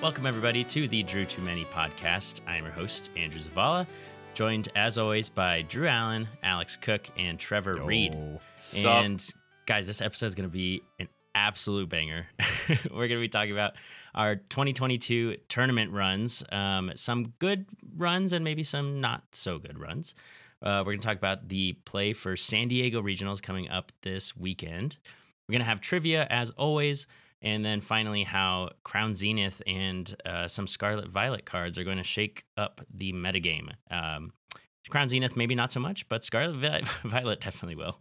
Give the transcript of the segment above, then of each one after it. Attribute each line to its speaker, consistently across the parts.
Speaker 1: Welcome, everybody, to the Drew Too Many podcast. I'm your host, Andrew Zavala, joined as always by Drew Allen, Alex Cook, and Trevor Reed.
Speaker 2: Sup?
Speaker 1: And guys, this episode is going to be an absolute banger. We're going to be talking about our 2022 tournament runs, um, some good runs and maybe some not so good runs. Uh, we're going to talk about the play for San Diego Regionals coming up this weekend. We're going to have trivia as always. And then finally, how Crown Zenith and uh, some Scarlet Violet cards are going to shake up the metagame. Um, Crown Zenith, maybe not so much, but Scarlet Vi- Violet definitely will.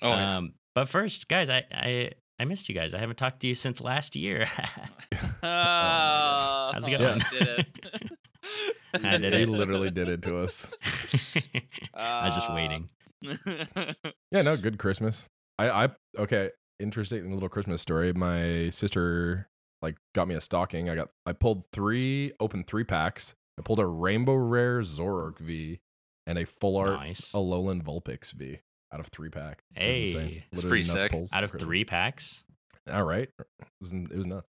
Speaker 3: Uh,
Speaker 2: Oh, yeah.
Speaker 1: Um, but first, guys, I, I I missed you guys. I haven't talked to you since last year.
Speaker 2: Ah,
Speaker 1: How's it going?
Speaker 2: I did it.
Speaker 1: I did
Speaker 3: he
Speaker 1: it.
Speaker 3: literally did it to us.
Speaker 1: I was
Speaker 2: Uh,
Speaker 1: just waiting.
Speaker 3: Yeah, no, good Christmas. I, I okay, interesting little Christmas story. My sister like got me a stocking. I got I pulled three opened three packs. I pulled a rainbow rare Zorark V and a full art
Speaker 1: Nice.
Speaker 3: Alolan Vulpix V out of three pack. It was insane.
Speaker 1: Hey.
Speaker 2: That's
Speaker 3: Literally
Speaker 2: pretty
Speaker 3: nuts
Speaker 2: sick.
Speaker 3: pulls
Speaker 1: Out of
Speaker 3: for Christmas.
Speaker 1: three packs,
Speaker 3: All right. It was, it was nuts.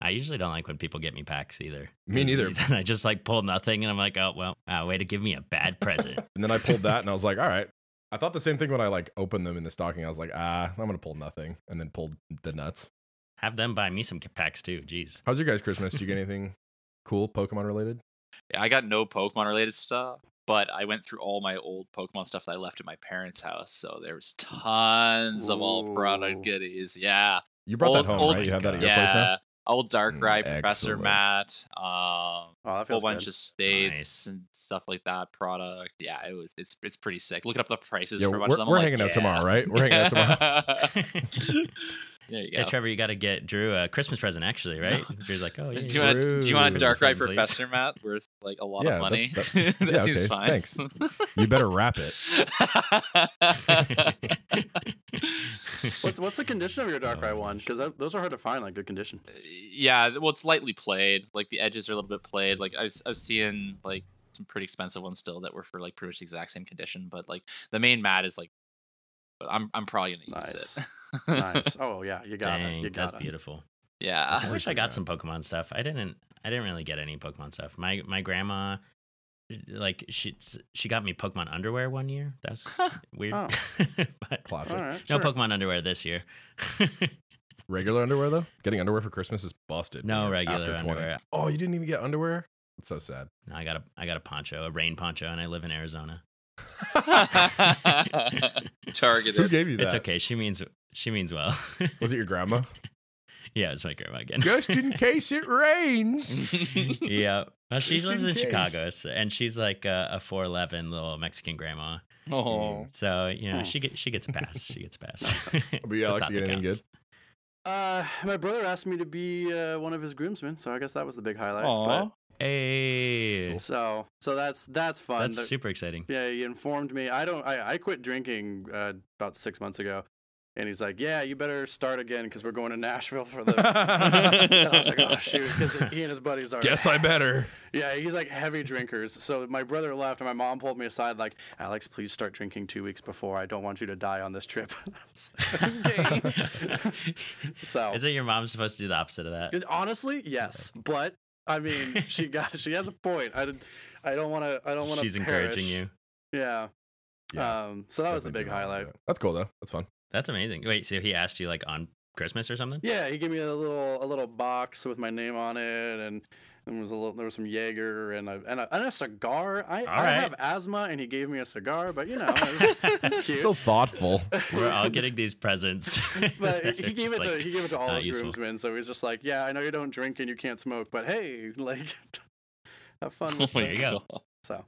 Speaker 1: I usually don't like when people get me packs either.
Speaker 3: Me
Speaker 1: 'Cause
Speaker 3: neither.
Speaker 1: Then I just like pull nothing, and I'm like, oh well, uh, way to give me a bad present.
Speaker 3: And then I pulled that and I was like, all right. I thought the same thing when I like opened them in the stocking. I was like, ah, I'm gonna pull nothing, and then pulled the nuts.
Speaker 1: Have them buy me some packs too. Jeez.
Speaker 3: How's your guys' Christmas? Did you get anything cool Pokemon related?
Speaker 2: Yeah, I got no Pokemon related stuff, but I went through all my old Pokemon stuff that I left at my parents' house. So there was tons of all product
Speaker 3: Ooh.
Speaker 2: goodies. Yeah.
Speaker 3: You brought
Speaker 2: Old-
Speaker 3: that home,
Speaker 2: old-
Speaker 3: right? You have that at your
Speaker 2: yeah.
Speaker 3: place now.
Speaker 2: Old Dark
Speaker 3: Mm,
Speaker 2: Ride, Professor
Speaker 3: excellent.
Speaker 2: Matt, um,
Speaker 4: Oh, that
Speaker 2: whole
Speaker 4: feels
Speaker 2: bunch
Speaker 4: good.
Speaker 2: of states
Speaker 1: Nice.
Speaker 2: and stuff like that. Product, yeah, it was it's it's pretty sick. Looking up the prices
Speaker 3: Yeah,
Speaker 2: for a
Speaker 3: we're,
Speaker 2: bunch of them. I'm
Speaker 3: we're
Speaker 2: like,
Speaker 3: hanging out
Speaker 2: yeah.
Speaker 3: tomorrow, right? We're hanging out tomorrow.
Speaker 2: tomorrow. there you go.
Speaker 1: Yeah, Trevor, you got to get Drew a Christmas present, actually, right? Drew's like, oh yeah.
Speaker 2: Do
Speaker 1: yeah.
Speaker 2: you want to do you want a
Speaker 3: True.
Speaker 2: dark ride
Speaker 1: Please.
Speaker 2: professor Matt worth like a lot
Speaker 3: Yeah,
Speaker 2: of
Speaker 3: that-
Speaker 2: money? That,
Speaker 3: that- yeah,
Speaker 2: seems
Speaker 3: okay,
Speaker 2: fine.
Speaker 3: thanks. You better wrap it.
Speaker 4: What's what's the condition of your dark
Speaker 1: Oh,
Speaker 4: eye one? Because those are hard to find, like good condition.
Speaker 2: yeah, well, it's lightly played. Like the edges are a little bit played. Like I was, I was seeing like some pretty expensive ones still that were for like pretty much the exact same condition. But like the main mat is like, but I'm I'm probably gonna use it.
Speaker 4: Nice. oh yeah, you got
Speaker 1: Dang,
Speaker 4: it. You
Speaker 1: that's
Speaker 4: got it.
Speaker 1: beautiful. I
Speaker 2: yeah.
Speaker 1: wish I
Speaker 3: Appreciate
Speaker 1: got
Speaker 3: that.
Speaker 1: some Pokemon stuff. I didn't. I didn't really get any Pokemon stuff. My my grandma, like she she got me Pokemon underwear one year. That's weird.
Speaker 4: Oh.
Speaker 1: but
Speaker 3: Classic.
Speaker 4: All right,
Speaker 1: no
Speaker 4: sure.
Speaker 1: Pokemon underwear this year.
Speaker 3: Regular underwear though. Getting underwear for Christmas is busted.
Speaker 1: No
Speaker 3: man,
Speaker 1: regular
Speaker 3: after 20.
Speaker 1: underwear.
Speaker 3: Oh, you didn't even get underwear. It's so sad.
Speaker 1: No, I got a I got a poncho, a rain poncho, and I live in Arizona.
Speaker 3: Who
Speaker 2: Targeted.
Speaker 3: gave you that?
Speaker 1: It's okay. She means she means well.
Speaker 3: Was it your grandma?
Speaker 1: yeah, it's my grandma again.
Speaker 3: Just in case it rains.
Speaker 1: yeah. Well, she
Speaker 3: Just
Speaker 1: lives
Speaker 3: in
Speaker 1: in
Speaker 3: case.
Speaker 1: Chicago, so, and she's like a, a 4'11 little Mexican grandma.
Speaker 2: oh.
Speaker 1: So, you know,
Speaker 4: Hmm.
Speaker 1: she gets she gets a pass. She gets a pass.
Speaker 3: But yeah, Alex, you get anything good?
Speaker 4: Uh, my brother asked me to be uh, one of his groomsmen, so I guess that was the big highlight.
Speaker 2: Aw.
Speaker 1: Hey.
Speaker 4: But, so so that's that's fun.
Speaker 1: That's
Speaker 4: The-
Speaker 1: super exciting.
Speaker 4: yeah, he informed me. I don't. I I quit drinking uh, about six months ago, and he's like, "Yeah, you better start again because we're going to Nashville for the." and I was like, "Oh shoot!" Because he and his buddies are.
Speaker 3: Guess I better.
Speaker 4: Yeah, he's like heavy drinkers. So my brother left, and my mom pulled me aside, like, "Alex, please start drinking two weeks before. I don't want you to die on this trip." Okay. so
Speaker 1: Isn't your mom supposed to do the opposite of that?
Speaker 4: honestly, yes, but I mean, she got she has a point. I did, I don't want to. I don't want to.
Speaker 1: She's encouraging you.
Speaker 4: Yeah.
Speaker 2: Uh,
Speaker 3: Yeah,
Speaker 4: Um. So that was the
Speaker 3: Definitely
Speaker 4: big
Speaker 3: do that.
Speaker 4: highlight.
Speaker 3: That's cool though. That's fun.
Speaker 1: That's amazing. Wait, so he asked you like on Christmas or something?
Speaker 4: Yeah, he gave me a little a little box with my name on it, and there was a little there was some Jaeger and a and a, and a cigar. I, I
Speaker 1: All right.
Speaker 4: have asthma, and he gave me a cigar, but you know, it was, it was cute.
Speaker 3: So thoughtful.
Speaker 1: We're all getting these presents.
Speaker 4: But he gave
Speaker 1: Just
Speaker 4: it to
Speaker 1: like,
Speaker 4: he gave it to all
Speaker 1: not
Speaker 4: his
Speaker 1: useful.
Speaker 4: groomsmen, so he's just like, yeah, I know you don't drink and you can't smoke, but hey, like, have fun.
Speaker 2: Oh
Speaker 4: With
Speaker 2: my
Speaker 4: it.
Speaker 1: you go.
Speaker 2: God.
Speaker 4: So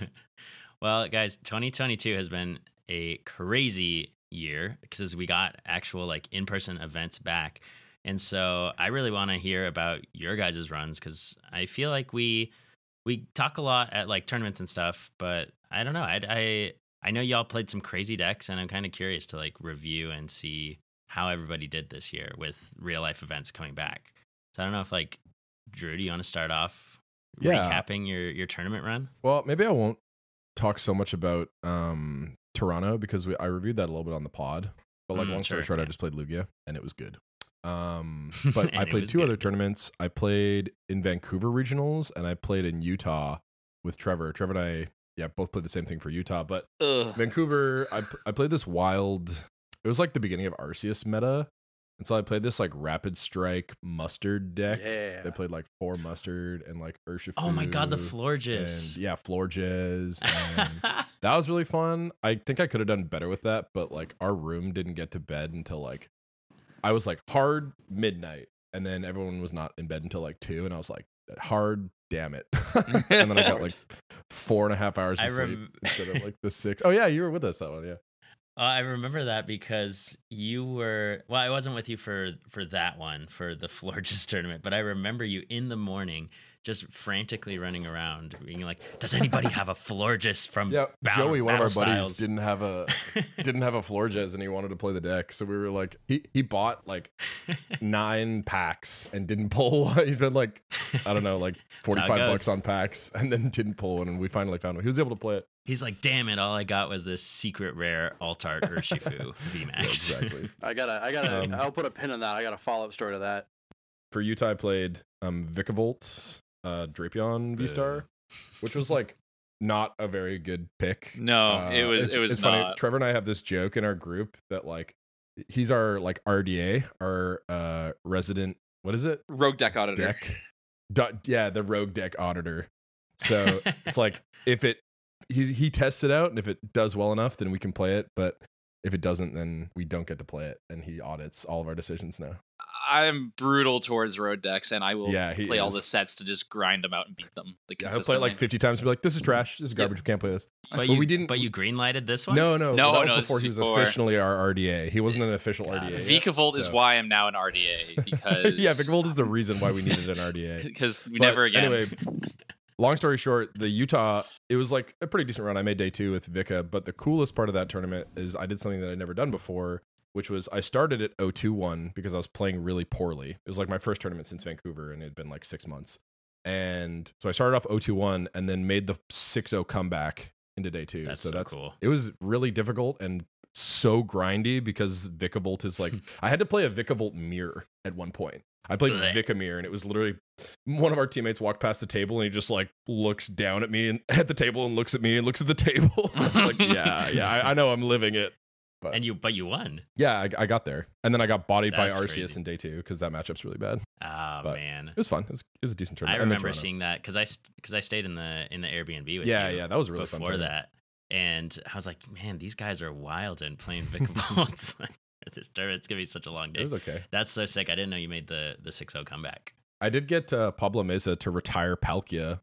Speaker 1: well, guys, 2022 has been a crazy year because we got actual like in-person events back. And so I really want to hear about your guys' runs cuz I feel like we we talk a lot at like tournaments and stuff, but I don't know. I I I know y'all played some crazy decks and I'm kind of curious to like review and see how everybody did this year with real life events coming back. So I don't know if like Drew, do you want to start off
Speaker 3: Yeah.
Speaker 1: recapping your your tournament run?
Speaker 3: Well, maybe I won't talk so much about um, Toronto because we, I reviewed that a little bit on the pod. But like,
Speaker 1: Mm,
Speaker 3: long story
Speaker 1: sure,
Speaker 3: short, I
Speaker 1: yeah.
Speaker 3: just played Lugia and it was good. Um, but I
Speaker 1: And it
Speaker 3: played
Speaker 1: was
Speaker 3: two
Speaker 1: good.
Speaker 3: other tournaments. I played in Vancouver regionals and I played in Utah with Trevor. Trevor and I, yeah, both played the same thing for Utah. But
Speaker 2: Ugh.
Speaker 3: Vancouver, I, p- I played this wild. It was like the beginning of Arceus meta. And so I played this like rapid strike mustard deck.
Speaker 4: Yeah.
Speaker 3: They played like four mustard and like Urshifu.
Speaker 1: Oh my god, the
Speaker 3: Mm, and,
Speaker 1: Florges.
Speaker 3: yeah, Florges. And that was really fun. I think I could have done better with that, but like our room didn't get to bed until like I was like hard midnight, and then everyone was not in bed until like two, and I was like hard, damn it. and then I got like four and a half hours
Speaker 1: I,
Speaker 3: of sleep
Speaker 1: rem-
Speaker 3: instead of like the six. Oh yeah, you were with us that one, yeah.
Speaker 1: Uh, I remember that because you were well. I wasn't with you for for that one for the Florges tournament, but I remember you in the morning just frantically running around, being like, "Does anybody have a Florges from
Speaker 3: Yeah,
Speaker 1: Mm, Battle-
Speaker 3: Joey, one of our
Speaker 1: Battle
Speaker 3: buddies,
Speaker 1: Styles?"
Speaker 3: didn't have a didn't have a floor jazz and he wanted to play the deck. So we were like, he he bought like nine packs and didn't pull one. He spent like I don't know, like
Speaker 1: That's
Speaker 3: forty
Speaker 1: how it
Speaker 3: five
Speaker 1: goes.
Speaker 3: bucks on packs and then didn't pull one. And we finally found him. He was able to play it.
Speaker 1: He's like, "Damn it! All I got was this secret rare Altart Urshifu
Speaker 3: Yeah,
Speaker 1: VMAX."
Speaker 3: exactly.
Speaker 4: I gotta, I gotta,
Speaker 3: Um,
Speaker 4: I'll put a pin on that. I got a follow up story to that.
Speaker 3: For Utah, I played um Vicavolt, uh Drapion V Star, which was like not a very good pick.
Speaker 2: No, it
Speaker 3: Uh,
Speaker 2: was
Speaker 3: it's-
Speaker 2: it was
Speaker 3: it's funny.
Speaker 2: not.
Speaker 3: Trevor and I have this joke in our group that like he's our like RDA, our uh resident what is it?
Speaker 2: Rogue deck auditor.
Speaker 3: deck. Du- yeah, the rogue deck auditor. So it's like if it he he tests it out and if it does well enough, then we can play it. But if it doesn't, then we don't get to play it, and he audits all of our decisions now.
Speaker 2: I'm brutal towards road decks, and I will
Speaker 3: yeah, he
Speaker 2: play all
Speaker 3: is.
Speaker 2: the sets to just grind them out and beat them. Like,
Speaker 3: Yeah, he'll play it like
Speaker 2: consistently. Mm-hmm.
Speaker 3: fifty times and be like, "This is trash. This is garbage. We can't play this."
Speaker 1: But,
Speaker 3: But
Speaker 1: you,
Speaker 3: we didn't-
Speaker 1: But you greenlighted this one.
Speaker 3: No, no,
Speaker 2: No,
Speaker 3: That was
Speaker 2: no, this
Speaker 3: before
Speaker 2: is
Speaker 3: he was
Speaker 2: before.
Speaker 3: officially our RDA. He wasn't an official
Speaker 1: Got
Speaker 3: RDA.
Speaker 1: it.
Speaker 3: yet,
Speaker 2: Vikavolt is
Speaker 3: so-
Speaker 2: why I'm now an RDA because
Speaker 3: yeah, Vikavolt is the reason why we needed an RDA.
Speaker 2: because we
Speaker 3: But
Speaker 2: never again.
Speaker 3: anyway, long story short, the Utah, it was like a pretty decent run. I made day two with Vika, but the coolest part of that tournament is I did something that I'd never done before, which was I started at 021 because I was playing really poorly. It was like my first tournament since Vancouver and it had been like six months. And so I started off 021 and then made the 6-0 comeback into day two.
Speaker 1: that's so,
Speaker 3: so, that's
Speaker 1: cool.
Speaker 3: it was really difficult and so grindy because Vikavolt is like I had to play a Vikavolt mirror at one point. I played
Speaker 1: Blech.
Speaker 3: Vicamir and it was literally one of our teammates walked past the table and he just like looks down at me and at the table and looks at me and looks at the table. I'm like, yeah, yeah, I, I know I'm living it. But
Speaker 1: And you, but you won.
Speaker 3: yeah, I, I got there. And then I got bodied by
Speaker 1: That's
Speaker 3: Arceus
Speaker 1: crazy.
Speaker 3: in day two because that matchup's really bad. It
Speaker 1: Ah
Speaker 3: But-
Speaker 1: man.
Speaker 3: was fun. It was, it was a
Speaker 1: I
Speaker 3: decent tournament. And then
Speaker 1: remember
Speaker 3: Toronto.
Speaker 1: seeing that because I because I stayed in the in the Airbnb with
Speaker 3: Yeah,
Speaker 1: you
Speaker 3: yeah, that was a really fun.
Speaker 1: before
Speaker 3: tournament.
Speaker 1: that, and I was like, man, these guys are wild and playing Vic Vaults. this tournament, it's gonna be such a long
Speaker 3: It
Speaker 1: day.
Speaker 3: was okay.
Speaker 1: That's so sick. I didn't know you made the the six zero comeback.
Speaker 3: I did get uh, Pablo Mesa to retire Palkia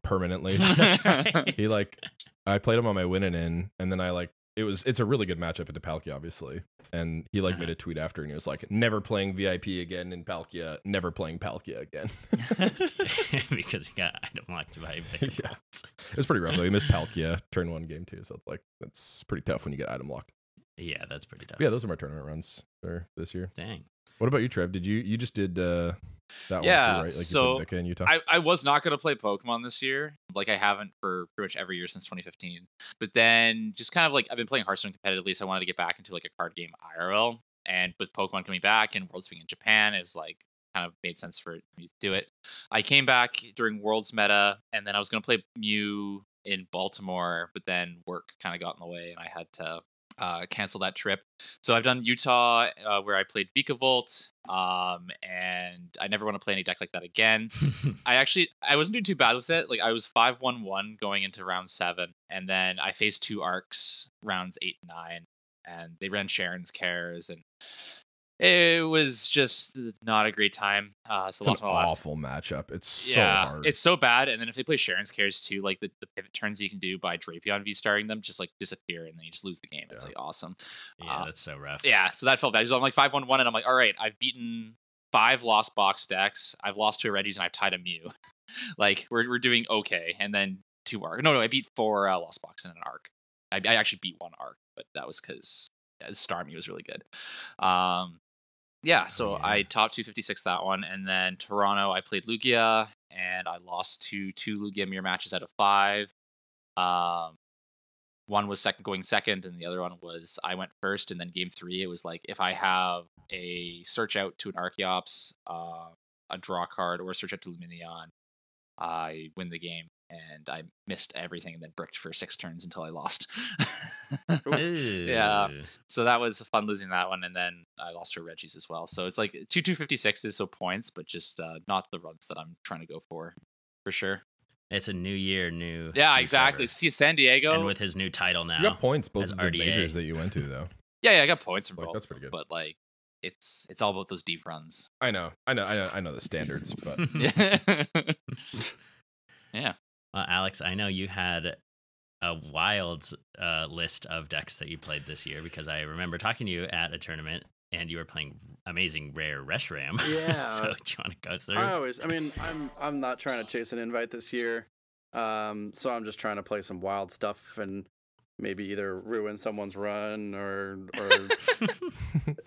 Speaker 3: permanently.
Speaker 1: That's right.
Speaker 3: he like I played him on my win and in, and then I like it was it's a really good matchup into Palkia, obviously. And he like
Speaker 1: Uh-huh.
Speaker 3: made a tweet after and he was like, never playing VIP again in Palkia, never playing Palkia again.
Speaker 1: because he got item locked by Vic
Speaker 3: Yeah.
Speaker 1: Vaults.
Speaker 3: it was pretty rough though. He missed Palkia turn one game two. So it's like that's pretty tough when you get item locked.
Speaker 1: Yeah, that's pretty tough.
Speaker 3: But yeah, those are my tournament runs for this year.
Speaker 1: Dang.
Speaker 3: What about you, Trev? Did you you just did uh that one
Speaker 2: Yeah,
Speaker 3: too, right? Like
Speaker 2: so
Speaker 3: you played Vika in Utah.
Speaker 2: I, I was not going to play Pokemon this year. Like, I haven't for pretty much every year since 2015. But then, just kind of like, I've been playing Hearthstone competitively, so I wanted to get back into like a card game IRL. And with Pokemon coming back and Worlds being in Japan, is like kind of made sense for me to do it. I came back during Worlds meta, and then I was going to play Mew in Baltimore, but then work kind of got in the way, and I had to uh, cancel that trip. So I've done Utah, uh, where I played Vikavolt, um, and I never want to play any deck like that again. I actually I wasn't doing too bad with it. Like I was five one one going into round seven, and then I faced two arcs rounds eight and nine, and they ran Sharon's cares, and it was just not a great time. Uh,
Speaker 3: it's
Speaker 2: so
Speaker 3: an
Speaker 2: lost my last
Speaker 3: awful matchup. It's so
Speaker 2: yeah,
Speaker 3: hard.
Speaker 2: it's so bad. And then if they play Sharon's cares too, like the, the pivot turns you can do by Drapion V starring them just like disappear, and then you just lose the game. It's
Speaker 3: Yeah.
Speaker 2: like awesome.
Speaker 1: yeah,
Speaker 2: Uh,
Speaker 1: that's so rough.
Speaker 2: Yeah, so that felt bad. So I'm like five one one, and I'm like, all right, I've beaten five lost box decks. I've lost two Reggies, and I've tied a Mew. like we're we're doing okay. And then two Arc. No, no, I beat four uh, lost box and an Arc. I, I actually beat one Arc, but that was because yeah, Star Mew was really good. Um, yeah, so
Speaker 1: yeah.
Speaker 2: I top 256 that one, and then Toronto, I played Lugia, and I lost to two Lugia mirror matches out of five. Um, one was second going second and the other one was i went first and then game three it was like if i have a search out to an archeops uh, a draw card or a search out to luminion i win the game and i missed everything and then bricked for six turns until i lost Yeah.
Speaker 1: Ew.
Speaker 2: so that was fun losing that one and then i lost to reggie's as well so it's like two 256 is so points but just uh, not the runs that i'm trying to go for for sure
Speaker 1: It's a new year, new.
Speaker 2: yeah
Speaker 1: new
Speaker 2: exactly
Speaker 1: cover.
Speaker 2: see san diego
Speaker 1: And with his new title now.
Speaker 3: You
Speaker 2: uh,
Speaker 3: got points both
Speaker 1: As
Speaker 3: of the
Speaker 1: RDA.
Speaker 3: majors that you went to though.
Speaker 2: yeah yeah i got points from
Speaker 3: Like,
Speaker 2: both
Speaker 3: that's pretty good.
Speaker 2: but like it's it's all about those deep runs
Speaker 3: I know, I know, I know, I know the standards, but
Speaker 2: yeah.
Speaker 1: Well, Uh, Alex, I know you had a wild uh, list of decks that you played this year because I remember talking to you at a tournament and you were playing amazing rare Reshram.
Speaker 4: Yeah.
Speaker 1: so do you want to go through?
Speaker 4: I always. I mean, I'm I'm not trying to chase an invite this year, um, so I'm just trying to play some wild stuff and maybe either ruin someone's run or or.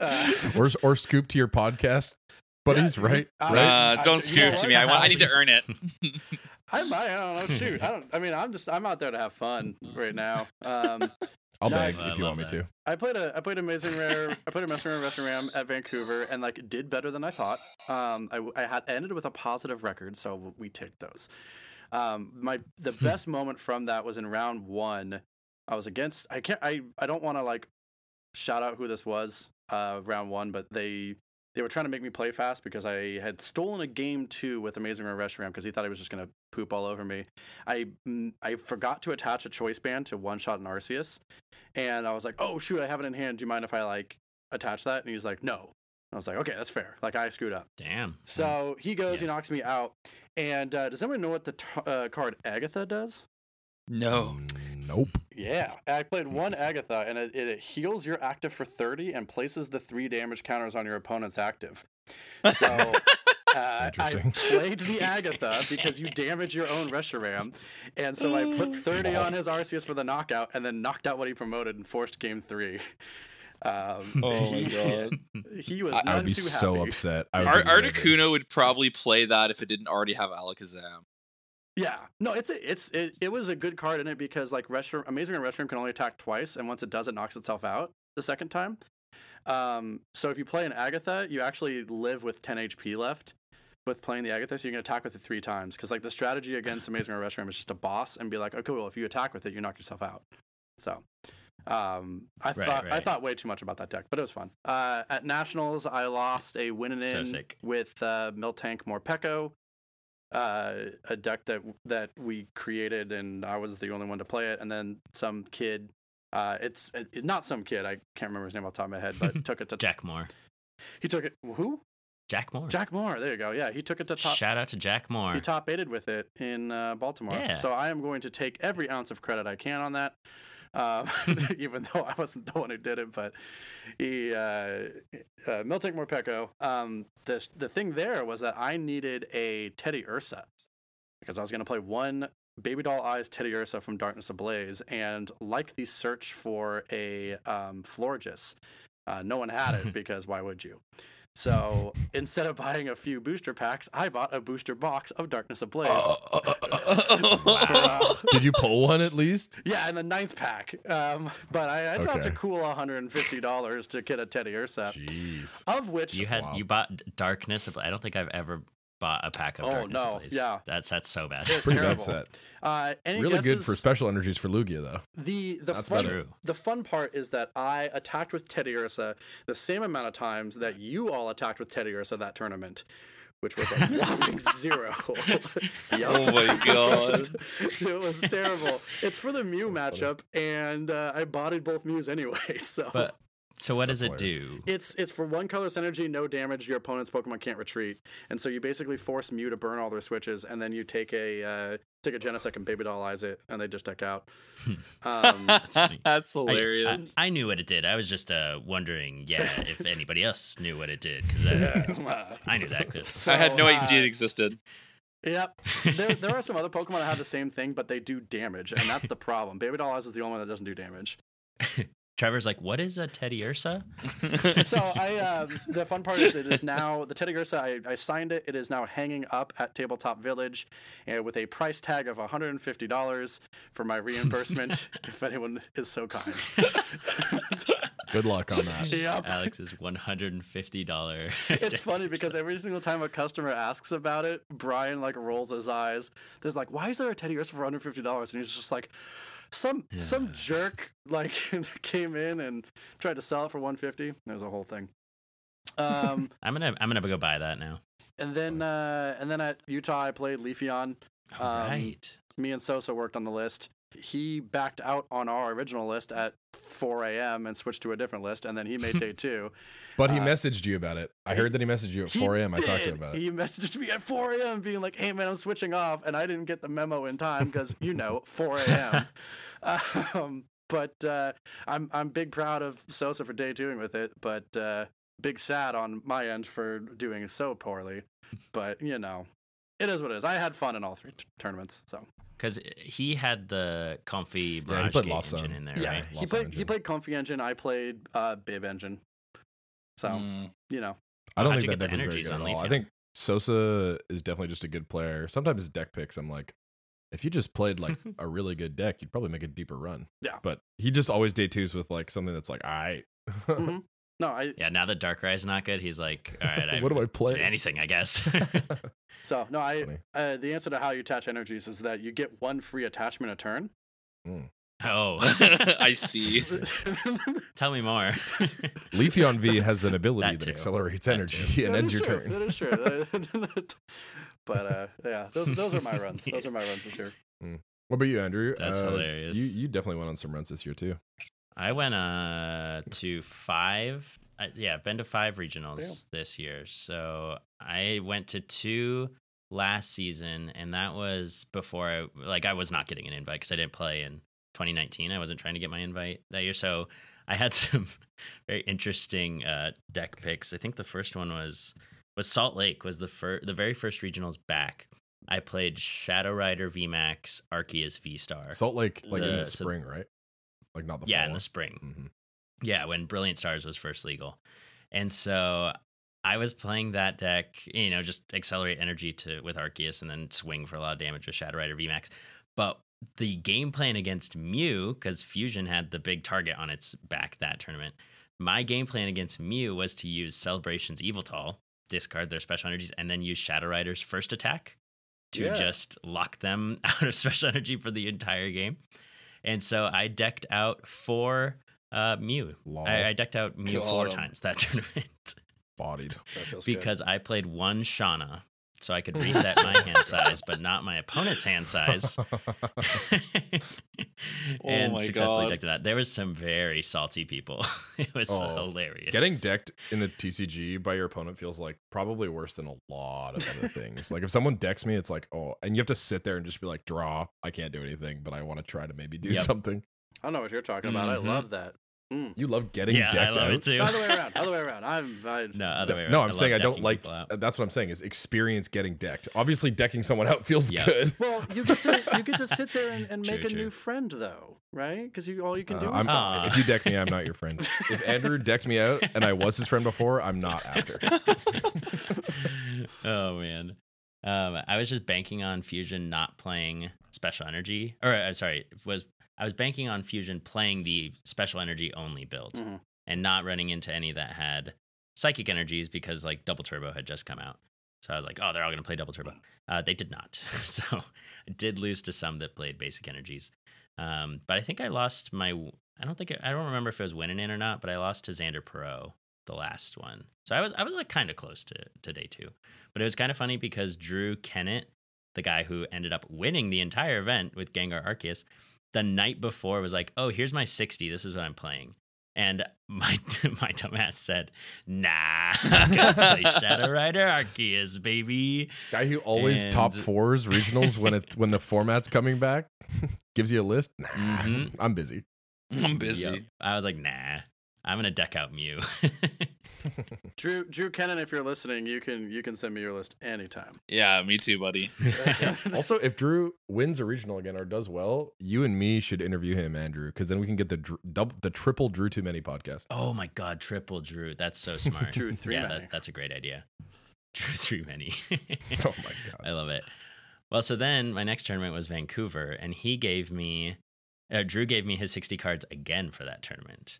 Speaker 4: Uh,
Speaker 3: or or scoop to your podcast buddies, right? Right?
Speaker 4: Uh,
Speaker 2: don't
Speaker 4: you know
Speaker 2: scoop to me. I
Speaker 4: what?
Speaker 2: want. I need to earn it.
Speaker 4: I might. I don't know. Shoot. I don't. I mean, I'm just. I'm out there to have fun right now. Um,
Speaker 3: I'll
Speaker 4: Yeah, I-
Speaker 3: beg
Speaker 1: I
Speaker 3: if you
Speaker 1: love
Speaker 3: want me
Speaker 1: that.
Speaker 3: to.
Speaker 4: I played a I played Amazing Rare I played Amazing Rare Russian Ram at Vancouver and like did better than I thought. Um, I, I had ended with a positive record, so we ticked those. Um, my the best moment from that was in round one. I was against I can't I I don't want to like shout out who this was uh, round one, but they they were trying to make me play fast because I had stolen a game two with Amazing Rare Russian Ram because he thought he was just gonna poop all over me. I mm, I forgot to attach a choice band to one shot an Arceus and I was like, "Oh shoot, I have it in hand. Do you mind if I like attach that?" And he's like, "No." And I was like, "Okay, that's fair. Like I screwed up."
Speaker 1: Damn.
Speaker 4: So he goes, he
Speaker 1: Yeah.
Speaker 4: knocks me out. And uh, does anyone know what the t- uh, card Agatha does? Oh.
Speaker 2: No.
Speaker 3: Mm, Nope.
Speaker 4: Yeah, I played one Agatha, and it, it heals your active for thirty and places the three damage counters on your opponent's active. So uh, I
Speaker 3: Interesting.
Speaker 4: played the Agatha because you damage your own Reshiram, and so I put thirty on his Arceus for the knockout, and then knocked out what he promoted and forced game three. Um,
Speaker 2: Oh my
Speaker 4: he,
Speaker 2: god.
Speaker 4: He was.
Speaker 2: I-
Speaker 4: None
Speaker 3: I would be
Speaker 4: too
Speaker 3: so
Speaker 4: happy.
Speaker 3: upset. I would
Speaker 2: Ar-
Speaker 3: be livid.
Speaker 2: Articuno would probably play that if it didn't already have Alakazam.
Speaker 4: Yeah, no, it's a, it's it, it was a good card in it because like restroom, amazing and restroom can only attack twice, and once it does, it knocks itself out the second time. Um, so if you play an Agatha, you actually live with 10 HP left with playing the Agatha, so you can attack with it three times because like the strategy against amazing and restroom is just a boss and be like, okay, well if you attack with it, you knock yourself out. So. Um, I
Speaker 1: Right,
Speaker 4: thought I
Speaker 1: right.
Speaker 4: thought way too much about that deck, but it was fun. Uh, at nationals, I lost a win and
Speaker 1: So
Speaker 4: in
Speaker 1: sick.
Speaker 4: with uh, Miltank Morpeko, uh, a deck that that we created, and I was the only one to play it. And then some kid, uh, it's it, not some kid. I can't remember his name off the top of my head, but took it to
Speaker 1: Jack Moore.
Speaker 4: he took it who
Speaker 1: Jack Moore.
Speaker 4: Jack Moore. There you go. Yeah, he took it to top.
Speaker 1: Shout out to Jack Moore.
Speaker 4: He top aided with it in uh, Baltimore.
Speaker 1: Yeah.
Speaker 4: So I am going to take every ounce of credit I can on that. Um, even though I wasn't the one who did it, but he, uh, uh, Miltank Morpeko, um, the, the thing there was that I needed a Teddy Ursa because I was going to play one Baby Doll Eyes Teddy Ursa from Darkness Ablaze. And like the search for a um, Florigis, uh, no one had it because why would you? So instead of buying a few booster packs, I bought a booster box of Darkness Ablaze.
Speaker 3: Oh.
Speaker 4: uh, Wow.
Speaker 3: Did you pull one at least?
Speaker 4: Yeah, in the ninth pack. Um, but I, I dropped a
Speaker 3: Okay.
Speaker 4: cool $150 to get a Teddy Ursa,
Speaker 3: Jeez.
Speaker 4: of which
Speaker 1: you had
Speaker 3: wild.
Speaker 1: you bought D- Darkness. Abla- I don't think I've ever bought a pack of
Speaker 4: Oh,
Speaker 1: Darkness.
Speaker 4: no.
Speaker 1: Ablaze.
Speaker 4: Yeah.
Speaker 1: That's that's so bad.
Speaker 4: It's
Speaker 3: Pretty
Speaker 4: terrible.
Speaker 3: bad set.
Speaker 4: Uh, any
Speaker 3: Really good
Speaker 4: guesses-
Speaker 3: for special energies for Lugia though.
Speaker 4: The the
Speaker 3: That's
Speaker 4: fun
Speaker 1: True.
Speaker 4: the fun part is that I attacked with Teddy Ursa the same amount of times that you all attacked with Teddy Ursa that tournament, which was a whopping zero. Yup.
Speaker 2: Oh my god.
Speaker 4: it was terrible. It's for the Mew matchup, and uh, I bodied both Mews anyway. So
Speaker 1: But so what does it
Speaker 3: That's
Speaker 1: do?
Speaker 4: it's it's for one colorless energy, no damage. Your opponent's Pokemon can't retreat, and so you basically force Mew to burn all their switches, and then you take a uh, take a Genesect and Baby Dollise it, and they just deck out. Um,
Speaker 1: funny.
Speaker 2: That's
Speaker 1: I- I-
Speaker 2: hilarious.
Speaker 1: I, knew what it did. I was just uh, wondering, yeah, if anybody else knew what it did because I, I knew that. 'cause-
Speaker 4: so,
Speaker 2: I had no
Speaker 4: uh,
Speaker 2: idea it existed.
Speaker 4: Yep. There, there are some other Pokemon that have the same thing, but they do damage, and that's the problem. Baby Dollars is the only one that doesn't do damage.
Speaker 1: Trevor's like, what is a Teddy Ursa?
Speaker 4: so I, um, the fun part is it is now the Teddy Ursa. I, I signed it. It is now hanging up at Tabletop Village, uh, with a price tag of one hundred and fifty dollars for my reimbursement, if anyone is so kind.
Speaker 3: Good luck on that.
Speaker 4: yep.
Speaker 1: Alex's $150.
Speaker 4: It's funny because every single time a customer asks about it, Brian like rolls his eyes. There's like, why is there a Teddy Ursa for 150 dollars? And he's just like, some some jerk like came in and tried to sell it for 150. There's a whole thing. Um,
Speaker 1: I'm gonna I'm gonna go buy that now.
Speaker 4: and then uh, and then at Utah, I played Leafeon.
Speaker 1: All right.
Speaker 4: Um, Me and Sosa worked on the list. He backed out on our original list at 4 a.m. and switched to a different list, and then he made day two.
Speaker 3: But he
Speaker 4: Uh,
Speaker 3: messaged you about it. I heard that he messaged you at
Speaker 4: He
Speaker 3: 4 a.m. I talked to
Speaker 4: did.
Speaker 3: you about it.
Speaker 4: He messaged me at 4 a.m. being like, hey, man, I'm switching off. And I didn't get the memo in time because, you know, 4 a.m. um, but uh, I'm, I'm big proud of Sosa for day doing with it, but uh, big sad on my end for doing so poorly. But, you know, it is what it is. I had fun in all three t- tournaments. So,
Speaker 1: Because he had the comfy
Speaker 3: Yeah, he
Speaker 1: barrage
Speaker 3: put
Speaker 1: gate
Speaker 3: Lost
Speaker 1: engine
Speaker 3: Zone.
Speaker 1: in there,
Speaker 4: yeah,
Speaker 1: right?
Speaker 4: he,
Speaker 3: Lots of
Speaker 4: played, he
Speaker 3: engine.
Speaker 4: played Comfy Engine. I played uh, Bib Engine. So,
Speaker 2: Mm.
Speaker 4: you know,
Speaker 3: I don't
Speaker 1: How'd
Speaker 3: think
Speaker 1: you
Speaker 3: that
Speaker 1: get
Speaker 3: deck
Speaker 1: the
Speaker 3: was very
Speaker 1: energies
Speaker 3: good
Speaker 1: on
Speaker 3: at all. I
Speaker 1: Leafeon?
Speaker 3: think Sosa is definitely just a good player. Sometimes his deck picks, I'm like, if you just played like a really good deck, you'd probably make a deeper run.
Speaker 4: Yeah.
Speaker 3: But he just always day twos with like something that's like, all right,
Speaker 1: Mm.
Speaker 4: mhm. no, I,
Speaker 1: Yeah, now that Darkrai's not good, he's like, all right, I,
Speaker 3: what do I play?
Speaker 1: Anything, I guess.
Speaker 4: So no, I
Speaker 3: Funny.
Speaker 4: uh, the answer to how you attach energies is that you get one free attachment a turn.
Speaker 1: oh,
Speaker 2: I see.
Speaker 1: tell me more.
Speaker 3: Leafeon V has an ability
Speaker 1: That
Speaker 3: that,
Speaker 1: too.
Speaker 3: accelerates
Speaker 1: That
Speaker 3: energy and
Speaker 4: That
Speaker 3: ends
Speaker 4: is
Speaker 3: your
Speaker 4: true,
Speaker 3: turn.
Speaker 4: That is true. but uh, yeah, those those are my runs. Those are my runs this year.
Speaker 3: What about you, Andrew?
Speaker 1: That's
Speaker 3: Uh,
Speaker 1: hilarious.
Speaker 3: You you definitely went on some runs this year too.
Speaker 1: I went uh to five. Uh, yeah, I've been to five regionals this year. So I went to two last season, and that was before I like I was not getting an invite because I didn't play in 2019. I wasn't trying to get my invite that year, so I had some very interesting uh, deck picks. I think the first one was was Salt Lake was the fir- the very first regionals back. I played Shadow Rider VMAX, Arceus V Star.
Speaker 3: Salt Lake, like in
Speaker 1: The-
Speaker 3: the
Speaker 1: so-
Speaker 3: spring, right? Like not the
Speaker 1: yeah,
Speaker 3: fall.
Speaker 1: in the spring.
Speaker 3: Mhm.
Speaker 1: Yeah, when Brilliant Stars was first legal. And so I was playing that deck, you know, just accelerate energy to with Arceus and then swing for a lot of damage with Shadow Rider VMAX. But the game plan against Mew, because Fusion had the big target on its back that tournament, my game plan against Mew was to use Celebration's Evil Tall, discard their special energies, and then use Shadow Rider's first attack to
Speaker 4: Yeah.
Speaker 1: just lock them out of special energy for the entire game. And so I decked out four uh, Mew.
Speaker 3: Lol.
Speaker 1: I, I decked out Mew
Speaker 2: Lol.
Speaker 1: four times that tournament
Speaker 3: bodied.
Speaker 4: That feels good.
Speaker 1: because I played one Shauna, so I could reset my hand size, but not my opponent's hand size. and
Speaker 4: Oh
Speaker 2: my
Speaker 1: successfully
Speaker 2: God.
Speaker 1: decked it out. There was some very salty people. It was
Speaker 3: Oh,
Speaker 1: hilarious.
Speaker 3: Getting decked in the TCG by your opponent feels like probably worse than a lot of other things. like if someone decks me, it's like, oh, and you have to sit there and just be like, draw. I can't do anything, but I want to try to maybe do
Speaker 1: Yep.
Speaker 3: something.
Speaker 4: I don't know what you're talking about.
Speaker 1: Mhm.
Speaker 4: I love that.
Speaker 3: You love getting
Speaker 1: yeah, I
Speaker 3: decked
Speaker 1: love
Speaker 3: out.
Speaker 1: it too.
Speaker 4: Other way around. Other way around. I'm. I,
Speaker 1: No, other
Speaker 3: Th-
Speaker 1: way around.
Speaker 3: no, I'm saying I
Speaker 1: love
Speaker 3: don't
Speaker 1: decking
Speaker 3: like.
Speaker 1: people out.
Speaker 3: That's what I'm saying is experience getting decked. Obviously, decking someone out feels
Speaker 1: Yeah.
Speaker 3: good.
Speaker 4: Well, you get to you get to sit there and, and
Speaker 1: True,
Speaker 4: make a
Speaker 1: true.
Speaker 4: new friend though, right? Because you all you can
Speaker 3: Uh,
Speaker 4: do
Speaker 3: I'm-
Speaker 4: is
Speaker 1: Aw.
Speaker 3: if you deck me, I'm not your friend. if Andrew decked me out and I was his friend before, I'm not after.
Speaker 1: oh man. Um, I was just banking on Fusion not playing special energy, or I'm sorry, was I was banking on Fusion playing the special energy only build
Speaker 4: Mhm.
Speaker 1: and not running into any that had psychic energies because like double turbo had just come out. So I was like, oh, they're all gonna play double turbo. Uh, they did not. so I did lose to some that played basic energies, um, but I think I lost my. I don't think I don't remember if it was winning in or not, but I lost to Xander Pro the last one. So I was I was like kind of close to, to day two. But it was kind of funny because Drew Kennett, the guy who ended up winning the entire event with Gengar Arceus, the night before was like, Oh, here's my 60, this is what I'm playing. And my my dumbass said, Nah, I'm gonna play Shadow Rider Arceus, baby.
Speaker 3: Guy who always top
Speaker 1: And-
Speaker 3: fours regionals when it when the format's coming back gives you a list. Nah,
Speaker 1: Mhm.
Speaker 3: I'm busy.
Speaker 2: I'm busy.
Speaker 1: Yep. I was like, Nah. I'm gonna deck out Mew.
Speaker 4: Drew Drew Kennan, if you're listening, you can you can send me your list anytime.
Speaker 2: Yeah, me too, buddy.
Speaker 3: also, if Drew wins a regional again or does well, you and me should interview him, Andrew, because then we can get the dr- double, the triple Drew Too Many podcast.
Speaker 1: oh my god, triple Drew. That's so smart.
Speaker 4: Drew three
Speaker 1: yeah,
Speaker 4: many.
Speaker 1: that, that's a great idea. Drew three many.
Speaker 3: Oh my god!
Speaker 1: I love it. Well, so then my next tournament was Vancouver, and he gave me, uh, Drew gave me his 60 cards again for that tournament.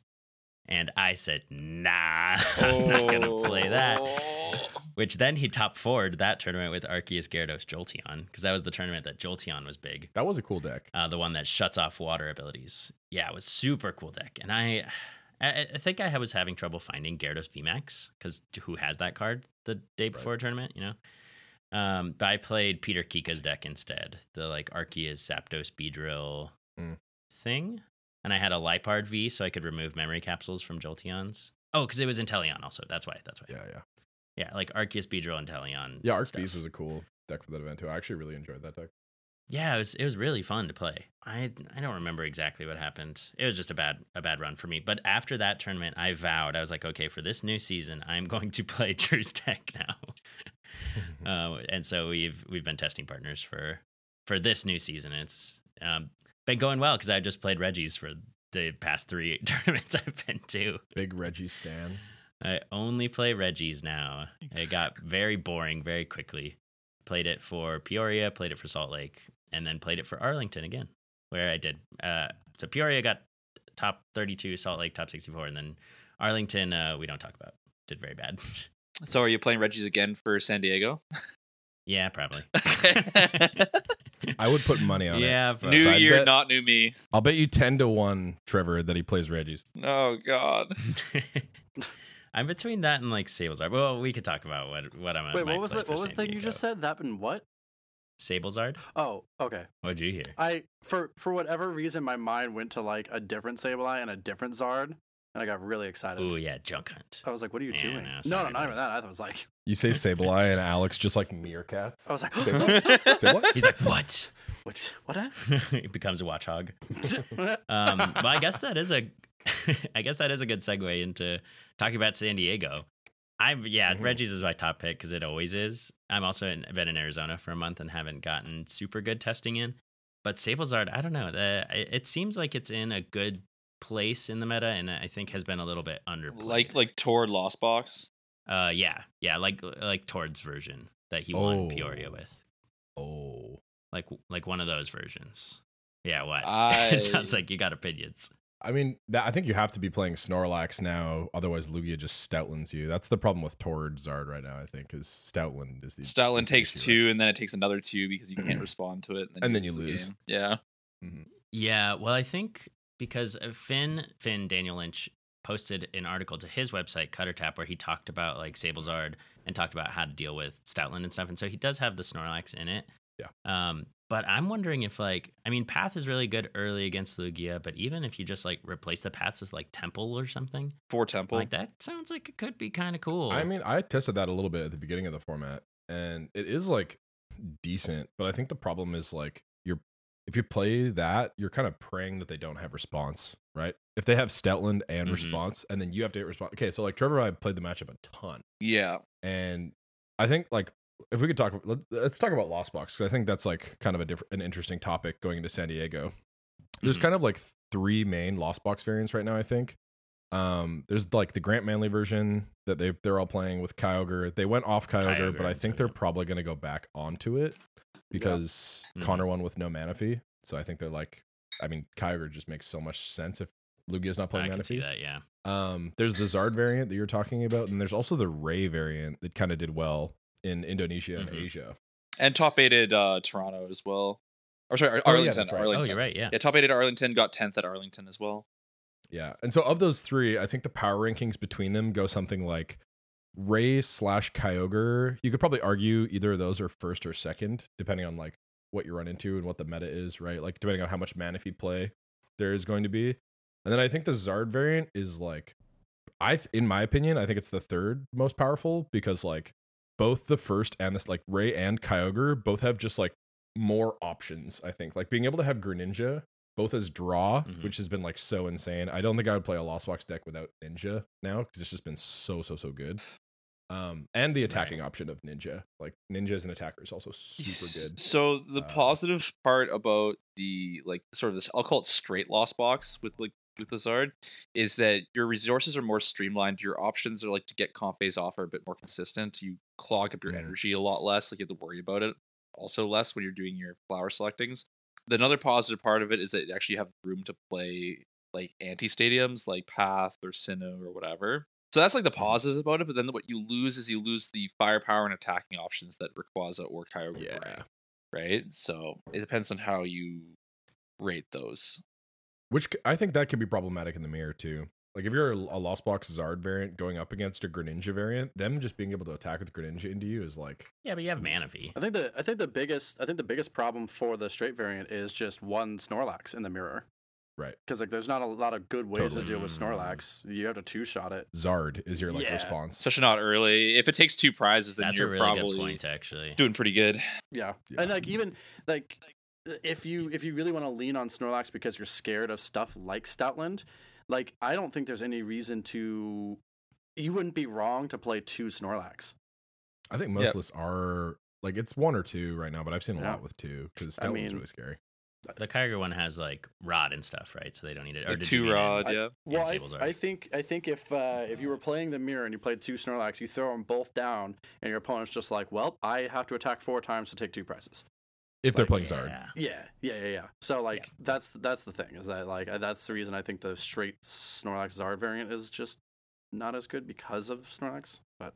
Speaker 1: And I said, nah, I'm not going to play that.
Speaker 4: Oh.
Speaker 1: Which then he top forward that tournament with Arceus Gyarados Jolteon, because that was the tournament that Jolteon was big.
Speaker 3: That was a cool deck.
Speaker 1: Uh, the one that shuts off water abilities. Yeah, it was super cool deck. And I, I, I think I was having trouble finding Gyarados VMAX because who has that card the day
Speaker 3: Right.
Speaker 1: before a tournament, you know? Um, but I played Peter Kika's deck instead, the like Arceus Zapdos Beedrill
Speaker 3: Mm.
Speaker 1: thing. And I had a Lipard V so I could remove memory capsules from Jolteons. Oh, because it was Inteleon also. That's why. That's why.
Speaker 3: Yeah, yeah,
Speaker 1: Yeah, like Arceus Beedrill and Inteleon.
Speaker 3: yeah. Arc
Speaker 1: stuff.
Speaker 3: Beast was a cool deck for that event too. I actually really enjoyed that deck.
Speaker 1: Yeah, it was it was really fun to play. I I don't remember exactly what happened. It was just a bad a bad run for me. But after that tournament, I vowed I was like, okay, for this new season, I'm going to play Drew's deck now. uh, and so we've we've been testing partners for for this new season. It's um, been going well because I just played Reggie's for the past three tournaments I've been to.
Speaker 3: Big Reggie Stan.
Speaker 1: I only play Reggie's now. It got very boring very quickly. Played it for Peoria, played it for Salt Lake, and then played it for Arlington again, where I did. Uh, so Peoria got top 32, Salt Lake top 64, and then Arlington, uh, we don't talk about. Did very bad.
Speaker 2: So are you playing Reggie's again for San Diego?
Speaker 1: yeah, probably.
Speaker 3: I would put money on it.
Speaker 1: yeah,
Speaker 3: New
Speaker 1: Probably.
Speaker 2: new
Speaker 3: side
Speaker 2: year,
Speaker 3: bet.
Speaker 2: not new me.
Speaker 3: I'll bet you ten to one, Trevor, that he plays Reggie's.
Speaker 2: Oh God.
Speaker 1: I'm between that and like Sables Art. Well, we could talk about what what I'm.
Speaker 4: Wait,
Speaker 1: my
Speaker 4: what was the,
Speaker 1: place for
Speaker 4: what was the
Speaker 1: San
Speaker 4: thing you
Speaker 1: Diego.
Speaker 4: just said? That been what?
Speaker 1: Sables Art.
Speaker 4: Oh, okay.
Speaker 1: What'd you hear?
Speaker 4: I for for whatever reason my mind went to like a different Sableye and a different Zard, and I got really excited.
Speaker 1: Oh yeah, Junk Hunt.
Speaker 4: I was like, "What are you
Speaker 1: Yeah,
Speaker 4: doing?"
Speaker 1: no,
Speaker 4: No, no,
Speaker 1: sorry,
Speaker 4: not
Speaker 1: bro.
Speaker 4: even that. I was like,
Speaker 3: You say Sableye and Alex just like meerkats.
Speaker 4: I was like,
Speaker 3: Say what?
Speaker 1: He's like, what?
Speaker 4: "What? What? hap-
Speaker 1: he becomes a watch hog. Um, but I guess that is a, I guess that is a good segue into talking about San Diego. I'm yeah,
Speaker 3: Mhm.
Speaker 2: Mm-hmm.
Speaker 1: Reggie's is my top pick because it always is. I'm also in, been in Arizona for a month and haven't gotten super good testing in. But Sablezard, I don't know. The, it it seems like it's in a good place in the meta, and I think has been a little bit underplayed.
Speaker 2: like like Tor Lost Box.
Speaker 1: uh, yeah, yeah, like like Tord's version that he won
Speaker 3: Oh.
Speaker 1: Peoria with,
Speaker 3: Oh,
Speaker 1: like like one of those versions. Yeah, what?
Speaker 2: I-
Speaker 1: it sounds like you got opinions.
Speaker 3: I mean, that, I think you have to be playing Snorlax now, otherwise Lugia just Stoutlands you. That's the problem with Torrid Zard right now. I think is Stoutland is the
Speaker 2: Stoutland
Speaker 3: is the
Speaker 2: takes
Speaker 3: issue, right?
Speaker 2: two, and then it takes another two because you can't respond to it,
Speaker 3: And then you lose.
Speaker 2: the game. Yeah.
Speaker 1: Yeah, well, I think because uh, Finn, Finn Daniel Lynch posted an article to his website Cutter Tap where he talked about like Sablezard and talked about how to deal with Stoutland and stuff, and so he does have the Snorlax in it.
Speaker 3: Yeah.
Speaker 1: Um, but I'm wondering if like I mean, Path is really good early against Lugia, but even if you just like replace the paths with like Temple or something,
Speaker 2: Four Temple.
Speaker 1: like that sounds like it could be kind of cool.
Speaker 3: I mean, I tested that a little bit at the beginning of the format, and it is like decent, but I think the problem is like you're if you play that, you're kind of praying that they don't have response, right? If they have Stoutland and
Speaker 1: Mhm.
Speaker 2: Mm-hmm.
Speaker 3: response, and then you have to hit response. Okay, so like Trevor, and I played the matchup a ton,
Speaker 2: Yeah.
Speaker 3: and I think like if we could talk, let, let's talk about Lost Box 'cause I think that's like kind of a different, an interesting topic going into San Diego. There's
Speaker 1: Mhm.
Speaker 3: kind of like three main Lost Box variants right now. I think um, there's like the Grant Manley version that they they're all playing with Kyogre. They went off Kyogre,
Speaker 1: Kyogre
Speaker 3: but I
Speaker 1: and
Speaker 3: think
Speaker 1: so-
Speaker 3: they're probably going to go back onto it because
Speaker 1: Mhm.
Speaker 3: Connor won with no Manaphy, so I think they're like, I mean, Kyogre just makes so much sense if Lugia's not
Speaker 1: I
Speaker 3: playing
Speaker 1: can see
Speaker 3: Manaphy.
Speaker 1: that. Yeah.
Speaker 3: Um, there's the Zard variant that you're talking about, and there's also the Ray variant that kind of did well in Indonesia and
Speaker 1: Mhm.
Speaker 3: Asia.
Speaker 2: And top aided uh, Toronto as well. Or sorry, Ar-
Speaker 3: Oh, yeah,
Speaker 2: Arlington.
Speaker 3: that's right. Oh,
Speaker 1: Oh,
Speaker 2: Arlington.
Speaker 1: you're right. Yeah.
Speaker 2: Yeah, top aided Arlington got tenth at Arlington as well.
Speaker 3: Yeah, and so of those three, I think the power rankings between them go something like Ray slash Kyogre. You could probably argue either of those are first or second, depending on like what you run into and what the meta is, right? Like depending on how much Manaphy play there is going to be. And then I think the Zard variant is like I th- in my opinion, I think it's the third most powerful because like both the first and this like Ray and Kyogre both have just like more options, I think. Like being able to have Greninja both as draw,
Speaker 1: Mhm.
Speaker 3: which has been like so insane. I don't think I would play a Lost Box deck without Ninja now because it's just been so so so good. Um, and the attacking option of Ninja, like Ninja as an attacker, is also super
Speaker 2: S-
Speaker 3: good.
Speaker 2: So the
Speaker 3: Uh,
Speaker 2: positive part about the like sort of this I'll call it straight loss box with like with Lazard is that your resources are more streamlined. Your options are like to get comp phase off are a bit more consistent. You clog up your
Speaker 3: Mhm.
Speaker 2: energy a lot less. Like you have to worry about it also less when you're doing your flower selectings. The another positive part of it is that actually you have room to play like anti stadiums like Path or Sinnoh or whatever. So that's like the
Speaker 1: Mm-hmm.
Speaker 2: positive about it, but then what you lose is you lose the firepower and attacking options that Rayquaza or Kyogre bring
Speaker 3: Yeah,
Speaker 2: right? So it depends on how you rate those.
Speaker 3: which c- I think that could be problematic in the mirror too. Like if you're a, a Lost Box Zard variant going up against a Greninja variant, them just being able to attack with Greninja into you is like
Speaker 1: Yeah, but you have Manaphy.
Speaker 4: I think the I think the biggest I think the biggest problem for the straight variant is just one Snorlax in the mirror.
Speaker 3: Right.
Speaker 4: Because like there's not a lot of good ways
Speaker 3: Totally.
Speaker 4: to deal with Snorlax. You have to two shot it.
Speaker 3: Zard is your like
Speaker 4: Yeah.
Speaker 3: response.
Speaker 2: Especially not early. If it takes two prizes, then
Speaker 1: That's a
Speaker 2: you're
Speaker 1: really
Speaker 2: probably
Speaker 1: good point, actually.
Speaker 2: doing pretty good.
Speaker 4: Yeah.
Speaker 3: Yeah.
Speaker 4: And like even like if you if you really want to lean on Snorlax because you're scared of stuff like Stoutland, like I don't think there's any reason to you wouldn't be wrong to play two Snorlax.
Speaker 3: I think most
Speaker 2: Yeah.
Speaker 3: lists are like it's one or two right now, but I've seen a
Speaker 4: Yeah.
Speaker 3: lot with two because
Speaker 4: I
Speaker 3: that one's
Speaker 4: mean-
Speaker 3: really scary.
Speaker 1: The Kyogre one has like rod and stuff, right? So they don't need it. Or
Speaker 2: Like
Speaker 1: did you
Speaker 2: two
Speaker 1: mean it?
Speaker 2: rod, yeah.
Speaker 4: Well, I,
Speaker 1: Sablezard.
Speaker 4: I think I think if uh, if you were playing the mirror and you played two Snorlax, you throw them both down, and your opponent's just like, well, I have to attack four times to take two prizes.
Speaker 3: If they're
Speaker 1: Like,
Speaker 3: playing Zard,
Speaker 1: yeah.
Speaker 4: Yeah, yeah, yeah, yeah. So like that's that's the thing is that like that's the reason I think the straight Snorlax Zard variant is just not as good because of Snorlax. But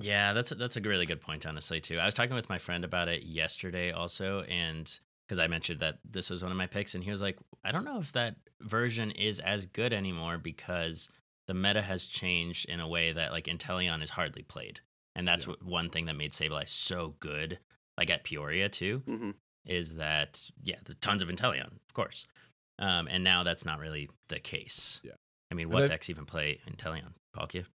Speaker 1: Yeah, that's a, that's a really good point, honestly. Too, I was talking with my friend about it yesterday, also, and because I mentioned that this was one of my picks, and he was like, "I don't know if that version is as good anymore because the meta has changed in a way that like Inteleon is hardly played, and that's what, one thing that made Sableye so good, like at Peoria too,
Speaker 3: Mm-hmm.
Speaker 4: mhm.
Speaker 1: is that yeah, the tons of Inteleon, of course, um, and now that's not really the case.
Speaker 3: Yeah.
Speaker 1: I mean,
Speaker 3: And
Speaker 1: what
Speaker 3: I-
Speaker 1: decks even play Inteleon, Palkia?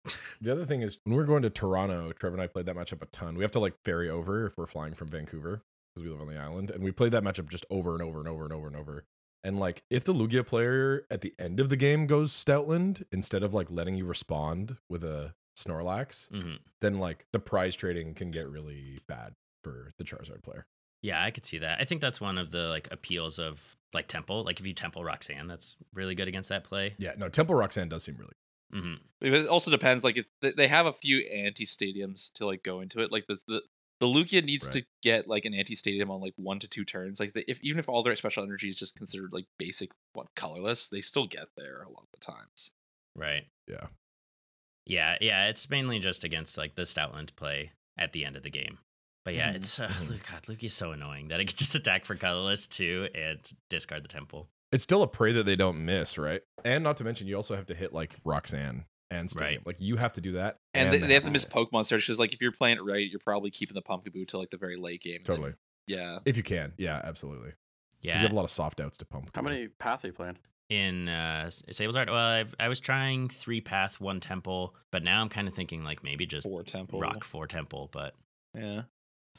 Speaker 3: the other thing is when we're going to Toronto, Trevor and I played that matchup a ton. We have to like ferry over if we're flying from Vancouver because we live on the island, and we played that matchup just over and over and over and over and over. And like, if the Lugia player at the end of the game goes Stoutland instead of like letting you respond with a Snorlax,
Speaker 1: hmm
Speaker 3: then like the prize trading can get really bad for the Charizard player.
Speaker 1: Yeah, I could see that. I think that's one of the like appeals of like Temple. Like if you Temple Roxanne, that's really good against that play.
Speaker 3: Yeah, no, Temple Roxanne does seem really.
Speaker 1: hmm
Speaker 2: It also depends. Like if th- they have a few anti stadiums to like go into it, like the the, the Lugia needs to
Speaker 3: Right.
Speaker 2: get like an anti stadium on like one to two turns. Like the, if even if all their special energy is just considered like basic what colorless, they still get there a lot of the times.
Speaker 1: Right.
Speaker 3: Yeah.
Speaker 1: Yeah. Yeah. It's mainly just against like the Stoutland play at the end of the game. But yeah,
Speaker 2: Mhm.
Speaker 1: it's uh,
Speaker 3: Mhm.
Speaker 1: Luke- God, Luke is so annoying that it can just attack for colorless too and discard the Temple.
Speaker 3: it's still a prey that they don't miss, right? And not to mention, you also have to hit like Roxanne and Stadium.
Speaker 1: Right.
Speaker 3: Like you have to do that,
Speaker 2: And, they, they have to miss
Speaker 3: miss.
Speaker 2: Pokemon search because like if you're playing it right, you're probably keeping the Pumpkaboo till like the very late game. and then-
Speaker 3: Totally,
Speaker 2: Yeah.
Speaker 3: if you can, yeah, absolutely. Because
Speaker 1: Yeah.
Speaker 3: you have a lot of soft outs to pump.
Speaker 4: how many path are you playing?
Speaker 1: in uh S- Sable's Art, well, I've, I was trying three path, one temple, but now I'm kind of thinking like maybe just
Speaker 2: Four temple.
Speaker 1: rock four temple. But
Speaker 2: Yeah.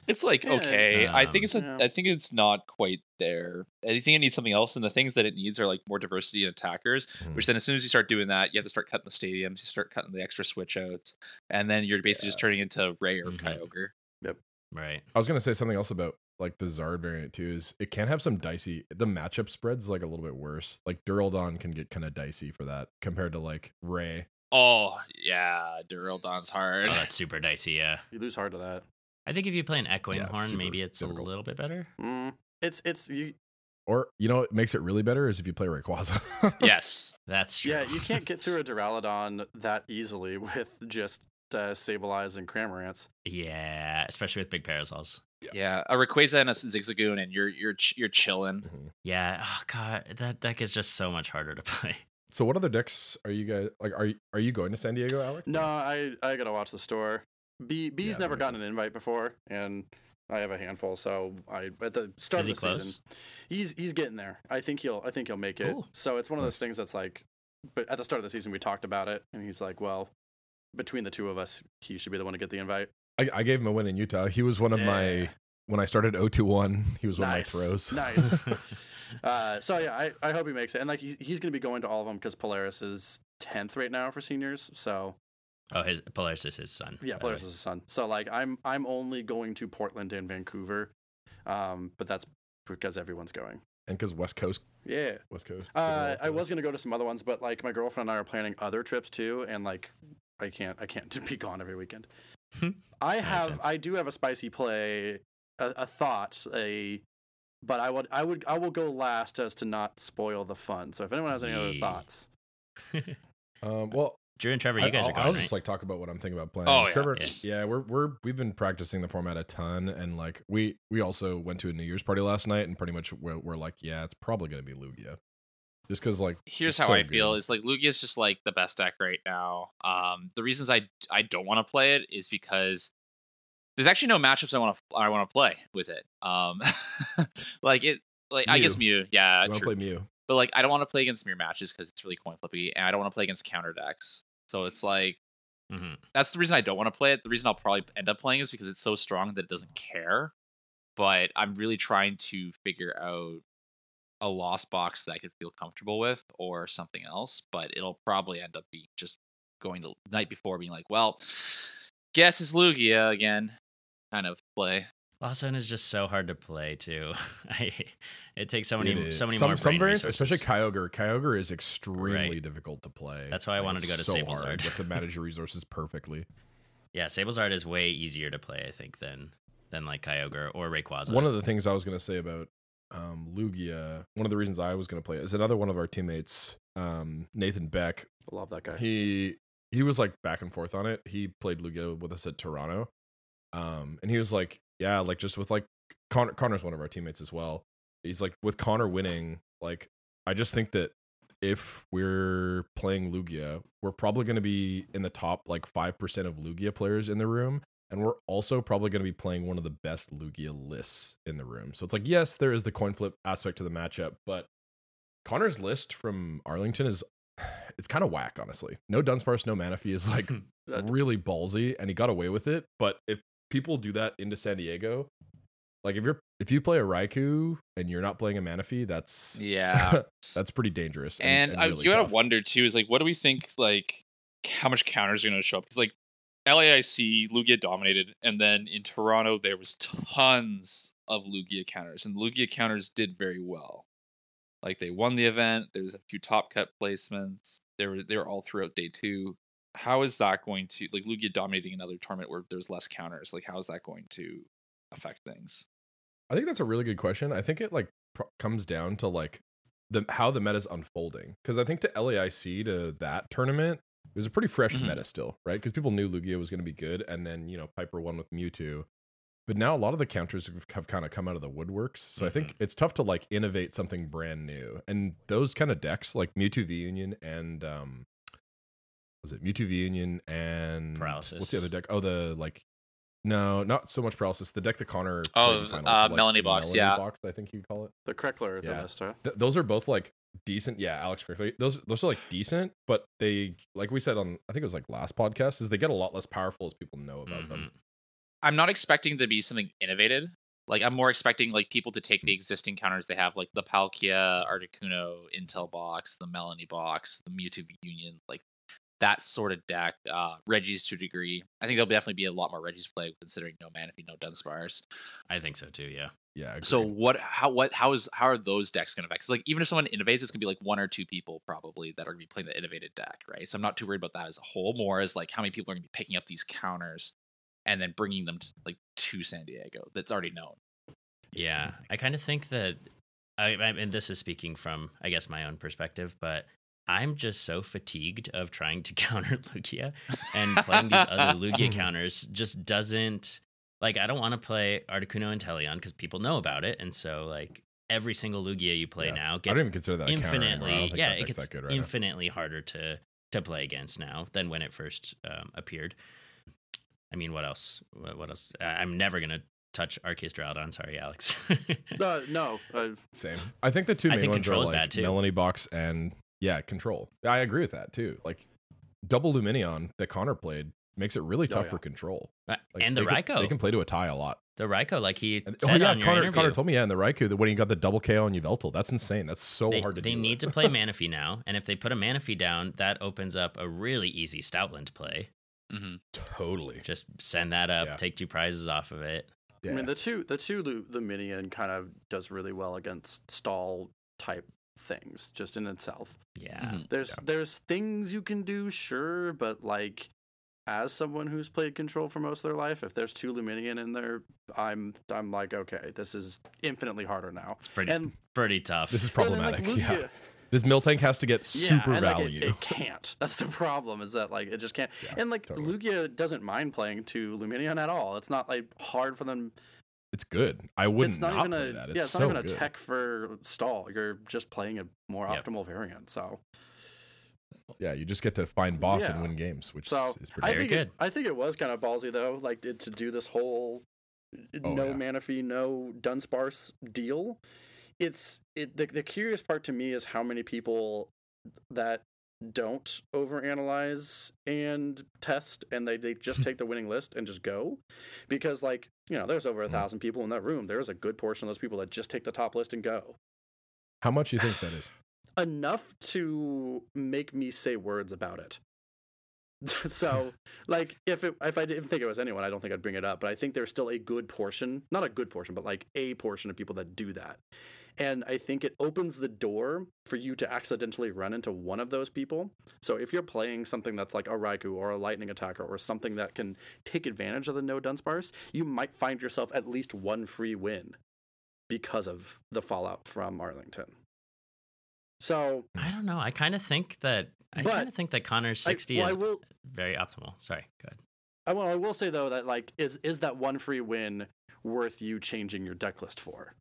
Speaker 2: It's like
Speaker 4: Yeah,
Speaker 2: okay. I
Speaker 1: um,
Speaker 2: think it's a,
Speaker 4: yeah.
Speaker 2: I think it's not quite there. I think it needs something else, and the things that it needs are like more diversity in attackers.
Speaker 1: Hmm.
Speaker 2: Which then, as soon as you start doing that, you have to start cutting the stadiums. You start cutting the extra switch outs, and then you're basically just turning into Ray or
Speaker 1: Mhm.
Speaker 2: Kyogre.
Speaker 1: right.
Speaker 3: I was gonna say something else about like the Zard variant too. Is it can have some dicey. The matchup spreads like a little bit worse. Like Duraldon can get kind of dicey for that compared to like Ray.
Speaker 2: Oh yeah, Duraldon's
Speaker 1: Oh,
Speaker 2: hard.
Speaker 1: that's super dicey. Yeah.
Speaker 4: You lose hard to that.
Speaker 1: I think if you play an echoing
Speaker 3: Yeah, it's
Speaker 1: horn,
Speaker 3: super
Speaker 1: maybe it's
Speaker 3: difficult.
Speaker 1: a little bit better.
Speaker 4: Mm. It's it's you.
Speaker 3: Or you know, what makes it really better is if you play Rayquaza.
Speaker 2: yes.
Speaker 1: That's true.
Speaker 4: Yeah, you can't get through a Duraludon that easily with just uh, Sableyes and Cramorants.
Speaker 1: yeah, especially with big parasols.
Speaker 2: Yeah. a Rayquaza and a Zigzagoon, and you're you're ch- you're chilling.
Speaker 3: Mhm.
Speaker 1: Yeah. Oh god, that deck is just so much harder to play.
Speaker 3: So what other decks are you guys like? Are you, are you going to San Diego, Alex?
Speaker 4: No, I I gotta watch the store. B B's
Speaker 3: that
Speaker 4: never
Speaker 3: makes
Speaker 4: gotten
Speaker 3: sense.
Speaker 4: an invite before, and I have a handful. So I at the start
Speaker 1: Is he
Speaker 4: of the
Speaker 1: close?
Speaker 4: season, he's he's getting there. I think he'll I think he'll make it.
Speaker 1: Cool.
Speaker 4: So it's one of
Speaker 3: Nice.
Speaker 4: those things that's like, but at the start of the season we talked about it, and he's like, well, between the two of us, he should be the one to get the invite.
Speaker 3: I, I gave him a win in Utah. He was one of my
Speaker 4: Yeah.
Speaker 3: when I started 021, he was one
Speaker 4: nice.
Speaker 3: of my throws.
Speaker 4: Nice. Uh, so yeah, I, I hope he makes it, and like he, he's going to be going to all of them because Polaris is tenth right now for seniors. So
Speaker 1: oh, his Polaris is his son. by
Speaker 4: yeah,
Speaker 1: the
Speaker 4: Polaris
Speaker 1: way.
Speaker 4: is a son. So like I'm I'm only going to Portland and Vancouver, um, but that's because everyone's going.
Speaker 3: and because West Coast,
Speaker 4: Yeah.
Speaker 3: West Coast.
Speaker 4: Uh, I was gonna go to some other ones, but like my girlfriend and I are planning other trips too, and like I can't, I can't be gone every weekend.
Speaker 1: Hmm.
Speaker 4: I
Speaker 1: Makes
Speaker 4: have,
Speaker 1: sense.
Speaker 4: I do have a spicy play, a, a thought, a, but I would, I would, I will go last as to not spoil the fun. So if anyone has any other
Speaker 1: Yee.
Speaker 4: thoughts,
Speaker 3: Um, well,
Speaker 1: Drew and Trevor, you guys
Speaker 3: I,
Speaker 1: are going,
Speaker 3: will
Speaker 1: right?
Speaker 3: just like talk about what I'm thinking about playing.
Speaker 2: Oh, yeah.
Speaker 3: Trevor,
Speaker 1: Yeah.
Speaker 3: yeah. we're we're we've been practicing the format a ton, and like we we also went to a New Year's party last night, and pretty much we're, we're like, yeah, it's probably gonna be Lugia, just because like
Speaker 2: Here's
Speaker 3: It's
Speaker 2: how
Speaker 3: so
Speaker 2: I feel:
Speaker 3: good.
Speaker 2: is like Lugia's just like the best deck right now. Um, the reasons I I don't want to play it is because there's actually no matchups I want to I want to play with it. Um, like it, like I guess Mew, yeah,
Speaker 3: I want to
Speaker 2: true.
Speaker 3: play Mew.
Speaker 2: but like I don't want to play against mirror matches because it's really coin flippy, and I don't want to play against counter decks. So it's like
Speaker 1: Mhm.
Speaker 2: that's the reason I don't want to play it. The reason I'll probably end up playing is because it's so strong that it doesn't care. But I'm really trying to figure out a loss box that I could feel comfortable with or something else. But it'll probably end up being just going to night before being like, well, guess it's Lugia again, kind of play.
Speaker 1: Lawson is just so hard to play too. I, it takes so
Speaker 3: It
Speaker 1: many,
Speaker 3: is-
Speaker 1: so many
Speaker 3: some,
Speaker 1: more
Speaker 3: some
Speaker 1: brain
Speaker 3: variants,
Speaker 1: resources.
Speaker 3: especially Kyogre. Kyogre is extremely
Speaker 1: Right.
Speaker 3: difficult to play.
Speaker 1: That's why I
Speaker 3: Like,
Speaker 1: wanted to
Speaker 3: it's
Speaker 1: go to
Speaker 3: so
Speaker 1: Sablezard.
Speaker 3: hard. You have to manage your resources perfectly.
Speaker 1: yeah, Sable's art is way easier to play, I think, than than like Kyogre or Rayquaza.
Speaker 3: One of the things I was going to say about um, Lugia, one of the reasons I was going to play it is another one of our teammates, um, Nathan Beck.
Speaker 4: love that guy.
Speaker 3: He he was like back and forth on it. He played Lugia with us at Toronto, um, and he was like, yeah, like just with like Connor. Connor's one of our teammates as well. He's like with Connor winning. Like I just think that if we're playing Lugia, we're probably going to be in the top like five percent of Lugia players in the room, and we're also probably going to be playing one of the best Lugia lists in the room. So it's like, yes, there is the coin flip aspect to the matchup, but Connor's list from Arlington is it's kind of whack, honestly. No Dunsparce, no Manaphy is like
Speaker 4: Uh,
Speaker 3: really ballsy, and he got away with it. But if people do that into San Diego, like if you're if you play a Raikou and you're not playing a Manaphy, that's
Speaker 2: Yeah.
Speaker 3: that's pretty dangerous.
Speaker 2: And,
Speaker 5: I,
Speaker 3: really
Speaker 5: you gotta
Speaker 3: tough.
Speaker 5: wonder too is like what do we think like how much counters are gonna show up because like laic lugia dominated and then in toronto there was tons of lugia counters and lugia counters did very well like they won the event there's a few top cut placements they were they were all throughout day two how is that going to like lugia dominating another tournament where there's less counters like how is that going to affect things
Speaker 3: I think that's a really good question. I think it like pro- comes down to like the how the meta's unfolding because I think to LAIC to that tournament it was a pretty fresh
Speaker 5: Mhm.
Speaker 3: meta still, right? Because people knew Lugia was going to be good, and then you know Piper won with Mewtwo, but now a lot of the counters have, have kind of come out of the woodworks. So I think it's tough to like innovate something brand new, and those kind of decks like Mewtwo V Union and um was it Mewtwo V Union and What's
Speaker 1: Paralysis.
Speaker 3: the other deck? Oh, the like no, not so much paralysis. The deck that Connor.
Speaker 2: Oh,
Speaker 3: played in finals,
Speaker 2: uh,
Speaker 3: the,
Speaker 2: Melanie Box, yeah.
Speaker 3: Box, I think you call it.
Speaker 4: the Kreckler, the
Speaker 3: Yeah.
Speaker 4: best. huh?
Speaker 3: Th- those are both like decent. Yeah, Alex correctly. Those those are like decent, but they like we said on I think it was like last podcast is they get a lot less powerful as people know about them.
Speaker 1: Mm-hmm.
Speaker 2: I'm not expecting to be something innovated. Like I'm more expecting like people to take the existing counters they have, like the Palkia, Articuno, Intel box, the Melanie box, the Mewtwo Union, like that sort of deck. Uh, Reggie's to a degree. I think there'll definitely be a lot more Reggie's play considering no Manaphy, no Dunsparce.
Speaker 1: I think so too. Yeah.
Speaker 3: Yeah. agreed.
Speaker 2: So what? How? What? How is? How are those decks going to affect? 'cause, like even if someone innovates, it's going to be like one or two people probably that are going to be playing the innovated deck, right? So I'm not too worried about that as a whole. More as like how many people are going to be picking up these counters and then bringing them to, like to San Diego. That's already known.
Speaker 1: Yeah, I kind of think that, I, I and this is speaking from I guess my own perspective, but I'm just so fatigued of trying to counter Lugia and playing these other Lugia counters just doesn't like I don't want to play Articuno and Teleon because people know about it, and so like every single Lugia you play
Speaker 3: Yeah.
Speaker 1: now
Speaker 3: I
Speaker 1: gets
Speaker 3: don't even consider that a counter anymore. I don't
Speaker 1: infinitely
Speaker 3: think
Speaker 1: yeah
Speaker 3: that
Speaker 1: it
Speaker 3: deck's
Speaker 1: gets
Speaker 3: that good right now.
Speaker 1: infinitely harder to to play against now than when it first um, appeared i mean what else what, what else I, i'm never gonna touch arceus Duraludon. sorry alex
Speaker 4: Uh, no, uh,
Speaker 3: Same. I think the two
Speaker 1: I
Speaker 3: main
Speaker 1: think
Speaker 3: ones are
Speaker 1: Control's
Speaker 3: like
Speaker 1: bad, too.
Speaker 3: Melanie Box and yeah, Control. I agree with that too. Like double Luminion that Connor played makes it really
Speaker 4: Oh,
Speaker 3: tough
Speaker 4: yeah.
Speaker 3: for Control.
Speaker 1: Uh,
Speaker 3: Like,
Speaker 1: and the
Speaker 3: they can-
Speaker 1: Raikou.
Speaker 3: they can play to a tie a lot.
Speaker 1: The Ryko, like he
Speaker 3: And-
Speaker 1: said on your
Speaker 3: Connor,
Speaker 1: interview,
Speaker 3: Connor told me, yeah, in the Raikou, that when he got the double KO on Yveltal, that's insane. That's so
Speaker 1: they,
Speaker 3: hard to
Speaker 1: they
Speaker 3: deal
Speaker 1: need to
Speaker 3: with.
Speaker 1: play Manaphy now, and if they put a Manaphy down, that opens up a really easy Stoutland play.
Speaker 2: Mhm.
Speaker 3: Totally.
Speaker 1: Just send that up,
Speaker 3: Yeah.
Speaker 1: take two prizes off of it.
Speaker 3: Yeah.
Speaker 4: I mean, the two, the two, Lu- the minion kind of does really well against stall type things just in itself.
Speaker 1: Yeah,
Speaker 3: Mm-hmm.
Speaker 2: Mhm.
Speaker 4: There's there's things you can do, sure, but like as someone who's played control for most of their life, if there's two Luminian in there, I'm I'm like, okay, this is infinitely harder now.
Speaker 1: it's pretty
Speaker 4: And
Speaker 1: pretty tough.
Speaker 3: this is
Speaker 4: and then, like,
Speaker 3: problematic.
Speaker 4: Lugia-
Speaker 3: yeah. This Miltank has to get super
Speaker 4: and, like, it-
Speaker 3: value.
Speaker 4: it, can't. That's the problem. Is that like it just can't.
Speaker 3: Yeah,
Speaker 4: and like
Speaker 3: totally.
Speaker 4: Lugia doesn't mind playing to Luminion at all. It's not like hard for them.
Speaker 3: it's good. I wouldn't
Speaker 4: it's not, even
Speaker 3: play
Speaker 4: a
Speaker 3: that. It's
Speaker 4: yeah. It's
Speaker 3: so
Speaker 4: not even a
Speaker 3: good.
Speaker 4: tech for stall. You're just playing a more
Speaker 1: Yep.
Speaker 4: optimal variant. So
Speaker 3: Yeah, you just get to find boss and
Speaker 4: Yeah.
Speaker 3: win games, which
Speaker 4: So,
Speaker 3: is pretty.
Speaker 4: I
Speaker 1: Very
Speaker 4: think It,
Speaker 1: good.
Speaker 4: I think it was kind of ballsy though, like it, to do this whole
Speaker 3: Oh,
Speaker 4: no
Speaker 3: yeah.
Speaker 4: Manaphy, no Dunsparce deal. It's it the, the curious part to me is how many people that don't overanalyze and test and they, they just take the winning list and just go because like you know there's over a
Speaker 3: Mhm.
Speaker 4: thousand people in that room there's a good portion of those people that just take the top list and go
Speaker 3: How much do you think that is?
Speaker 4: enough to make me say words about it. so, like, if it, if I didn't think it was anyone, I don't think I'd bring it up. But I think there's still a good portion, not a good portion, but like a portion of people that do that. And I think it opens the door for you to accidentally run into one of those people. So if you're playing something that's like a Raikou or a Lightning Attacker or something that can take advantage of the no Dunsparce, you might find yourself at least one free win because of the fallout from Arlington. So
Speaker 1: I don't know. I kind of think that I
Speaker 4: But-
Speaker 1: kind of think that Connor's sixty
Speaker 4: I, well,
Speaker 1: is
Speaker 4: I will.
Speaker 1: very optimal. Sorry, go ahead.
Speaker 4: I will. I will say though that like is is that one free win worth you changing your deck list for?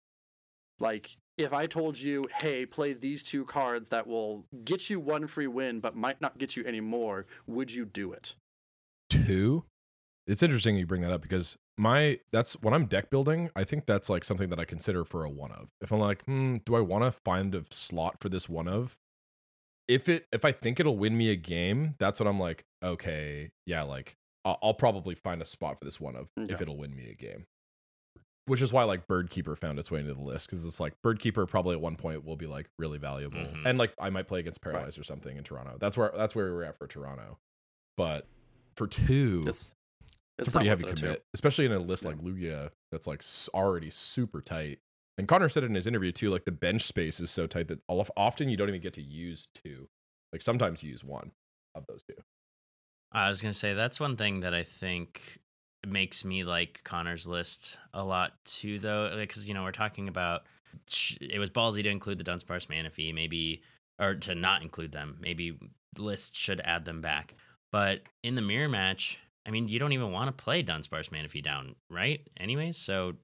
Speaker 4: Like, if I told you, hey, play these two cards that will get you one free win, but might not get you any more, would you do it?
Speaker 3: Two. It's interesting you bring that up because my that's when I'm deck building. I think that's like something that I consider for a one of. If I'm like, hmm, do I want to find a slot for this one of? If it if I think it'll win me a game, that's when I'm like, okay, yeah, like I'll, I'll probably find a spot for this one of if
Speaker 4: Yeah.
Speaker 3: it'll win me a game. Which is why like Birdkeeper found its way into the list because it's like Birdkeeper probably at one point will be like really valuable
Speaker 1: Mhm.
Speaker 3: and like I might play against Paralyzed or something in Toronto. That's where that's where we were at for Toronto, but for two,
Speaker 4: It's
Speaker 3: it's,
Speaker 4: it's,
Speaker 3: a pretty
Speaker 4: not worth
Speaker 3: heavy
Speaker 4: it, too.
Speaker 3: commit, especially in a list
Speaker 4: Yeah.
Speaker 3: like Lugia that's like s- already super tight. And Connor said it in his interview too, like the bench space is so tight that of- often you don't even get to use two. Like sometimes you use one of those two.
Speaker 1: I was gonna say that's one thing that I think makes me like Connor's list a lot too, though, because you know we're talking about sh- it was ballsy to include the Dunsparce Manaphy, maybe or to not include them. Maybe lists should add them back. But in the mirror match, I mean, you don't even want to play Dunsparce Manaphy down, right? Anyways, so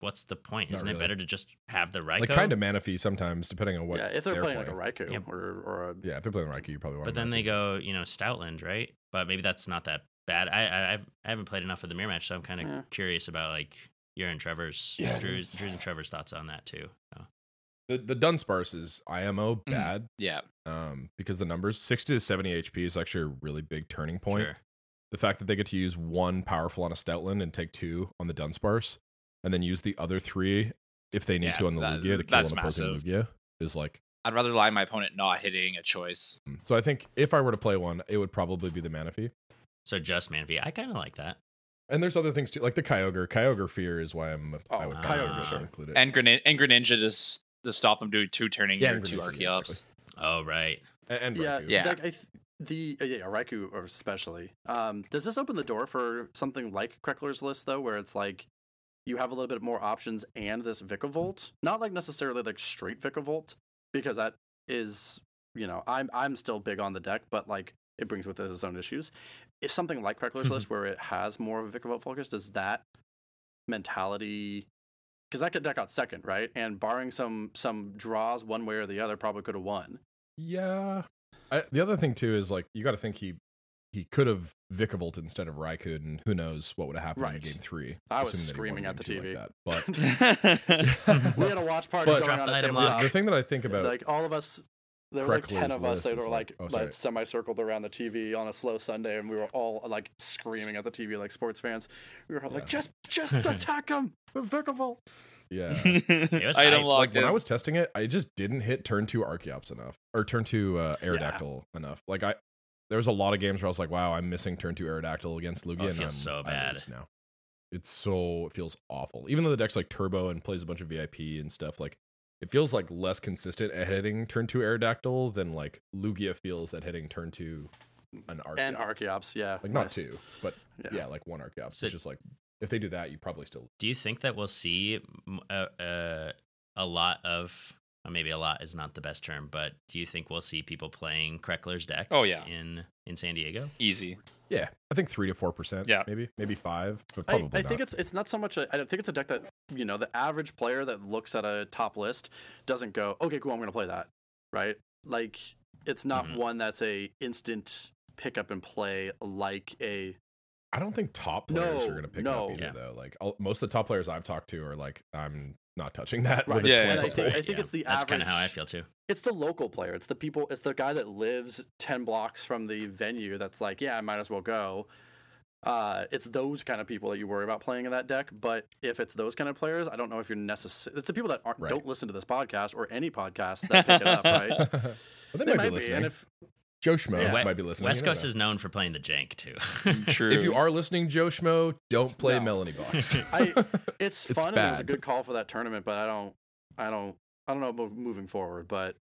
Speaker 1: what's the point?
Speaker 3: Not
Speaker 1: Isn't it
Speaker 3: really.
Speaker 1: better to just have the Raikou?
Speaker 3: Like kind of Manaphy sometimes, depending on what.
Speaker 4: yeah, if they're,
Speaker 3: they're
Speaker 4: playing
Speaker 3: playing.
Speaker 4: like a Raikou
Speaker 1: Yep.
Speaker 4: or or a
Speaker 3: Yeah, if they're playing Raikou, you probably want.
Speaker 1: But then they go, you know, Stoutland, right? But maybe that's not that bad. I I, I've- I haven't played enough of the mirror match, so I'm kind of
Speaker 4: Yeah.
Speaker 1: curious about like your and Trevor's,
Speaker 3: Yeah,
Speaker 1: Drew's,
Speaker 3: there's-
Speaker 1: Drew's and Trevor's thoughts on that too. So,
Speaker 3: the the Dunsparce is IMO
Speaker 1: Mm.
Speaker 3: bad
Speaker 2: Yeah.
Speaker 3: um, because the numbers sixty to seventy HP is actually a really big turning point.
Speaker 1: Sure.
Speaker 3: the fact that they get to use one powerful on a Stoutland and take two on the Dunsparce, and then use the other three if they need
Speaker 2: Yeah,
Speaker 3: to on the
Speaker 2: that-
Speaker 3: Lugia to kill
Speaker 2: that's
Speaker 3: an opposing
Speaker 2: massive.
Speaker 3: Lugia is like.
Speaker 2: I'd rather lie my opponent not hitting a choice.
Speaker 3: mm. So I think if I were to play one, it would probably be the Manaphy.
Speaker 1: So just Manaphy, I kind of like that.
Speaker 3: And there's other things too, like the Kyogre. Kyogre fear is why I'm. I
Speaker 4: Oh,
Speaker 3: would
Speaker 1: Kyogre
Speaker 3: probably
Speaker 1: for
Speaker 4: sure.
Speaker 3: include it.
Speaker 2: And Grenin- and Greninja to, s- to stop them doing two turning
Speaker 3: Yeah,
Speaker 2: your
Speaker 3: and
Speaker 2: two
Speaker 3: Greninja,
Speaker 2: Archeops.
Speaker 3: yeah,
Speaker 1: Oh right,
Speaker 3: and, and
Speaker 4: yeah,
Speaker 3: Raikou.
Speaker 2: Yeah.
Speaker 4: Like, I th- the uh, yeah, Raikou or especially. Um, does this open the door for something like Kreckler's list though, where it's like you have a little bit more options and this Vicavolt, not like necessarily like straight Vicavolt, because that is you know I'm I'm still big on the deck, but like it brings with it its own issues. Is something like Kreckler's
Speaker 3: Mm-hmm.
Speaker 4: list where it has more of a Vicavolt focus? Does that mentality? Because that could deck out second, right? And barring some some draws one way or the other, probably could have won.
Speaker 3: Yeah. I, the other thing too is like you got to think he he could have Vicavolt instead of Raikou, and who knows what would have happened in
Speaker 4: Right.
Speaker 3: game three.
Speaker 4: I was
Speaker 3: assuming
Speaker 4: screaming
Speaker 3: that
Speaker 4: at
Speaker 3: he
Speaker 4: the
Speaker 3: won game
Speaker 4: TV.
Speaker 3: two like that,
Speaker 4: we had a watch party
Speaker 3: But-
Speaker 4: going
Speaker 1: Drop
Speaker 4: on
Speaker 1: the
Speaker 4: at
Speaker 1: item
Speaker 3: but the
Speaker 4: tabletop.
Speaker 3: thing that I think about
Speaker 4: Like all of us There was like
Speaker 3: Correctly
Speaker 4: ten
Speaker 3: is
Speaker 4: of us
Speaker 3: list
Speaker 4: that
Speaker 3: is
Speaker 4: were
Speaker 3: like-
Speaker 4: like,
Speaker 3: oh, sorry.
Speaker 4: like semicircled around the TV on a slow Sunday, and we were all like screaming at the TV like sports fans. We were all like, just just attack him with Vickerville.
Speaker 3: Yeah.
Speaker 1: was
Speaker 5: Item locked
Speaker 1: hype.
Speaker 3: like when
Speaker 5: in.
Speaker 3: I was testing it, I just didn't hit turn two Archeops enough or turn two uh, Aerodactyl enough. Like I, there was a lot of games where I was like, wow, I'm missing turn two Aerodactyl against Lugia.
Speaker 1: Oh, it
Speaker 3: and
Speaker 1: feels
Speaker 3: I'm-
Speaker 1: so
Speaker 3: I
Speaker 1: bad.
Speaker 3: lose now. It's so it feels awful. Even though the deck's like turbo and plays a bunch of VIP and stuff, like it feels like less consistent at hitting turn two Aerodactyl than like Lugia feels at hitting turn two an Archeops.
Speaker 4: And Archeops, yeah,
Speaker 3: Like not
Speaker 4: nice.
Speaker 3: two, but yeah, like one Archeops.
Speaker 1: So-
Speaker 3: which is like if they do that, you probably still
Speaker 1: Do you think that we'll see m- uh, uh, a lot of, or maybe a lot is not the best term, but do you think we'll see people playing Kreckler's deck?
Speaker 5: Oh, yeah.
Speaker 1: in in San Diego.
Speaker 5: Easy.
Speaker 3: Yeah, I think three to four percent.
Speaker 5: Yeah.
Speaker 3: maybe maybe five, but
Speaker 4: I,
Speaker 3: probably
Speaker 4: I think
Speaker 3: not.
Speaker 4: it's it's not so much. A, I don't think it's a deck that you know the average player that looks at a top list doesn't go, okay, cool, I'm gonna play that, right? Like it's not
Speaker 1: Mhm.
Speaker 4: one that's a instant pick up and play like a
Speaker 3: I don't think top players are
Speaker 4: No,
Speaker 3: going to pick it
Speaker 4: no.
Speaker 3: up either,
Speaker 1: Yeah.
Speaker 3: though. Like i most of the top players I've talked to are like, I'm not touching that.
Speaker 4: Right.
Speaker 3: with a
Speaker 5: Yeah,
Speaker 3: twelve
Speaker 4: And I
Speaker 3: foot
Speaker 4: think,
Speaker 3: play.
Speaker 4: I think
Speaker 1: Yeah,
Speaker 4: it's the
Speaker 1: That's
Speaker 4: average.
Speaker 1: kind of how I feel too.
Speaker 4: It's the local player. It's the people. It's the guy that lives ten blocks from the venue. That's like, yeah, I might as well go. Uh, it's those kind of people that you worry about playing in that deck. But if it's those kind of players, I don't know if you're necessary. It's the people that aren't,
Speaker 3: Right.
Speaker 4: don't listen to this podcast or any podcast that pick it up, right?
Speaker 3: but they,
Speaker 4: They
Speaker 3: might, be listening.
Speaker 4: and if
Speaker 3: Joe Schmo
Speaker 4: Yeah.
Speaker 3: might be listening.
Speaker 1: West
Speaker 3: you never
Speaker 1: Coast
Speaker 3: know.
Speaker 1: is known for playing the jank too.
Speaker 5: True.
Speaker 3: If you are listening, Joe Schmo, don't play
Speaker 4: No.
Speaker 3: Melanie Box.
Speaker 4: I- it's
Speaker 3: It's
Speaker 4: fun and it was a
Speaker 3: bad.
Speaker 4: good call for that tournament, but I don't, I don't, I don't know about moving forward. But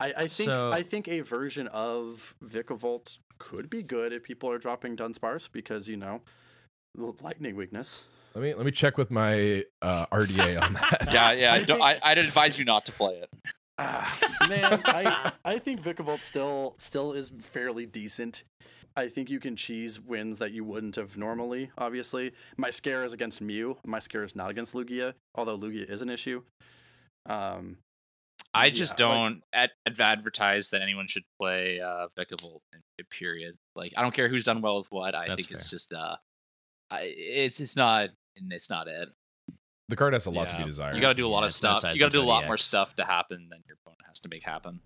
Speaker 4: I, I think,
Speaker 1: So-
Speaker 4: I think a version of Vicavolt could be good if people are dropping Dunsparce because you know, l- lightning weakness.
Speaker 3: let me let me check with my uh, RDA on that.
Speaker 5: Yeah, yeah.
Speaker 4: I
Speaker 5: I don't-
Speaker 4: think-
Speaker 5: I, I'd advise you not to play it.
Speaker 4: Ah, man, I, I think Vicavolt still, still is fairly decent. I think you can cheese wins that you wouldn't have normally. Obviously, my scare is against Mew. My scare is not against Lugia, although Lugia is an issue. Um,
Speaker 2: I just
Speaker 4: Yeah, like-
Speaker 2: don't ad- ad- advertise that anyone should play uh, Vicavolt. in- Period. Like I don't care who's done well with what. I
Speaker 1: That's
Speaker 2: think it's
Speaker 1: fair.
Speaker 2: just uh, I, it's it's not and it's not it.
Speaker 3: The card has a lot to be
Speaker 2: Yeah.
Speaker 3: desired.
Speaker 2: You got to do a lot
Speaker 1: Yeah,
Speaker 2: of
Speaker 1: it's no
Speaker 2: stuff.
Speaker 1: size
Speaker 2: you got to do a lot more
Speaker 1: 120X.
Speaker 2: stuff to happen than your opponent has to make happen.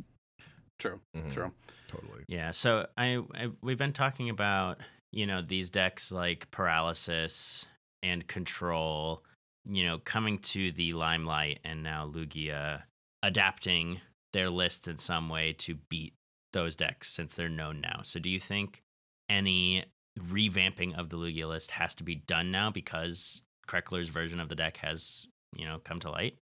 Speaker 4: true,
Speaker 3: Mhm,
Speaker 4: true.
Speaker 3: Totally.
Speaker 1: yeah. So I, I we've been talking about you know these decks like paralysis and control, you know, coming to the limelight, and now Lugia adapting their list in some way to beat those decks since they're known now. So do you think any revamping of the Lugia list has to be done now because Kreckler's version of the deck has you know come to light?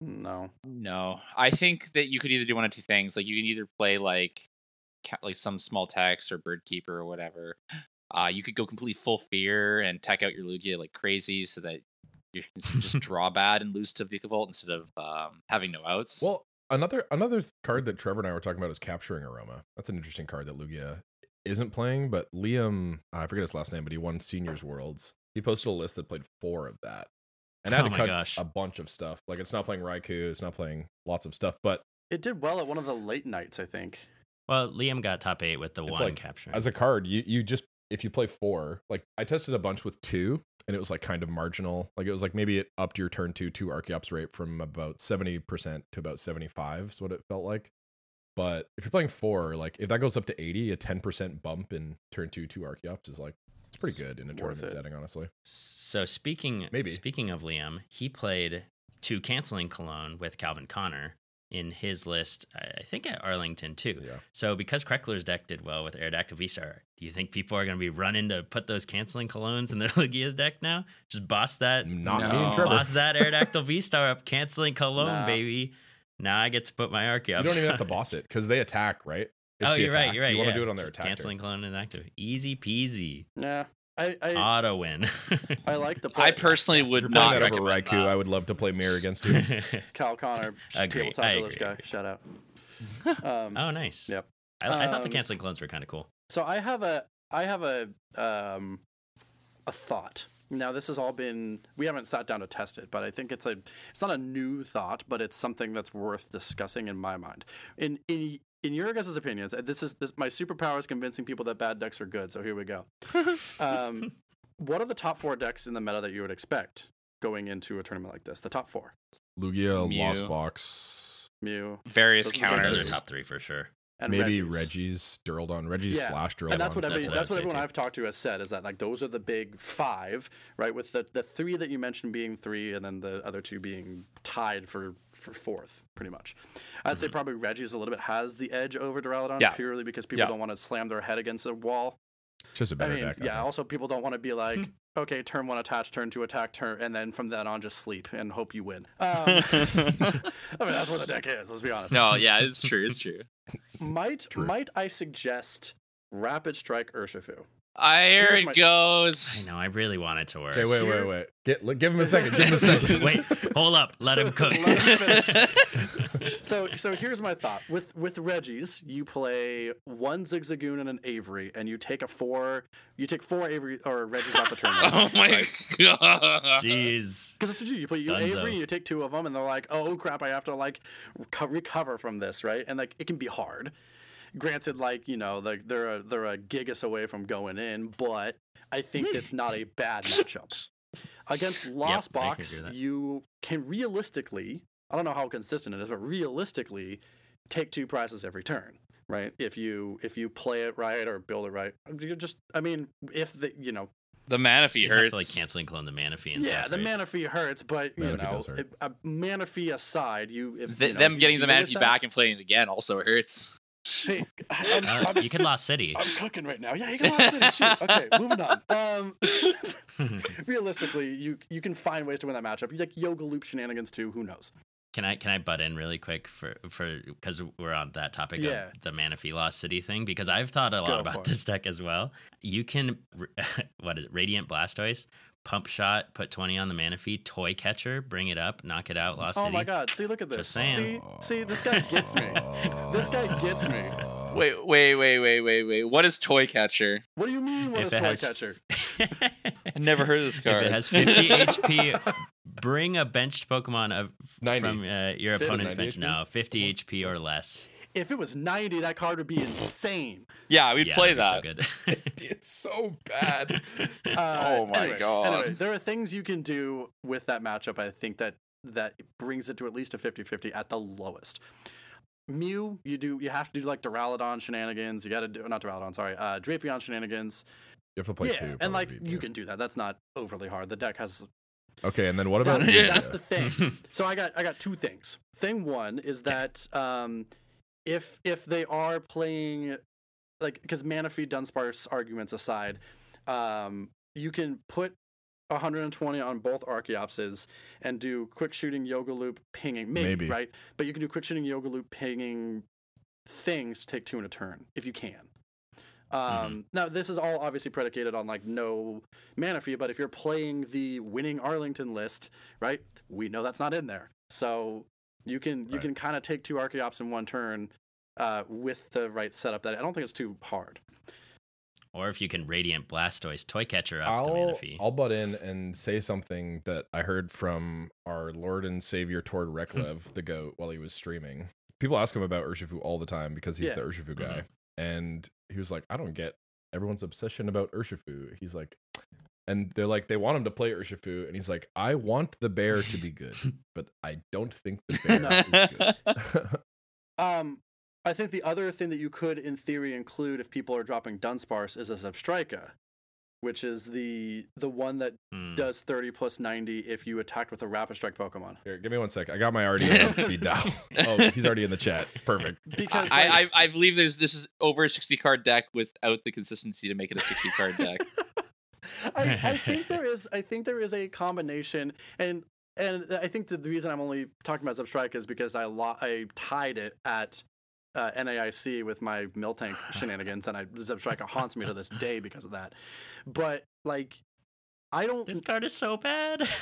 Speaker 4: No.
Speaker 2: No, I think that you could either do one of two things. Like you can either play like ca- like some small tax or bird keeper or whatever. Uh, you could go completely full fear and tech out your Lugia like crazy so that you can just draw bad and lose to Vicavolt instead of um, having no outs.
Speaker 3: Well, another another card that Trevor and I were talking about is capturing aroma. That's an interesting card that Lugia isn't playing, but Liam, I forget his last name, but he won Seniors Worlds. He posted a list that played four of that, and I had
Speaker 1: Oh
Speaker 3: to
Speaker 1: my
Speaker 3: cut
Speaker 1: gosh.
Speaker 3: a bunch of stuff. Like it's not playing Raikou, it's not playing lots of stuff, but
Speaker 4: It did well at one of the late nights, I think.
Speaker 1: Well, Liam got top eight with the
Speaker 3: It's
Speaker 1: one
Speaker 3: like,
Speaker 1: capture.
Speaker 3: as a card, you you just if you play four, like I tested a bunch with two, and it was like kind of marginal. Like it was like maybe it upped your turn two two Archeops rate from about seventy percent to about seventy five is what it felt like. But if you're playing four, like if that goes up to eighty, a ten percent bump in turn two two Archeops is like it's pretty good in a
Speaker 4: Worth
Speaker 3: tournament
Speaker 4: it.
Speaker 3: setting, honestly.
Speaker 1: So speaking
Speaker 3: Maybe.
Speaker 1: speaking of Liam, he played two canceling Cologne with Calvin Connor in his list. I I think at Arlington too.
Speaker 3: Yeah.
Speaker 1: So because Kreckler's deck did well with Aerodactyl Visar, do you think people are going to be running to put those canceling colognes in their Lugia's deck now? Just boss that,
Speaker 3: Not me
Speaker 5: No.
Speaker 3: and Trevor.
Speaker 1: boss that Aerodactyl Vistar up, canceling cologne,
Speaker 4: Nah.
Speaker 1: baby. Now I get to put my Archeops.
Speaker 3: You don't even have to
Speaker 1: on.
Speaker 3: boss it because they attack, right?
Speaker 1: Oh,
Speaker 3: the
Speaker 1: you're right.
Speaker 3: attack.
Speaker 1: You're right.
Speaker 3: You want
Speaker 1: yeah.
Speaker 3: to do it on their
Speaker 1: Just
Speaker 3: attack. turn.
Speaker 1: Canceling cologne inactive. Easy peasy.
Speaker 4: Yeah. I I,
Speaker 1: Auto win.
Speaker 4: I like the play.
Speaker 2: I personally
Speaker 3: If
Speaker 2: would
Speaker 3: you're playing
Speaker 2: not
Speaker 3: that over
Speaker 2: recommend
Speaker 3: Raikou, I would love to play Mirror against you.
Speaker 1: oh,
Speaker 4: Cal Connor,
Speaker 1: Agree,
Speaker 4: tabletop
Speaker 1: I
Speaker 4: village
Speaker 1: agree, I
Speaker 4: guy.
Speaker 1: agree. Ah.
Speaker 4: Shout out. Um,
Speaker 1: Oh, nice.
Speaker 4: Yep.
Speaker 1: I, I thought the
Speaker 4: Um,
Speaker 1: canceling clones were kind of cool.
Speaker 4: So I have a I have a um a thought. Now this has all been we haven't sat down to test it, but I think it's a it's not a new thought, but it's something that's worth discussing in my mind. In in in your guys' opinions, and this is this my superpower is convincing people that bad decks are good. So here we go. um, what are the top four decks in the meta that you would expect going into a tournament like this? The top four.
Speaker 3: Lugia,
Speaker 2: Mew.
Speaker 3: Lost Box,
Speaker 4: Mew,
Speaker 6: Various
Speaker 4: Those are the
Speaker 1: Those are
Speaker 6: counters.
Speaker 1: the top three for sure.
Speaker 4: and
Speaker 3: Maybe
Speaker 4: Reggie's.
Speaker 3: Reggie's Duraldon. Reggie's
Speaker 4: Yeah,
Speaker 3: slash Duraldon.
Speaker 4: And that's what
Speaker 1: That's
Speaker 4: every,
Speaker 1: what I
Speaker 4: that's
Speaker 1: would
Speaker 4: what
Speaker 1: say,
Speaker 4: everyone
Speaker 1: too.
Speaker 4: I've talked to has said is that like those are the big five, right? With the, the three that you mentioned being three, and then the other two being tied for, for fourth, pretty much. I'd say
Speaker 1: Mhm.
Speaker 4: probably Reggie's a little bit has the edge over Duraludon
Speaker 5: Mm-hmm. Yeah.
Speaker 4: purely because people
Speaker 5: Yeah.
Speaker 4: don't want to slam their head against a wall.
Speaker 3: It's just a
Speaker 4: I
Speaker 3: better
Speaker 4: mean,
Speaker 3: deck. I
Speaker 4: yeah.
Speaker 3: think. Hmm.
Speaker 4: Also, people don't want to be like, okay, turn one attach, turn two attack, turn, and then from then on just sleep and hope you win. Um, I mean, that's what the deck is. Let's be honest.
Speaker 2: No, yeah, it's true. It's true.
Speaker 4: Might
Speaker 3: True.
Speaker 4: might I suggest Rapid Strike Urshifu?
Speaker 2: Here
Speaker 4: Here's
Speaker 2: it
Speaker 4: my-
Speaker 1: I
Speaker 2: goes.
Speaker 1: know. I really want it to work.
Speaker 3: Okay, wait, wait,
Speaker 4: Here-
Speaker 3: wait. Get, look, give him a second. Give him a second.
Speaker 1: Wait, hold up. Let him cook.
Speaker 4: Let him So so here's my thought. With with Reggie's, you play one Zigzagoon and an Avery, and you take a four. You take four Avery or Reggie's off the turn.
Speaker 5: Oh my god.
Speaker 1: Jeez.
Speaker 4: Because it's what you do. You play you
Speaker 1: Dunzo.
Speaker 4: Avery, you take two of them, and they're like, oh crap, I have to like reco- recover from this, right? And like it can be hard. Granted, like you know, like they're a, they're a gigas away from going in, but I think it's not a bad matchup. Against Lost
Speaker 1: Hmm. I can agree
Speaker 4: Box,
Speaker 1: with that.
Speaker 4: you can realistically, I don't know how consistent it is, but realistically, take two prizes every turn, right? If you if you play it right or build it right, you just I mean, if the you know
Speaker 5: The manaphy
Speaker 1: You have
Speaker 5: hurts.
Speaker 1: to like canceling clone the mana fee and
Speaker 4: yeah,
Speaker 1: stuff,
Speaker 4: the
Speaker 1: right?
Speaker 4: mana fee hurts, but you
Speaker 3: Mana fee
Speaker 4: know,
Speaker 3: does hurt.
Speaker 4: it, a mana fee aside, you if
Speaker 2: Th-
Speaker 4: you know,
Speaker 2: them
Speaker 4: if you
Speaker 2: getting the
Speaker 4: deal
Speaker 2: mana
Speaker 4: with
Speaker 2: fee
Speaker 4: that-
Speaker 2: back and playing it again also hurts.
Speaker 4: Hey, I'm,
Speaker 1: All right,
Speaker 4: I'm-
Speaker 1: you could Lost City.
Speaker 4: I'm cooking right now. Yeah, you can lost it. Shoot. Okay, moving on. Um, realistically, you you can find ways to win that matchup. You like yoga loop shenanigans too. Who knows?
Speaker 1: Can I can I butt in really quick for for because we're on that topic
Speaker 4: Yeah.
Speaker 1: of the Manaphy Lost City thing because I've thought a lot
Speaker 4: Go for
Speaker 1: about
Speaker 4: it.
Speaker 1: this deck as well. You can what is it? Radiant Blastoise, Pump Shot, put twenty on the Manaphy, Toy Catcher, bring it up, knock it out, Lost
Speaker 4: Oh
Speaker 1: City.
Speaker 4: my god! See, look at this.
Speaker 1: Just
Speaker 4: See,
Speaker 1: saying.
Speaker 4: see, this guy gets me.
Speaker 3: Uh,
Speaker 4: This guy gets me.
Speaker 5: Wait, wait, wait, wait, wait, wait. What is toy catcher?
Speaker 4: What do you mean? What
Speaker 1: If
Speaker 4: is
Speaker 1: it
Speaker 4: toy
Speaker 1: has-
Speaker 4: catcher?
Speaker 5: I never heard of this
Speaker 1: if
Speaker 5: card.
Speaker 1: it has fifty HP, bring a benched Pokemon of,
Speaker 3: 90.
Speaker 1: from uh, your
Speaker 4: Fifty.
Speaker 1: opponent's
Speaker 3: 90
Speaker 1: bench.
Speaker 3: HP?
Speaker 1: No, fifty HP or less.
Speaker 4: If it was ninety, that card would be insane.
Speaker 5: yeah, we'd
Speaker 1: Yeah,
Speaker 5: play that.
Speaker 1: that'd be so good.
Speaker 3: it's so bad.
Speaker 4: Uh,
Speaker 5: Oh my
Speaker 4: anyway,
Speaker 5: God.
Speaker 4: Anyway, there are things you can do with that matchup. I think that that brings it to at least a 50-50 at the lowest. Mew, you do you have to do like Duraludon shenanigans. You got to do not Duraludon, sorry, uh, Drapion shenanigans.
Speaker 3: You have to play
Speaker 4: yeah,
Speaker 3: two.
Speaker 4: and
Speaker 3: probably
Speaker 4: like
Speaker 3: beat
Speaker 4: you
Speaker 3: you.
Speaker 4: can do that. That's not overly hard. The deck has
Speaker 3: Okay, and then what about
Speaker 4: that's,
Speaker 5: Yeah.
Speaker 4: that's the thing. So I got I got two things. Thing one is that um, if if they are playing like because Manaphy Dunsparce arguments aside, um, you can put 120 on both Archaeopses and do quick shooting yoga loop pinging maybe,
Speaker 3: Maybe.
Speaker 4: right, but you can do quick shooting yoga loop pinging things to take two in a turn if you can. Um, Now this is all obviously predicated on like no mana fee, but if you're playing the winning Arlington list, right, we know that's not in there. So you can you
Speaker 3: Right.
Speaker 4: can kind of take two Archeops in one turn uh, with the right setup. That I don't think it's too hard.
Speaker 1: Or if you can Radiant Blastoise Toy Catcher up the
Speaker 3: I'll,
Speaker 1: Manaphy.
Speaker 3: I'll butt in and say something that I heard from our Lord and Savior Tord Reklev, the goat, while he was streaming. People ask him about Urshifu all the time because he's
Speaker 4: Yeah.
Speaker 3: the Urshifu guy. And he was like, I don't get everyone's obsession about Urshifu. He's like, and they're like, they want him to play Urshifu. And he's like, I want the bear to be good, but I don't think the bear is good.
Speaker 4: Um, I think the other thing that you could, in theory, include if people are dropping Dunsparce is a Substrika, which is the the one that
Speaker 1: Hmm.
Speaker 4: does 30 plus 90 if you attacked with a Rapid Strike Pokemon.
Speaker 3: Here, give me one sec. I got my RDA on speed dial. Oh, he's already in the chat. Perfect.
Speaker 4: Because like,
Speaker 5: I, I I believe there's this is over a 60 card deck without the consistency to make it a 60 card deck.
Speaker 4: I, I think there is I think there is a combination and and I think that the reason I'm only talking about Substrike is because I lo- I tied it at uh, NAIC with my Miltank shenanigans and I Substrike haunts me to this day because of that. But like I don't
Speaker 1: This card is so bad.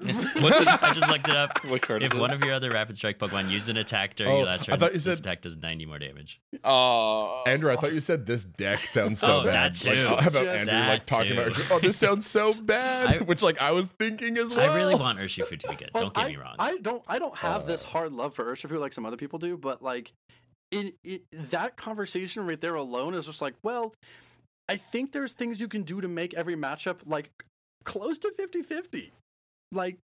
Speaker 5: What's it-
Speaker 1: I just looked it up.
Speaker 5: What card
Speaker 1: If
Speaker 5: is it?
Speaker 1: one of your other rapid strike Pokemon used an attack during
Speaker 3: Oh,
Speaker 1: your last
Speaker 3: I
Speaker 1: turn,
Speaker 3: thought you
Speaker 1: this
Speaker 3: said-
Speaker 1: attack does 90 more damage.
Speaker 5: Oh,
Speaker 3: Andrew, I thought you said this deck sounds so
Speaker 1: Oh,
Speaker 3: bad.
Speaker 1: that too.
Speaker 3: Like, about
Speaker 4: Just
Speaker 3: Andrew
Speaker 1: that
Speaker 3: like talking about
Speaker 1: too.
Speaker 3: oh, this sounds so bad,
Speaker 1: I-
Speaker 3: which like I was thinking as well.
Speaker 1: I really want Urshifu to be good.
Speaker 4: Well,
Speaker 1: Don't get
Speaker 4: I,
Speaker 1: me wrong.
Speaker 4: I don't. I don't have this
Speaker 3: Uh,
Speaker 4: hard love for Urshifu like some other people do, but like, in, in that conversation right there alone is just like, well, I think there's things you can do to make every matchup like close to 50-50. Like,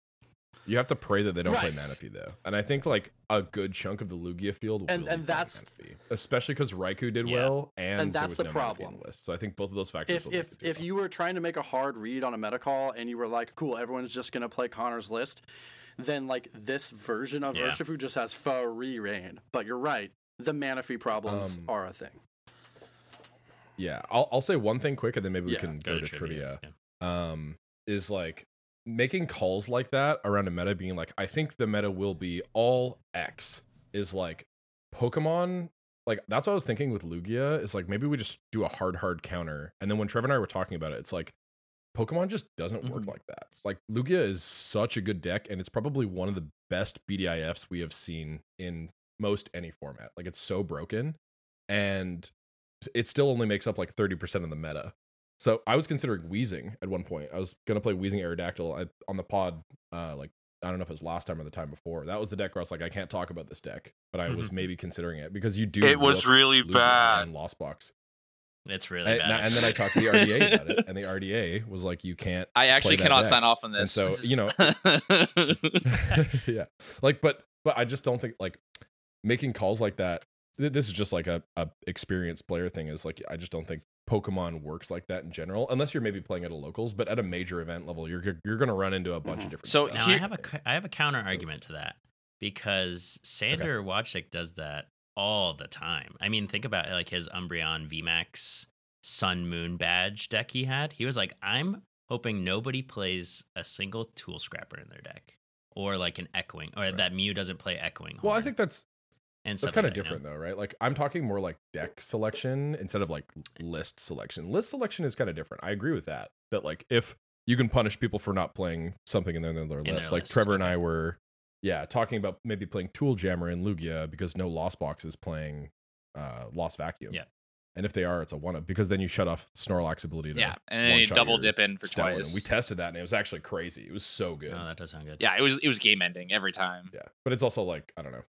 Speaker 3: You have to pray that they don't play Manaphy though, and I think like a good chunk of the Lugia field will
Speaker 4: And-
Speaker 3: be playing
Speaker 4: and that's-
Speaker 3: Manaphy. especially because Raikou did
Speaker 1: Yeah.
Speaker 3: well, and,
Speaker 4: And
Speaker 3: there
Speaker 4: that's
Speaker 3: was
Speaker 4: the
Speaker 3: no Manaphy
Speaker 4: problem.
Speaker 3: on the list. So I think both of those factors.
Speaker 4: if
Speaker 3: will
Speaker 4: if
Speaker 3: definitely do
Speaker 4: if
Speaker 3: well.
Speaker 4: you were trying to make a hard read on a metacall and you were like, cool, everyone's just gonna play Connor's list, then like this version of
Speaker 1: Yeah.
Speaker 4: Urshifu just has free reign. But you're right, the Manaphy problems
Speaker 3: Um,
Speaker 4: are a thing.
Speaker 3: yeah, I'll I'll say one thing quick, and then maybe we
Speaker 4: Yeah,
Speaker 3: can go, to trivia.
Speaker 1: Yeah.
Speaker 3: um, is like making calls like that around a meta being like, I think the meta will be all X is like Pokemon. Like that's what I was thinking with Lugia is like maybe we just do a hard hard counter, and then when Trevor and I were talking about it, it's like Pokemon just doesn't work
Speaker 2: Mhm.
Speaker 3: like that. Like Lugia is such a good deck, and it's probably one of the best BDIFs we have seen in most any format. Like it's so broken, and it still only makes up like thirty percent of the meta. So I was considering wheezing at one point. I was gonna play wheezing Aerodactyl I, on the pod, uh, like I don't know if it was last time or the time before. That was the deck where I was like, I can't talk about this deck, but I was maybe considering it because you do.
Speaker 6: it was
Speaker 3: look
Speaker 6: really
Speaker 3: Lugia
Speaker 6: bad.
Speaker 3: on Lost Box.
Speaker 1: It's really
Speaker 3: and,
Speaker 1: bad.
Speaker 3: and then I talked to the RDA about it, and the RDA was like, you can't
Speaker 2: I actually
Speaker 3: that
Speaker 2: cannot
Speaker 3: deck.
Speaker 2: sign off on this.
Speaker 3: so,
Speaker 2: This
Speaker 3: you know-
Speaker 2: is-
Speaker 3: yeah like but but i just don't think like making calls like that th- this is just like a, a experienced player thing is like i just don't think pokemon works like that in general unless you're maybe playing at a locals but at a major event level you're g- you're gonna run into a bunch of different
Speaker 2: So
Speaker 3: stuff.
Speaker 1: Mm-hmm. Now I
Speaker 2: Here-
Speaker 1: have a cu- I have a counter argument to that because Sander Wojcik does that all the time. I mean, think about like his Umbreon VMAX Sun Moon badge deck he had. He was like, I'm hoping nobody plays a single Tool Scrapper in their deck, or like an Echoing, or
Speaker 3: Right.
Speaker 1: that Mew doesn't play Echoing.
Speaker 3: well i
Speaker 1: Horn,
Speaker 3: think that's
Speaker 1: and
Speaker 3: that's
Speaker 1: stuff
Speaker 3: kind
Speaker 1: like
Speaker 3: of
Speaker 1: that, you know?
Speaker 3: different though right like i'm talking more like deck selection instead of like list selection list selection is kind of different i agree with that that like if you can punish people for not playing something in their, in their
Speaker 1: their
Speaker 3: list like
Speaker 1: list,
Speaker 3: trevor and
Speaker 1: okay.
Speaker 3: i were yeah talking about maybe playing tool jammer and lugia because no lost box is playing uh lost vacuum
Speaker 1: Yeah.
Speaker 3: and if they are it's a one up because then you shut off snorlax ability to
Speaker 2: yeah, and then you
Speaker 3: one-shot
Speaker 2: double
Speaker 3: your
Speaker 2: dip in for
Speaker 3: stat one.
Speaker 2: twice. Uh,
Speaker 3: and we tested that and it was actually crazy it was so good
Speaker 1: No, Oh, that does sound good.
Speaker 2: yeah, it was it was game ending every time.
Speaker 3: yeah but it's also like i don't know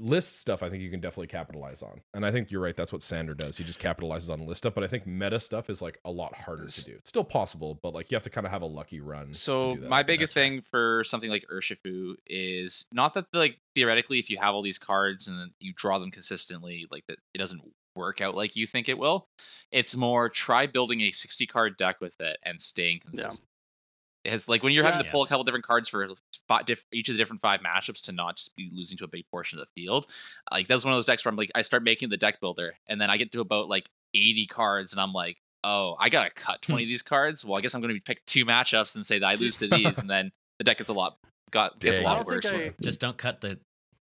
Speaker 3: list stuff i think you can definitely capitalize on and i think you're right that's what sander does he just capitalizes on list stuff but i think meta stuff is like a lot harder to do it's still possible but like you have to kind of have a lucky run to
Speaker 2: So
Speaker 3: do that. I
Speaker 2: my
Speaker 3: think that's
Speaker 2: biggest
Speaker 3: fair.
Speaker 2: thing for something like Urshifu is not that like theoretically if you have all these cards and then you draw them consistently, like that it doesn't work out like you think it will. It's more try building a 60 card deck with it and staying consistent. It's like when you're having
Speaker 1: Yeah.
Speaker 2: to pull a couple different cards for fi- diff- each of the different five matchups to not just be losing to a big portion of the field. Like that's one of those decks where I'm like, I start making the deck builder, and then I get to about like 80 cards, and I'm like, oh, I gotta cut
Speaker 1: Hmm.
Speaker 2: 20 of these cards. Well, I guess I'm gonna pick two matchups and say that I lose to these, and then the deck gets a lot got gets a
Speaker 3: Dang.
Speaker 4: I
Speaker 2: lot
Speaker 4: don't
Speaker 2: worse.
Speaker 4: think I.
Speaker 1: Just don't cut the.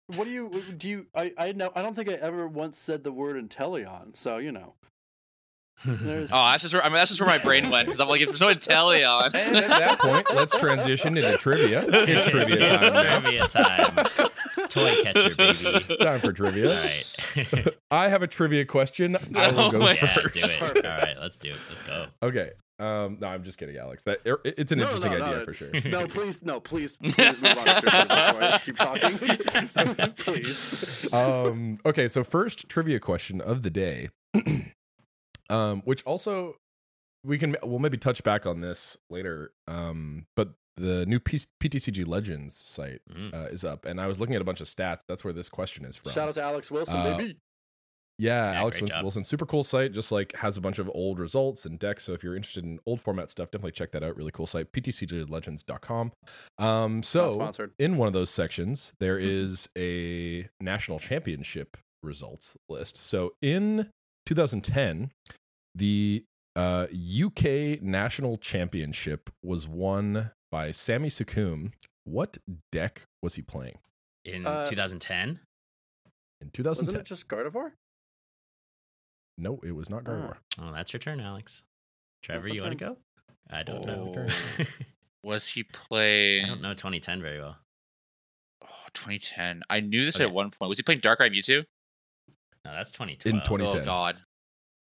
Speaker 4: What do you do? You I I know I don't think I ever once said the word Inteleon. So you know. There's,
Speaker 2: Oh, that's just where I mean, that's just where my brain went because I'm like, if there's no Inteleon,
Speaker 3: and at that point let's transition into trivia it's trivia
Speaker 1: It's
Speaker 3: time now.
Speaker 1: trivia time. Toy catcher, baby.
Speaker 3: time for
Speaker 1: All
Speaker 3: trivia
Speaker 1: right.
Speaker 3: i have a trivia question i will
Speaker 2: Oh
Speaker 3: go
Speaker 2: my-
Speaker 1: yeah,
Speaker 3: first
Speaker 1: do it.
Speaker 4: Perfect.
Speaker 1: All right, let's do it. Let's go.
Speaker 3: okay um no i'm just kidding alex that er, it- it's an
Speaker 4: No,
Speaker 3: interesting
Speaker 4: no, no,
Speaker 3: idea
Speaker 4: no.
Speaker 3: for sure
Speaker 4: no, please, no, please, please move on to Tristan before I keep talking. please.
Speaker 3: um okay so first trivia question of the day um which also we can we'll maybe touch back on this later um but the new P- ptcg legends site
Speaker 1: Mm.
Speaker 3: uh, is up and i was looking at a bunch of stats that's where this question is from
Speaker 4: Shout out to Alex Wilson,
Speaker 3: Uh,
Speaker 4: baby.
Speaker 3: yeah,
Speaker 1: Yeah,
Speaker 3: Alex
Speaker 1: great
Speaker 3: Winston
Speaker 1: job.
Speaker 3: Wilson, super cool site. Just like has a bunch of old results and decks. So if you're interested in old format stuff, definitely check that out. Really cool site, ptclegends.com. Um,
Speaker 4: Not
Speaker 3: so
Speaker 4: sponsored.
Speaker 3: in one of those sections, there
Speaker 4: Mm-hmm.
Speaker 3: is a national championship results list. So in 2010, the uh, UK national championship was won by Sammy Sukum. What deck was he playing
Speaker 1: In
Speaker 4: Uh,
Speaker 1: 2010,
Speaker 3: in
Speaker 4: Wasn't
Speaker 3: 2010?
Speaker 4: it just Gardevoir?
Speaker 3: no, it was not Gardevoir.
Speaker 4: Ah.
Speaker 1: Oh, that's your turn, Alex. Trevor,
Speaker 4: my
Speaker 1: you want to go? I don't know.
Speaker 2: Oh.
Speaker 1: I
Speaker 2: was he playing?
Speaker 1: don't know 2010 very well.
Speaker 2: Oh, 2010. I knew this
Speaker 1: Okay.
Speaker 2: at one point. Was he playing Dark Eye Mewtwo?
Speaker 1: No, that's 2012.
Speaker 3: In 20
Speaker 2: Oh
Speaker 3: 2010.
Speaker 2: God.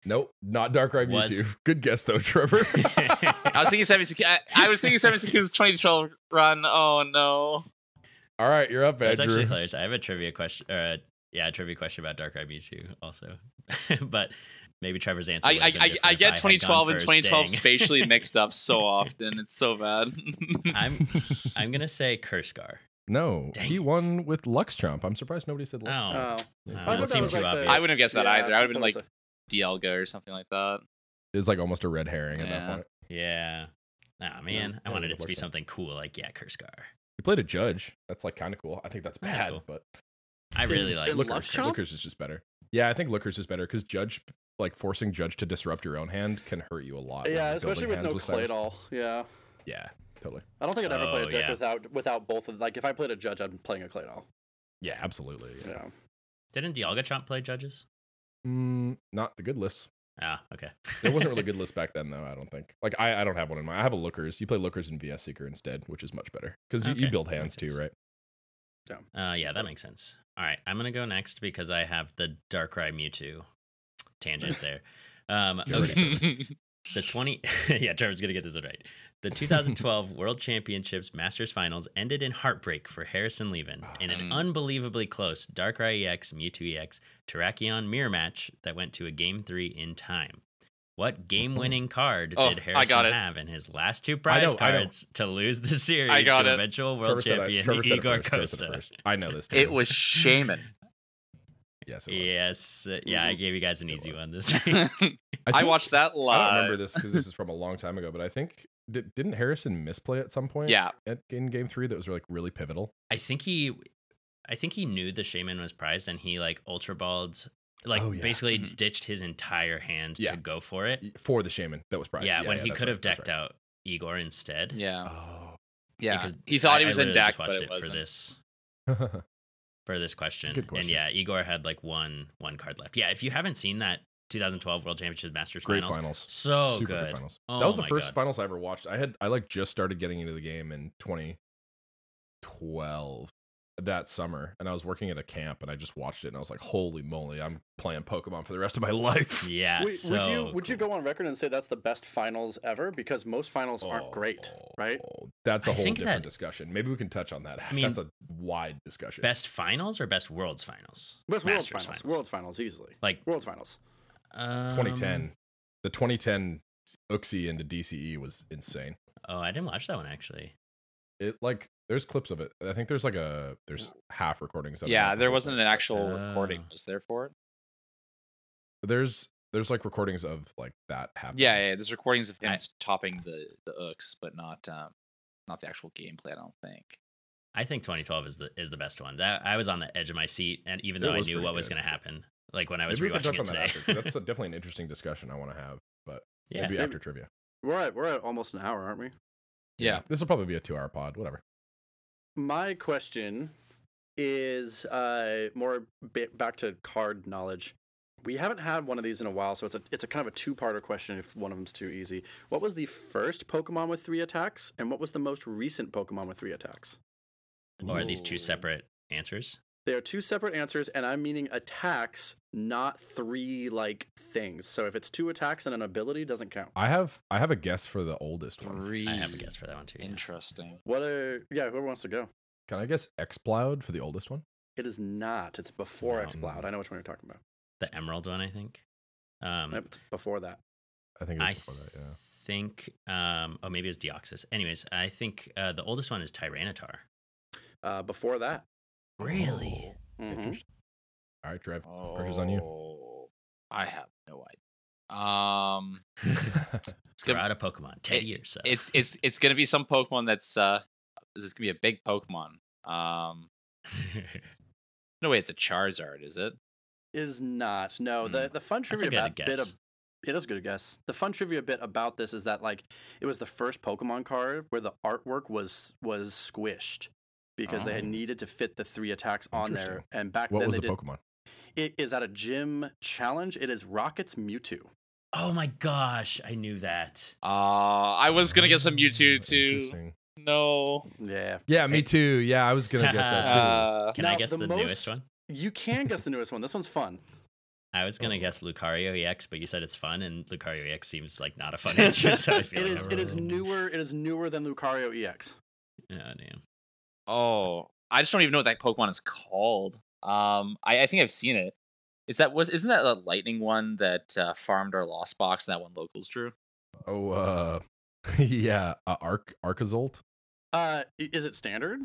Speaker 3: Nope, not Dark Ride
Speaker 1: Was-
Speaker 3: Mewtwo. Good guess though, Trevor.
Speaker 2: I was thinking Seven Secu- I, I was thinking Seven Seconds 2012 run. Oh no.
Speaker 3: All right, you're up,
Speaker 1: that's actually
Speaker 3: Andrew.
Speaker 1: hilarious. I have a trivia question. Or a, yeah, a trivia question about Dark Eye Mewtwo also. but Maybe Trevor's answer.
Speaker 2: I,
Speaker 1: would
Speaker 2: I,
Speaker 1: have been
Speaker 2: I,
Speaker 1: different
Speaker 2: I
Speaker 1: if
Speaker 2: get
Speaker 1: had gone
Speaker 2: 2012 and
Speaker 1: first.
Speaker 2: 2012
Speaker 1: Dang.
Speaker 2: spatially mixed up so often. It's so bad.
Speaker 1: I'm I'm gonna say Kurskar.
Speaker 3: No,
Speaker 1: Dang
Speaker 3: he
Speaker 1: it.
Speaker 3: won with Lux Chomp. I'm surprised nobody said
Speaker 1: Oh,
Speaker 3: Lux.
Speaker 4: Oh.
Speaker 1: no,
Speaker 3: I
Speaker 4: thought
Speaker 1: that
Speaker 4: that
Speaker 1: seemed
Speaker 4: was
Speaker 1: too
Speaker 4: like the-
Speaker 1: obvious.
Speaker 2: I wouldn't have guessed that
Speaker 4: Yeah,
Speaker 2: either. I would have
Speaker 4: thought
Speaker 2: been
Speaker 4: it was
Speaker 2: like Dialga or something like that.
Speaker 3: It's like almost a red herring at that
Speaker 2: Yeah.
Speaker 3: point.
Speaker 1: yeah. Ah man,
Speaker 3: No,
Speaker 1: I
Speaker 3: no,
Speaker 1: wanted
Speaker 3: it
Speaker 1: it to be
Speaker 3: worked out.
Speaker 1: something cool like yeah, Kurskar.
Speaker 3: He played a judge. That's like kind of cool. I think that's
Speaker 1: That's
Speaker 3: bad,
Speaker 1: cool.
Speaker 3: but
Speaker 1: I really like.
Speaker 4: in
Speaker 1: Look,
Speaker 4: Lux
Speaker 3: Lookers,
Speaker 4: Chomp?
Speaker 3: Lookers is just better. Yeah, I think Lookers is better because Judge, like forcing Judge to disrupt your own hand, can hurt you a lot. when
Speaker 4: yeah,
Speaker 3: you're
Speaker 4: especially
Speaker 3: building
Speaker 4: with
Speaker 3: hands
Speaker 4: no clay
Speaker 3: Cyrus.
Speaker 4: at all. Yeah,
Speaker 3: Yeah, totally.
Speaker 4: I don't think I'd ever play a
Speaker 1: Oh,
Speaker 4: deck
Speaker 1: yeah.
Speaker 4: without without both of like if I played a judge, I'm playing a clay doll.
Speaker 3: Yeah, absolutely.
Speaker 4: You
Speaker 3: Yeah.
Speaker 4: know,
Speaker 1: didn't Dialga Chomp play judges?
Speaker 3: Mm, not the good list.
Speaker 1: Ah, okay.
Speaker 3: There wasn't really good list back then, though. I don't think. Like, I, I don't have one in mind. I have a Lookers. You play Lookers and VS Seeker instead, which is much better because you,
Speaker 1: Okay,
Speaker 3: you build
Speaker 1: that
Speaker 3: hands
Speaker 1: makes
Speaker 3: too,
Speaker 1: sense.
Speaker 3: right?
Speaker 1: Uh, yeah, that makes sense. All right, I'm gonna go next because I have the Darkrai Mewtwo tangent there. Um,
Speaker 3: You're
Speaker 1: okay,
Speaker 3: right.
Speaker 1: the 20. yeah, Trevor's gonna get this one right. The 2012 World Championships Masters Finals ended in heartbreak for Harrison Levin
Speaker 3: Ah,
Speaker 1: in an
Speaker 2: Mm.
Speaker 1: unbelievably close Darkrai EX Mewtwo EX Terrakion mirror match that went to a game three in time. What game-winning card
Speaker 2: Oh,
Speaker 1: did
Speaker 2: I
Speaker 1: Harrison
Speaker 2: got it.
Speaker 1: have in his last two
Speaker 3: I
Speaker 1: prize
Speaker 3: know, I know.
Speaker 1: cards to lose the series
Speaker 2: got
Speaker 1: to
Speaker 2: it.
Speaker 1: eventual world
Speaker 3: Trevor said
Speaker 1: champion
Speaker 3: I- Trevor said it
Speaker 1: Igor
Speaker 3: first, Trevor said it
Speaker 1: Costa?
Speaker 3: first. I know this.
Speaker 2: It
Speaker 3: too.
Speaker 2: was Shaman.
Speaker 3: Yes. It was.
Speaker 1: Yes. uh, Yeah, I
Speaker 4: Mhm.
Speaker 1: gave you guys an
Speaker 3: It
Speaker 1: easy
Speaker 3: was.
Speaker 1: one this week.
Speaker 2: I,
Speaker 3: think-
Speaker 2: watched that
Speaker 3: I
Speaker 2: live.
Speaker 3: don't remember this because this is from a long time ago, but I think did, didn't Harrison misplay at some point?
Speaker 2: Yeah.
Speaker 3: At, in game three, that was like really pivotal.
Speaker 1: I think he I think he knew the shaman was prized and he like ultra balled like
Speaker 3: Oh, yeah.
Speaker 1: basically
Speaker 2: Mhm.
Speaker 1: ditched his entire hand
Speaker 3: Yeah.
Speaker 1: to go for it.
Speaker 3: for the shaman that was prized.
Speaker 1: Yeah, when he
Speaker 3: that's
Speaker 1: could
Speaker 3: right,
Speaker 1: have
Speaker 3: that's
Speaker 1: decked
Speaker 3: right.
Speaker 1: out Igor instead.
Speaker 2: Yeah.
Speaker 3: Oh.
Speaker 2: Yeah.
Speaker 1: Because
Speaker 2: he thought he
Speaker 1: I- I
Speaker 2: was in
Speaker 1: literally just
Speaker 2: deck, but
Speaker 1: watched
Speaker 2: it,
Speaker 1: for
Speaker 2: wasn't.
Speaker 1: this
Speaker 3: yeah,
Speaker 1: for this question.
Speaker 3: good
Speaker 1: And
Speaker 3: question.
Speaker 1: yeah, Igor had like one one card left. Yeah, if you haven't seen that 2012 World Championship Masters
Speaker 3: great
Speaker 1: finals,
Speaker 3: finals.
Speaker 1: so
Speaker 3: Super
Speaker 1: good.
Speaker 3: good finals.
Speaker 1: Oh
Speaker 3: that was the
Speaker 1: my
Speaker 3: first
Speaker 1: God.
Speaker 3: finals I ever watched. I had I like just started getting into the game in 2012 that summer, and I was working at a camp, and I just watched it, and I was like, "Holy moly, I'm playing Pokemon for the rest of my life."
Speaker 1: Yeah,
Speaker 4: Wait,
Speaker 1: so
Speaker 4: would you would you
Speaker 1: cool. Oh,
Speaker 4: go on record and say that's the best finals ever? Because most finals aren't great, right?
Speaker 3: Oh, That's a
Speaker 1: I
Speaker 3: whole
Speaker 1: think
Speaker 3: different
Speaker 1: that-
Speaker 3: discussion. Maybe we can touch on that.
Speaker 1: I mean,
Speaker 3: That's a wide discussion.
Speaker 1: best finals or best world's finals?
Speaker 4: Best world
Speaker 1: Masters
Speaker 4: finals, world finals easily,
Speaker 1: Like
Speaker 4: world finals.
Speaker 1: um,
Speaker 3: 2010. the 2010 Uxie into DCE was insane.
Speaker 1: Oh, I didn't watch that one actually.
Speaker 3: it like there's clips of it. I think there's like a there's half recordings. Of it, not
Speaker 2: Yeah,
Speaker 3: the
Speaker 2: there
Speaker 3: whole
Speaker 2: wasn't
Speaker 3: thing.
Speaker 2: an actual
Speaker 1: Oh.
Speaker 2: recording. Was there for it?
Speaker 3: There's there's like recordings of like that happening.
Speaker 2: Yeah, yeah. There's recordings of him
Speaker 1: I-
Speaker 2: topping the the Ooks, but not um, not the actual gameplay. I don't think.
Speaker 1: I think 2012 is the is the best one. That I was on the edge of my seat, and even
Speaker 3: It
Speaker 1: though I
Speaker 3: was
Speaker 1: knew
Speaker 3: pretty
Speaker 1: what was
Speaker 3: good.
Speaker 1: going to happen, like when I was
Speaker 3: Maybe we can
Speaker 1: rewatching
Speaker 3: touch
Speaker 1: it
Speaker 3: on that
Speaker 1: today.
Speaker 3: after. 'cause That's a, definitely an interesting discussion I want to have. But
Speaker 1: yeah,
Speaker 3: maybe
Speaker 4: Maybe-
Speaker 3: after trivia.
Speaker 4: We're at we're at almost an hour, aren't we?
Speaker 2: Yeah.
Speaker 3: this will probably be a two hour pod. Whatever.
Speaker 4: My question is uh, more ba- back to card knowledge. We haven't had one of these in a while, so it's a it's a kind of a two parter question. If one of them's too easy, what was the first Pokemon with three attacks, and what was the most recent Pokemon with three attacks?
Speaker 1: or are these two
Speaker 2: Ooh.
Speaker 1: separate answers?
Speaker 4: They are two separate answers, and I'm meaning attacks, not three like things. So if it's two attacks and an ability, doesn't count.
Speaker 3: I have I have a guess for the oldest one.
Speaker 1: I have a guess for that one too. yeah.
Speaker 2: Interesting.
Speaker 4: What are yeah? Whoever wants to go.
Speaker 3: Can I guess Xploud for the oldest one?
Speaker 4: It is not. It's before
Speaker 1: No.
Speaker 4: Xploud. I know which one you're talking about.
Speaker 1: The Emerald one, I think. Um,
Speaker 4: Nope, it's before that.
Speaker 3: I think it was
Speaker 1: I
Speaker 3: before that. Yeah.
Speaker 1: think. Um, oh, maybe it's Deoxys. Anyways, I think uh, the oldest one is Tyranitar.
Speaker 4: Uh, before that.
Speaker 1: Really?
Speaker 4: Mhm.
Speaker 3: Interesting. All right, Trev. Pressure's on you.
Speaker 2: Oh, I have no idea. Um, it's
Speaker 1: We're
Speaker 2: gonna,
Speaker 1: out of Pokemon. Ten
Speaker 2: it-
Speaker 1: years. So.
Speaker 2: it's it's it's gonna be some Pokemon that's uh, this is gonna be a big Pokemon. Um, no way, it's a Charizard, is it?
Speaker 4: It is not. No, the the fun
Speaker 1: That's a
Speaker 4: trivia
Speaker 1: good
Speaker 4: about, bit
Speaker 1: guess.
Speaker 4: of it is a good guess. The fun trivia bit about this is that like it was the first Pokemon card where the artwork was was squished because they had
Speaker 2: Oh.
Speaker 4: needed to fit the three attacks on there.
Speaker 3: Interesting.
Speaker 4: And back
Speaker 3: What
Speaker 4: then
Speaker 3: was
Speaker 4: they
Speaker 3: the
Speaker 4: did.
Speaker 3: Pokemon?
Speaker 4: It is at a gym challenge. It is Rockets Mewtwo.
Speaker 1: Oh my gosh! I knew that.
Speaker 2: Uh, I was gonna get some
Speaker 3: Oh,
Speaker 2: Mewtwo too.
Speaker 3: interesting.
Speaker 2: No.
Speaker 4: Yeah.
Speaker 3: Yeah, me too. Yeah, I was gonna guess that too.
Speaker 2: Uh,
Speaker 1: Can I
Speaker 4: Now,
Speaker 1: guess the,
Speaker 4: the
Speaker 1: newest
Speaker 4: most-
Speaker 1: one?
Speaker 4: You can guess the newest one. This one's fun.
Speaker 1: I was gonna
Speaker 3: Oh.
Speaker 1: guess Lucario EX, but you said it's fun, and Lucario EX seems like not a fun answer. So I feel
Speaker 4: It
Speaker 1: like
Speaker 4: is. It is
Speaker 3: Never.
Speaker 4: newer. It is newer than Lucario E EX.
Speaker 1: I'm- oh, damn.
Speaker 2: oh, I just don't even know what that Pokemon is called. Um, I, I think I've seen it.
Speaker 7: Is that was isn't that a lightning one that uh, farmed our lost box and that one locals drew?
Speaker 3: Oh, uh, yeah, uh, Arc Arcazolt.
Speaker 4: Uh, i- is it standard?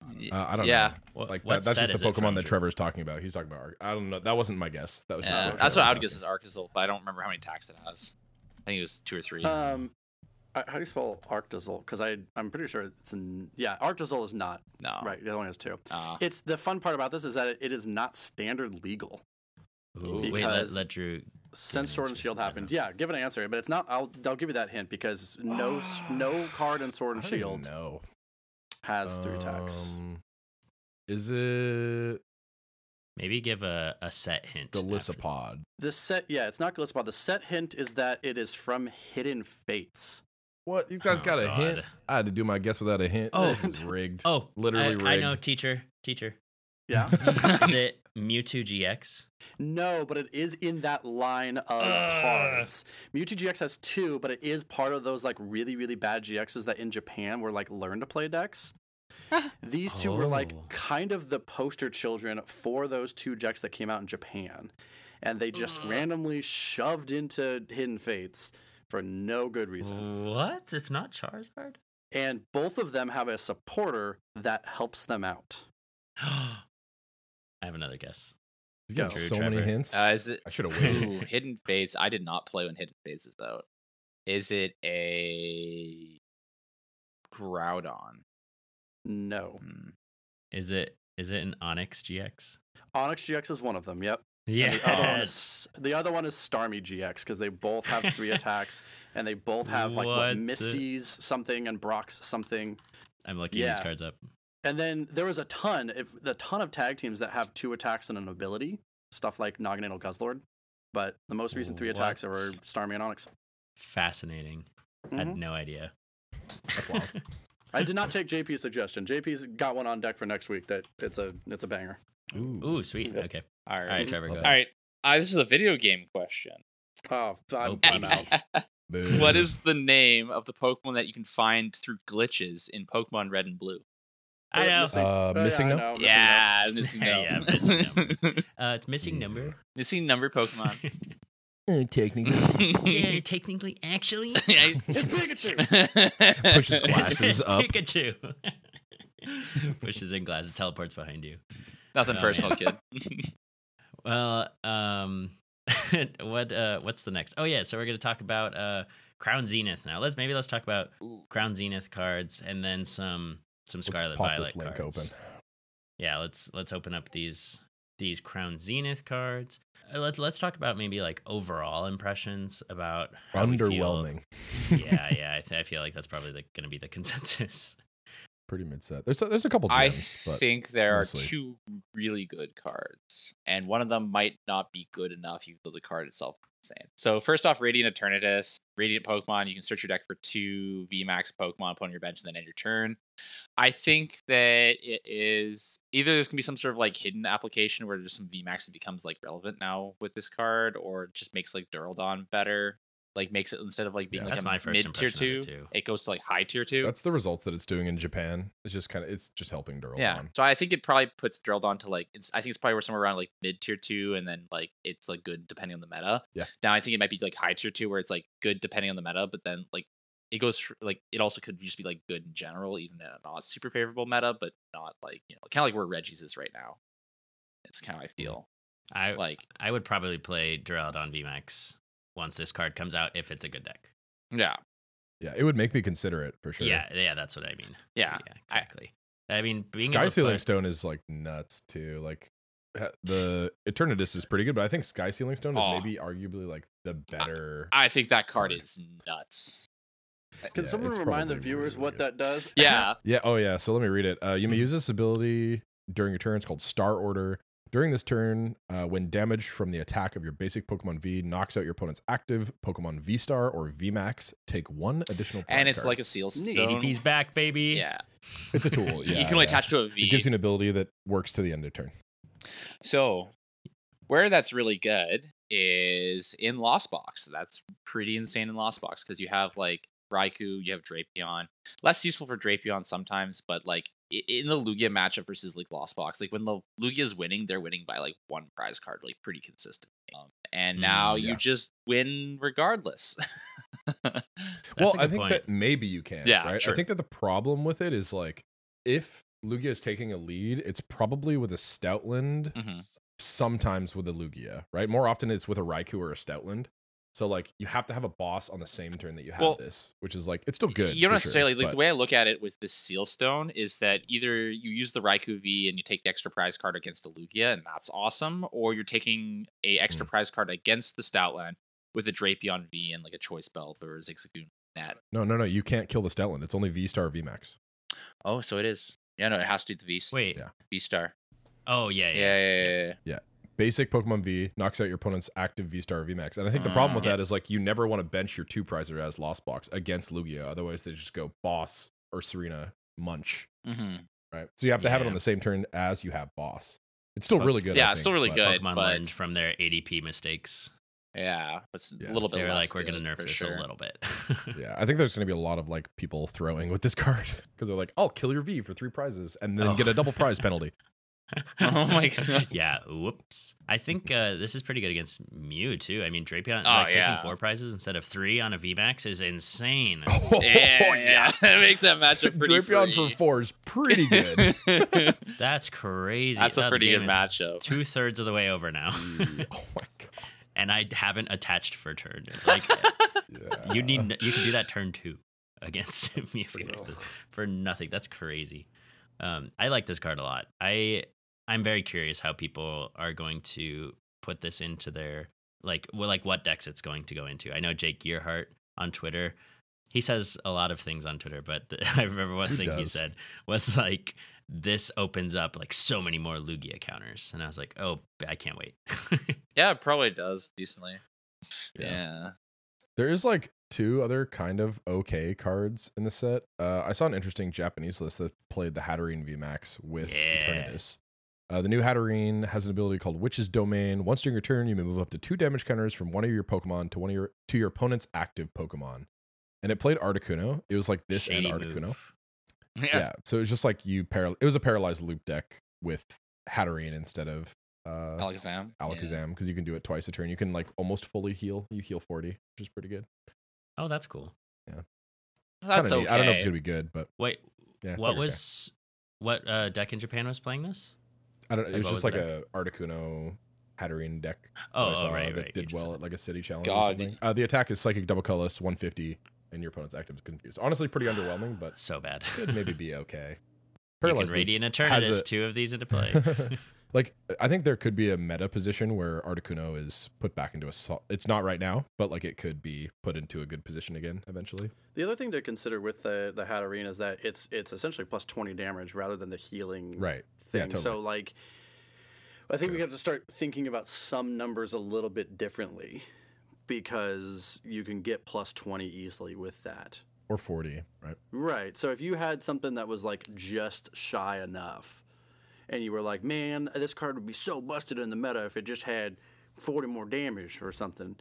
Speaker 3: Uh, I don't
Speaker 7: yeah.
Speaker 3: know.
Speaker 1: What,
Speaker 3: Like
Speaker 1: what
Speaker 3: that, that's
Speaker 1: set
Speaker 3: just the
Speaker 1: is it from,
Speaker 3: Pokemon that
Speaker 1: Drew?
Speaker 3: Trevor's talking about. He's talking about. Arc- I don't know. That wasn't my guess. That was just.
Speaker 2: Uh,
Speaker 7: Yeah,
Speaker 3: what
Speaker 7: uh, that's
Speaker 3: Trevor
Speaker 7: what I
Speaker 3: was
Speaker 7: would guess is Arcazol, but I don't remember how many attacks it has. I think it was two or
Speaker 3: Mm-hmm.
Speaker 7: three.
Speaker 4: Um, I- how do you spell Arctazol? Because I I'm pretty sure it's an, yeah Arctazol is not
Speaker 7: no,
Speaker 3: Oh.
Speaker 4: right. The other one has two.
Speaker 7: Uh,
Speaker 4: It's the fun part about this is that it, it is not standard legal.
Speaker 1: Ooh,
Speaker 4: Ooh.
Speaker 1: wait, let,
Speaker 4: Because-
Speaker 1: let Drew.
Speaker 4: Since
Speaker 1: an
Speaker 4: Sword and
Speaker 1: answer.
Speaker 4: Shield
Speaker 1: I
Speaker 4: happened, yeah, give an answer, but it's not. I'll I'll give you that hint because no s- no card in Sword and
Speaker 3: I don't even
Speaker 4: Shield
Speaker 3: know.
Speaker 4: has three attacks.
Speaker 3: Um, Is it
Speaker 1: Maybe give a, a set hint.
Speaker 3: the
Speaker 1: after-
Speaker 3: Lissapod?
Speaker 4: The set, yeah, it's not Glissapod. The set hint is that it is from Hidden Fates.
Speaker 3: What these guys
Speaker 1: Oh,
Speaker 3: got a
Speaker 1: God.
Speaker 3: hint? I had to do my guess without a hint.
Speaker 1: Oh.
Speaker 3: this is rigged.
Speaker 1: Oh,
Speaker 3: Literally
Speaker 1: I, I know,
Speaker 3: rigged.
Speaker 1: teacher. Teacher.
Speaker 4: Yeah.
Speaker 1: Is it Mewtwo GX?
Speaker 4: No, but it is in that line of cards. Mewtwo GX has two, but it is part of those like really, really bad GXs that in Japan were like learn to play decks. These two were like
Speaker 1: Oh.
Speaker 4: kind of the poster children for those two decks that came out in Japan. And they just randomly shoved into Hidden Fates for no good reason.
Speaker 1: Mm. What? It's not Charizard?
Speaker 4: And both of them have a supporter that helps them out.
Speaker 1: I have another guess.
Speaker 3: He's got
Speaker 1: True,
Speaker 3: so many
Speaker 1: Trevor.
Speaker 3: hints.
Speaker 7: uh, is it
Speaker 3: I should have waited.
Speaker 7: ooh, Hidden Fates? I did not play when Hidden Fates is out. Is it a Groudon?
Speaker 4: No.
Speaker 7: Hmm.
Speaker 1: Is it is it an Onyx GX?
Speaker 4: Onyx GX is one of them, yep. And The other one
Speaker 1: Yes.
Speaker 4: is, the other one is Starmie GX because they both have three attacks and they both have like what,
Speaker 1: What the-
Speaker 4: Misty's something and Brock's something.
Speaker 1: I'm looking these
Speaker 4: Yeah.
Speaker 1: cards up.
Speaker 4: And then there was a ton, if a ton of tag teams that have two attacks and an ability, stuff like Noginatal Guzzlord. But the most recent three attacks
Speaker 1: What?
Speaker 4: are Starmie and Onyx.
Speaker 1: Fascinating. I
Speaker 4: Mhm.
Speaker 1: had no idea.
Speaker 3: That's wild.
Speaker 4: I did not take JP's suggestion. JP's got one on deck for next week that it's a it's a banger.
Speaker 3: Ooh.
Speaker 1: Ooh, sweet.
Speaker 4: Yep.
Speaker 1: Okay.
Speaker 2: All
Speaker 1: All
Speaker 2: right.
Speaker 1: right, Trevor, go
Speaker 3: Love
Speaker 1: ahead.
Speaker 2: All right. Uh, this is a video game question.
Speaker 4: Oh, I'm,
Speaker 1: Oh,
Speaker 4: I'm
Speaker 1: boy.
Speaker 4: out.
Speaker 3: Boo.
Speaker 2: What
Speaker 7: Boo.
Speaker 2: is the name of the Pokemon that you can find through glitches in Pokemon Red and Blue?
Speaker 1: I know.
Speaker 4: Missing-
Speaker 3: uh,
Speaker 4: Oh,
Speaker 3: missing?
Speaker 4: yeah, I
Speaker 3: no?
Speaker 4: know, missing no.
Speaker 2: yeah, missing
Speaker 1: Yeah,
Speaker 2: number.
Speaker 1: missing Uh, it's missing
Speaker 3: Easy.
Speaker 1: number.
Speaker 2: missing number Pokemon.
Speaker 3: Uh, technically,
Speaker 1: yeah, technically, actually.
Speaker 2: Yeah.
Speaker 4: It's Pikachu.
Speaker 3: pushes glasses up.
Speaker 1: Pikachu. Pushes in glasses, teleports behind you.
Speaker 2: Nothing
Speaker 1: Oh,
Speaker 2: personal, kid.
Speaker 1: Well, um, what uh, what's the next? Oh yeah, so we're gonna talk about uh, Crown Zenith now. Let's maybe let's talk about
Speaker 2: Ooh.
Speaker 1: Crown Zenith cards and then some some Scarlet
Speaker 3: Let's pop
Speaker 1: Violet
Speaker 3: this link
Speaker 1: cards.
Speaker 3: open.
Speaker 1: Yeah, let's let's open up these these Crown Zenith cards. Uh, let's let's talk about maybe like overall impressions about how we feel-
Speaker 3: Underwhelming.
Speaker 1: yeah, yeah, I, th- I feel like that's probably like, gonna be the consensus.
Speaker 3: Pretty mid set. There's a, there's a couple
Speaker 2: I
Speaker 3: gems, but
Speaker 2: think there are
Speaker 3: mostly.
Speaker 2: two really good cards, and one of them might not be good enough, even though the card itself is insane. So first off, Radiant Eternatus, Radiant Pokemon. You can search your deck for two VMAX Pokemon upon your bench, and then end your turn. I think that it is either there's gonna be some sort of like hidden application where there's some VMAX that becomes like relevant now with this card, or just makes like Duraldon better. Like makes it instead of like being
Speaker 3: Yeah,
Speaker 2: like
Speaker 1: that's
Speaker 2: a
Speaker 1: my first
Speaker 2: mid tier
Speaker 1: impression
Speaker 2: two,
Speaker 1: of it, too.
Speaker 2: it goes to like high tier two.
Speaker 3: that's the results that it's doing in Japan. It's just kind of it's just helping Duraldon.
Speaker 2: Yeah. So I think it probably puts Duraldon to like it's, I think it's probably somewhere around like mid tier two, and then like it's like good depending on the meta.
Speaker 3: Yeah.
Speaker 2: Now I think it might be like high tier two where it's like good depending on the meta, but then like it goes fr- like it also could just be like good in general, even in a not super favorable meta, but not like you know kind of like where Reggie's is right now. It's kind of
Speaker 3: Mm.
Speaker 2: how I feel
Speaker 1: I
Speaker 2: like
Speaker 1: I would probably play Duraludon VMAX once this card comes out if it's a good deck.
Speaker 2: yeah
Speaker 3: Yeah, it would make me consider it for sure.
Speaker 1: Yeah, yeah, that's what I mean.
Speaker 2: yeah I-
Speaker 1: exactly. I, mean, being
Speaker 3: Sky
Speaker 1: able to
Speaker 3: Ceiling
Speaker 1: put-
Speaker 3: Stone is like nuts too. Like ha- the Eternatus is pretty good, but I think Sky Ceiling Stone is
Speaker 2: Aw.
Speaker 3: maybe arguably like the better.
Speaker 2: I think that card
Speaker 3: Card.
Speaker 2: is nuts.
Speaker 4: Can
Speaker 3: Yeah,
Speaker 4: someone
Speaker 3: it's
Speaker 4: remind the
Speaker 3: probably
Speaker 4: viewers
Speaker 3: really
Speaker 4: what
Speaker 3: good.
Speaker 4: that does?
Speaker 2: Yeah.
Speaker 3: Yeah. Oh, yeah. So let me read it. Uh,
Speaker 1: Mm-hmm.
Speaker 3: you may use this ability during your turn. It's called Star Order. During this turn, uh, when damage from the attack of your basic Pokemon V knocks out your opponent's active Pokemon V Star or V Max, take one additional.
Speaker 2: and
Speaker 3: prize
Speaker 2: it's
Speaker 3: card.
Speaker 2: like a seal
Speaker 4: Neat.
Speaker 2: stone.
Speaker 1: ATP's back, baby.
Speaker 2: Yeah,
Speaker 3: it's a tool. Yeah,
Speaker 2: you can only
Speaker 3: yeah.
Speaker 2: attach to a V.
Speaker 3: It gives you an ability that works to the end of turn.
Speaker 2: So, where that's really good is in Lost Box. That's pretty insane in Lost Box because you have like Raikou, you have Drapion. Less useful for Drapion sometimes, but like i- in the Lugia matchup versus like Lost Box, like when the Lugia's winning, they're winning by like one prize card, like pretty consistently. Um, and
Speaker 1: Mm,
Speaker 2: now
Speaker 3: yeah.
Speaker 2: you just win regardless.
Speaker 1: That's
Speaker 3: well,
Speaker 1: a
Speaker 3: I
Speaker 1: good
Speaker 3: think
Speaker 1: point.
Speaker 3: that maybe you can.
Speaker 2: Yeah,
Speaker 3: right?
Speaker 2: sure.
Speaker 3: I think that the problem with it is like if Lugia is taking a lead, it's probably with a Stoutland,
Speaker 2: Mhm.
Speaker 3: sometimes with a Lugia, right? More often it's with a Raikou or a Stoutland. So like you have to have a boss on the same turn that you have
Speaker 2: Well,
Speaker 3: this, which is like it's still good.
Speaker 2: You don't
Speaker 3: for sure,
Speaker 2: necessarily like
Speaker 3: but-
Speaker 2: the way I look at it with this seal stone is that either you use the Raikou V and you take the extra prize card against a Lugia and that's awesome, or you're taking a
Speaker 3: Mm.
Speaker 2: extra prize card against the Stoutland with a Drapion V and like a Choice Belt or a Zigzagoon. That
Speaker 3: No, no, no. You can't kill the Stoutland. It's only V Star V Max.
Speaker 2: oh, so it is. Yeah, no, it has to do the V
Speaker 1: Wait.
Speaker 3: Yeah.
Speaker 2: V star.
Speaker 1: Oh yeah,
Speaker 2: Yeah,
Speaker 1: yeah.
Speaker 2: yeah, yeah. yeah.
Speaker 3: Basic Pokemon V knocks out your opponent's active V Star V Max. And I think the problem with
Speaker 1: Mm.
Speaker 3: that is like you never want to bench your two prizer as Lost Box against Lugia. Otherwise they just go boss or Serena Munch.
Speaker 2: Mm-hmm.
Speaker 3: Right. So you have to have it
Speaker 1: Yeah.
Speaker 3: on the same turn as you have boss. It's still
Speaker 1: Oh,
Speaker 3: really good. I
Speaker 2: yeah, it's
Speaker 3: think,
Speaker 2: still really
Speaker 3: but-
Speaker 2: good.
Speaker 1: Pokemon
Speaker 2: but-
Speaker 1: learned from their ADP mistakes.
Speaker 2: Yeah, but it's
Speaker 3: Yeah.
Speaker 2: a little bit.
Speaker 1: They were
Speaker 2: less
Speaker 1: like, we're gonna
Speaker 2: good,
Speaker 1: nerf
Speaker 2: for
Speaker 1: this
Speaker 2: sure.
Speaker 1: a little bit.
Speaker 3: Yeah, I think there's going to be a lot of like people throwing with this card because they're like, "I'll kill your V for three prizes and then
Speaker 1: Oh.
Speaker 3: get a double prize penalty."
Speaker 2: Oh my God.
Speaker 1: yeah. Whoops. I think uh, this is pretty good against Mew too. I mean, Drapion
Speaker 2: Oh,
Speaker 1: like,
Speaker 2: yeah.
Speaker 1: taking four prizes instead of three on a VMAX is insane.
Speaker 3: Oh.
Speaker 2: Yeah, yeah. it makes that matchup pretty
Speaker 3: Drapion for
Speaker 2: free.
Speaker 3: four is pretty good.
Speaker 1: That's crazy.
Speaker 2: That's
Speaker 1: Oh,
Speaker 2: a
Speaker 1: the
Speaker 2: pretty good
Speaker 1: game is
Speaker 2: matchup.
Speaker 1: Two thirds of the way over now,
Speaker 3: Mm, oh my
Speaker 1: and I haven't attached for turn. Like
Speaker 3: god! Yeah.
Speaker 1: you need, you can do that turn two against Mew
Speaker 3: Ugh.
Speaker 1: VMAX for nothing. That's crazy. Um, I like this card a lot. I I'm very curious how people are going to put this into their like well, like what decks it's going to go into. I know Jake Gearhart on Twitter. He says a lot of things on Twitter, but the, I remember one
Speaker 3: He
Speaker 1: thing he
Speaker 3: does.
Speaker 1: said was like this opens up like so many more Lugia counters, and I was like, oh, I can't wait.
Speaker 2: Yeah, it probably does decently.
Speaker 3: Yeah.
Speaker 2: Yeah.
Speaker 3: There is like two other kind of okay cards in the set. Uh, I saw an interesting Japanese list that played the Hatterene VMAX with
Speaker 1: Yeah.
Speaker 3: Eternatus. Uh, the new Hatterene has an ability called Witch's Domain. Once during your turn, you may move up to two damage counters from one of your Pokemon to one of your to your opponent's active Pokemon. And it played Articuno. It was like this
Speaker 1: Shady
Speaker 3: and Articuno.
Speaker 1: move.
Speaker 3: Yeah. So it was just like you paral- It was a paralyzed loop deck with Hatterene instead of uh,
Speaker 2: Alakazam.
Speaker 1: Oh,
Speaker 3: Alakazam because you can do it twice a turn. You can like almost fully heal. You heal forty, which is pretty good.
Speaker 1: Oh, that's cool.
Speaker 2: Yeah.
Speaker 3: Kinda
Speaker 2: That's
Speaker 3: neat.
Speaker 2: okay.
Speaker 3: I don't know if it's gonna be good, but
Speaker 1: Wait,
Speaker 3: yeah. it's
Speaker 1: what
Speaker 3: okay.
Speaker 1: was what uh, deck in Japan was playing this?
Speaker 3: I don't. It
Speaker 1: like,
Speaker 3: was
Speaker 1: what was
Speaker 3: just like a
Speaker 1: the
Speaker 3: Articuno Hatterene deck. that I
Speaker 1: Oh,
Speaker 3: saw
Speaker 1: oh right,
Speaker 3: that
Speaker 1: right. You
Speaker 3: did
Speaker 1: just said
Speaker 3: well
Speaker 1: that.
Speaker 3: at like a city challenge.
Speaker 5: God,
Speaker 3: or something. Uh, the attack is Psychic Double Colorless, one fifty, and your opponent's active is confused. Honestly, pretty underwhelming, but
Speaker 1: so bad.
Speaker 3: could maybe be okay.
Speaker 1: you can
Speaker 3: Paralyzed Loop
Speaker 1: Radiant
Speaker 3: has
Speaker 1: Eternatus
Speaker 3: a-
Speaker 1: two of these into play.
Speaker 3: like I think there could be a meta position where Articuno is put back into a. sol- It's not right now, but like it could be put into a good position again eventually.
Speaker 4: The other thing to consider with the the Hatterene is that it's it's essentially plus twenty damage rather than the healing
Speaker 3: Right.
Speaker 4: thing.
Speaker 3: Yeah, totally.
Speaker 4: So like, I think
Speaker 3: True.
Speaker 4: we have to start thinking about some numbers a little bit differently because you can get plus twenty easily with that.
Speaker 3: or forty. Right.
Speaker 4: Right. So if you had something that was like just shy enough, and you were like, man, this card would be so busted in the meta if it just had forty more damage or something.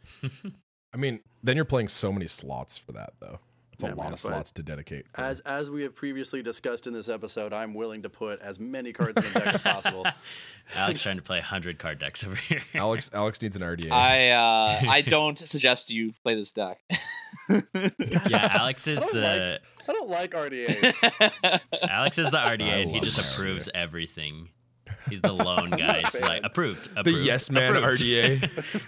Speaker 3: I mean, then you're playing so many slots for that though. It's a
Speaker 4: Yeah,
Speaker 3: lot
Speaker 4: man,
Speaker 3: of
Speaker 4: but-
Speaker 3: slots to dedicate. for-
Speaker 4: As as we have previously discussed in this episode, I'm willing to put as many cards in the deck as possible.
Speaker 1: Alex trying to play hundred card decks over here.
Speaker 3: Alex, Alex needs an RDA.
Speaker 5: I uh, I don't suggest you play this deck.
Speaker 1: yeah, Alex is
Speaker 4: I don't
Speaker 1: the
Speaker 4: I don't like RDAs.
Speaker 1: Alex is the
Speaker 3: I
Speaker 1: RDA, and he
Speaker 3: love
Speaker 1: just
Speaker 3: my RDA.
Speaker 1: approves everything. He's the lone guy. It's like
Speaker 4: fan.
Speaker 1: approved, approved.
Speaker 3: the yes man
Speaker 1: approved."
Speaker 3: RDA.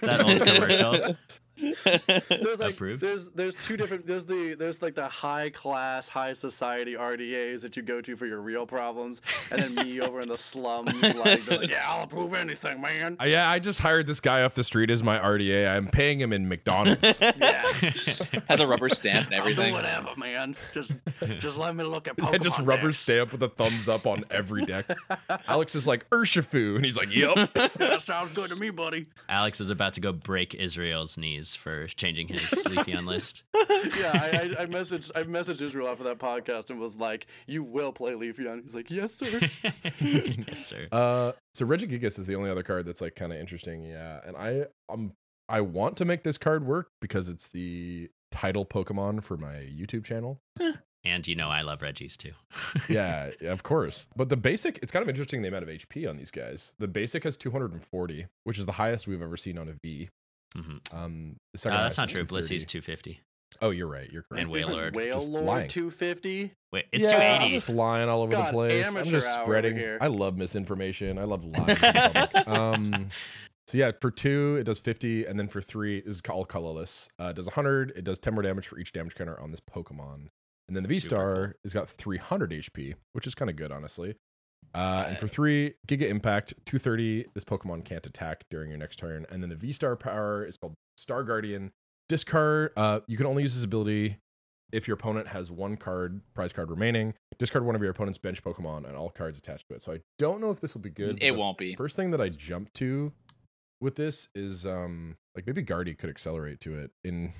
Speaker 1: that old commercial.
Speaker 4: There's like
Speaker 1: Approved.
Speaker 4: there's there's two different there's the there's like the high class high society RDAs that you go to for your real problems, and then me over in the slums like, they're like yeah I'll approve anything man.
Speaker 3: Uh, yeah, I just hired this guy off the street as my RDA. I'm paying him in McDonald's.
Speaker 4: Yes,
Speaker 5: Has a rubber stamp and
Speaker 4: I'll do
Speaker 5: everything.
Speaker 4: whatever man. Just just let me look at Pokemon.
Speaker 3: I just rubber
Speaker 4: decks.
Speaker 3: stamp with a thumbs up on every deck. Alex is like Urshifu, and he's like, "Yep."
Speaker 4: That sounds good to me, buddy.
Speaker 1: Alex was about to go break Israel's knees for changing his sleepy on list.
Speaker 4: Yeah, I, I, I messaged I messaged Israel after that podcast and was like, "You will play Leafeon." He's like, "Yes, sir."
Speaker 1: yes, sir.
Speaker 3: Uh, so Regigigas is the only other card that's like kind of interesting. Yeah, and I um I want to make this card work because it's the title Pokemon for my YouTube channel.
Speaker 1: And you know I love Reggie's too.
Speaker 3: yeah, of course. But the basic, it's kind of interesting the amount of HP on these guys. The basic has 240, which is the highest we've ever seen on a V.
Speaker 1: Mhm.
Speaker 3: Um,
Speaker 1: Uh,
Speaker 3: the second
Speaker 1: that's
Speaker 3: highest
Speaker 1: not
Speaker 3: is
Speaker 1: true. Blissey's
Speaker 3: 230.
Speaker 1: 250.
Speaker 3: Oh, you're right. You're correct.
Speaker 1: And Whale
Speaker 4: Isn't
Speaker 1: Lord.
Speaker 4: Whale
Speaker 3: Just lying.
Speaker 4: Lord 250.
Speaker 1: Wait, it's
Speaker 3: Yeah, I'm
Speaker 1: 280.
Speaker 3: just lying all over the
Speaker 4: God,
Speaker 3: place. I'm
Speaker 4: amateur
Speaker 3: just
Speaker 4: hour over
Speaker 3: spreading.
Speaker 4: here.
Speaker 3: I love misinformation. I love lying. in public. um, so yeah, for two it does 50, and then for three this is all colorless. Uh, it does 100. It does 10 more damage for each damage counter on this Pokemon. And then the V
Speaker 1: Super
Speaker 3: Star has got 300 HP, which is kind of good, honestly. Uh, and
Speaker 2: Uh,
Speaker 3: for three, Giga Impact, 230. This Pokemon can't attack during your next turn. And then the V Star power is called Star Guardian. Discard. Uh, you can only use this ability if your opponent has one card, prize card remaining. Discard one of your opponent's bench Pokemon and all cards attached to it. So I don't know if this will be good.
Speaker 2: It
Speaker 3: but
Speaker 2: won't be.
Speaker 3: The first thing that I jump to with this is um like maybe Guardy could accelerate to it, and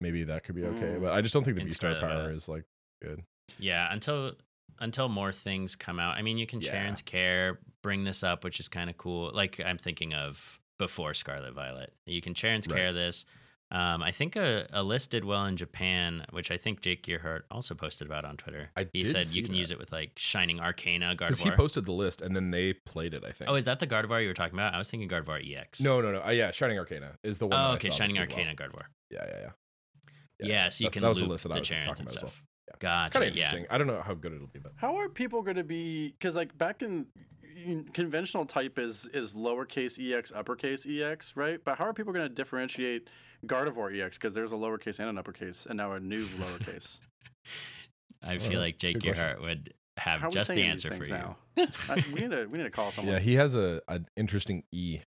Speaker 3: maybe that could be okay.
Speaker 4: Mm.
Speaker 3: But I just don't think the V
Speaker 1: It's
Speaker 3: Star
Speaker 1: kinda
Speaker 3: power
Speaker 1: bad.
Speaker 3: is like good.
Speaker 1: Yeah, until until more things come out. I mean, you can
Speaker 3: Yeah.
Speaker 1: Charon's care bring this up, which is kind of cool. Like I'm thinking of before Scarlet Violet. You can Charon's
Speaker 3: Right.
Speaker 1: care this. Um, I think a, a list did well in Japan, which I think Jake Gearhart also posted about on Twitter.
Speaker 3: I
Speaker 1: he
Speaker 3: did
Speaker 1: said
Speaker 3: see
Speaker 1: you can
Speaker 3: that.
Speaker 1: use it with like Shining Arcana
Speaker 3: Because he
Speaker 1: Gardevoir.
Speaker 3: posted the list and then they played it. I think.
Speaker 1: oh, is that the Gardevoir you were talking about? I was thinking Gardevoir EX.
Speaker 3: No, no, no. Uh, yeah, Shining Arcana is the one.
Speaker 1: Oh,
Speaker 3: that I
Speaker 1: okay,
Speaker 3: saw that
Speaker 1: Shining
Speaker 3: did well.
Speaker 1: Arcana Gardevoir.
Speaker 3: Yeah, yeah,
Speaker 1: Yeah,
Speaker 3: yeah.
Speaker 1: so you
Speaker 3: that's-
Speaker 1: can
Speaker 3: that was the
Speaker 1: loop
Speaker 3: list that I
Speaker 1: the
Speaker 3: was
Speaker 1: Charons
Speaker 3: talking
Speaker 1: and
Speaker 3: about as well.
Speaker 1: stuff.
Speaker 3: Yeah. It's
Speaker 1: Gotcha.
Speaker 3: kind of
Speaker 1: yeah.
Speaker 3: interesting. I don't know how good it'll be, but
Speaker 4: How are people going to be? Because like back in in- conventional type is is lowercase ex, uppercase ex, right? But how are people going to differentiate Gardevoir ex? Because there's a lowercase and an uppercase, and now a new lowercase.
Speaker 1: I
Speaker 3: don't
Speaker 1: feel
Speaker 3: know.
Speaker 1: like
Speaker 3: It's a
Speaker 1: Jake
Speaker 3: Uh-huh. good question.
Speaker 1: Gearhart would have
Speaker 4: How are we
Speaker 1: just
Speaker 4: saying
Speaker 1: the
Speaker 4: these
Speaker 1: answer for
Speaker 4: things
Speaker 1: you.
Speaker 4: now? I, we need to we need to call someone.
Speaker 3: yeah, he has a an interesting E,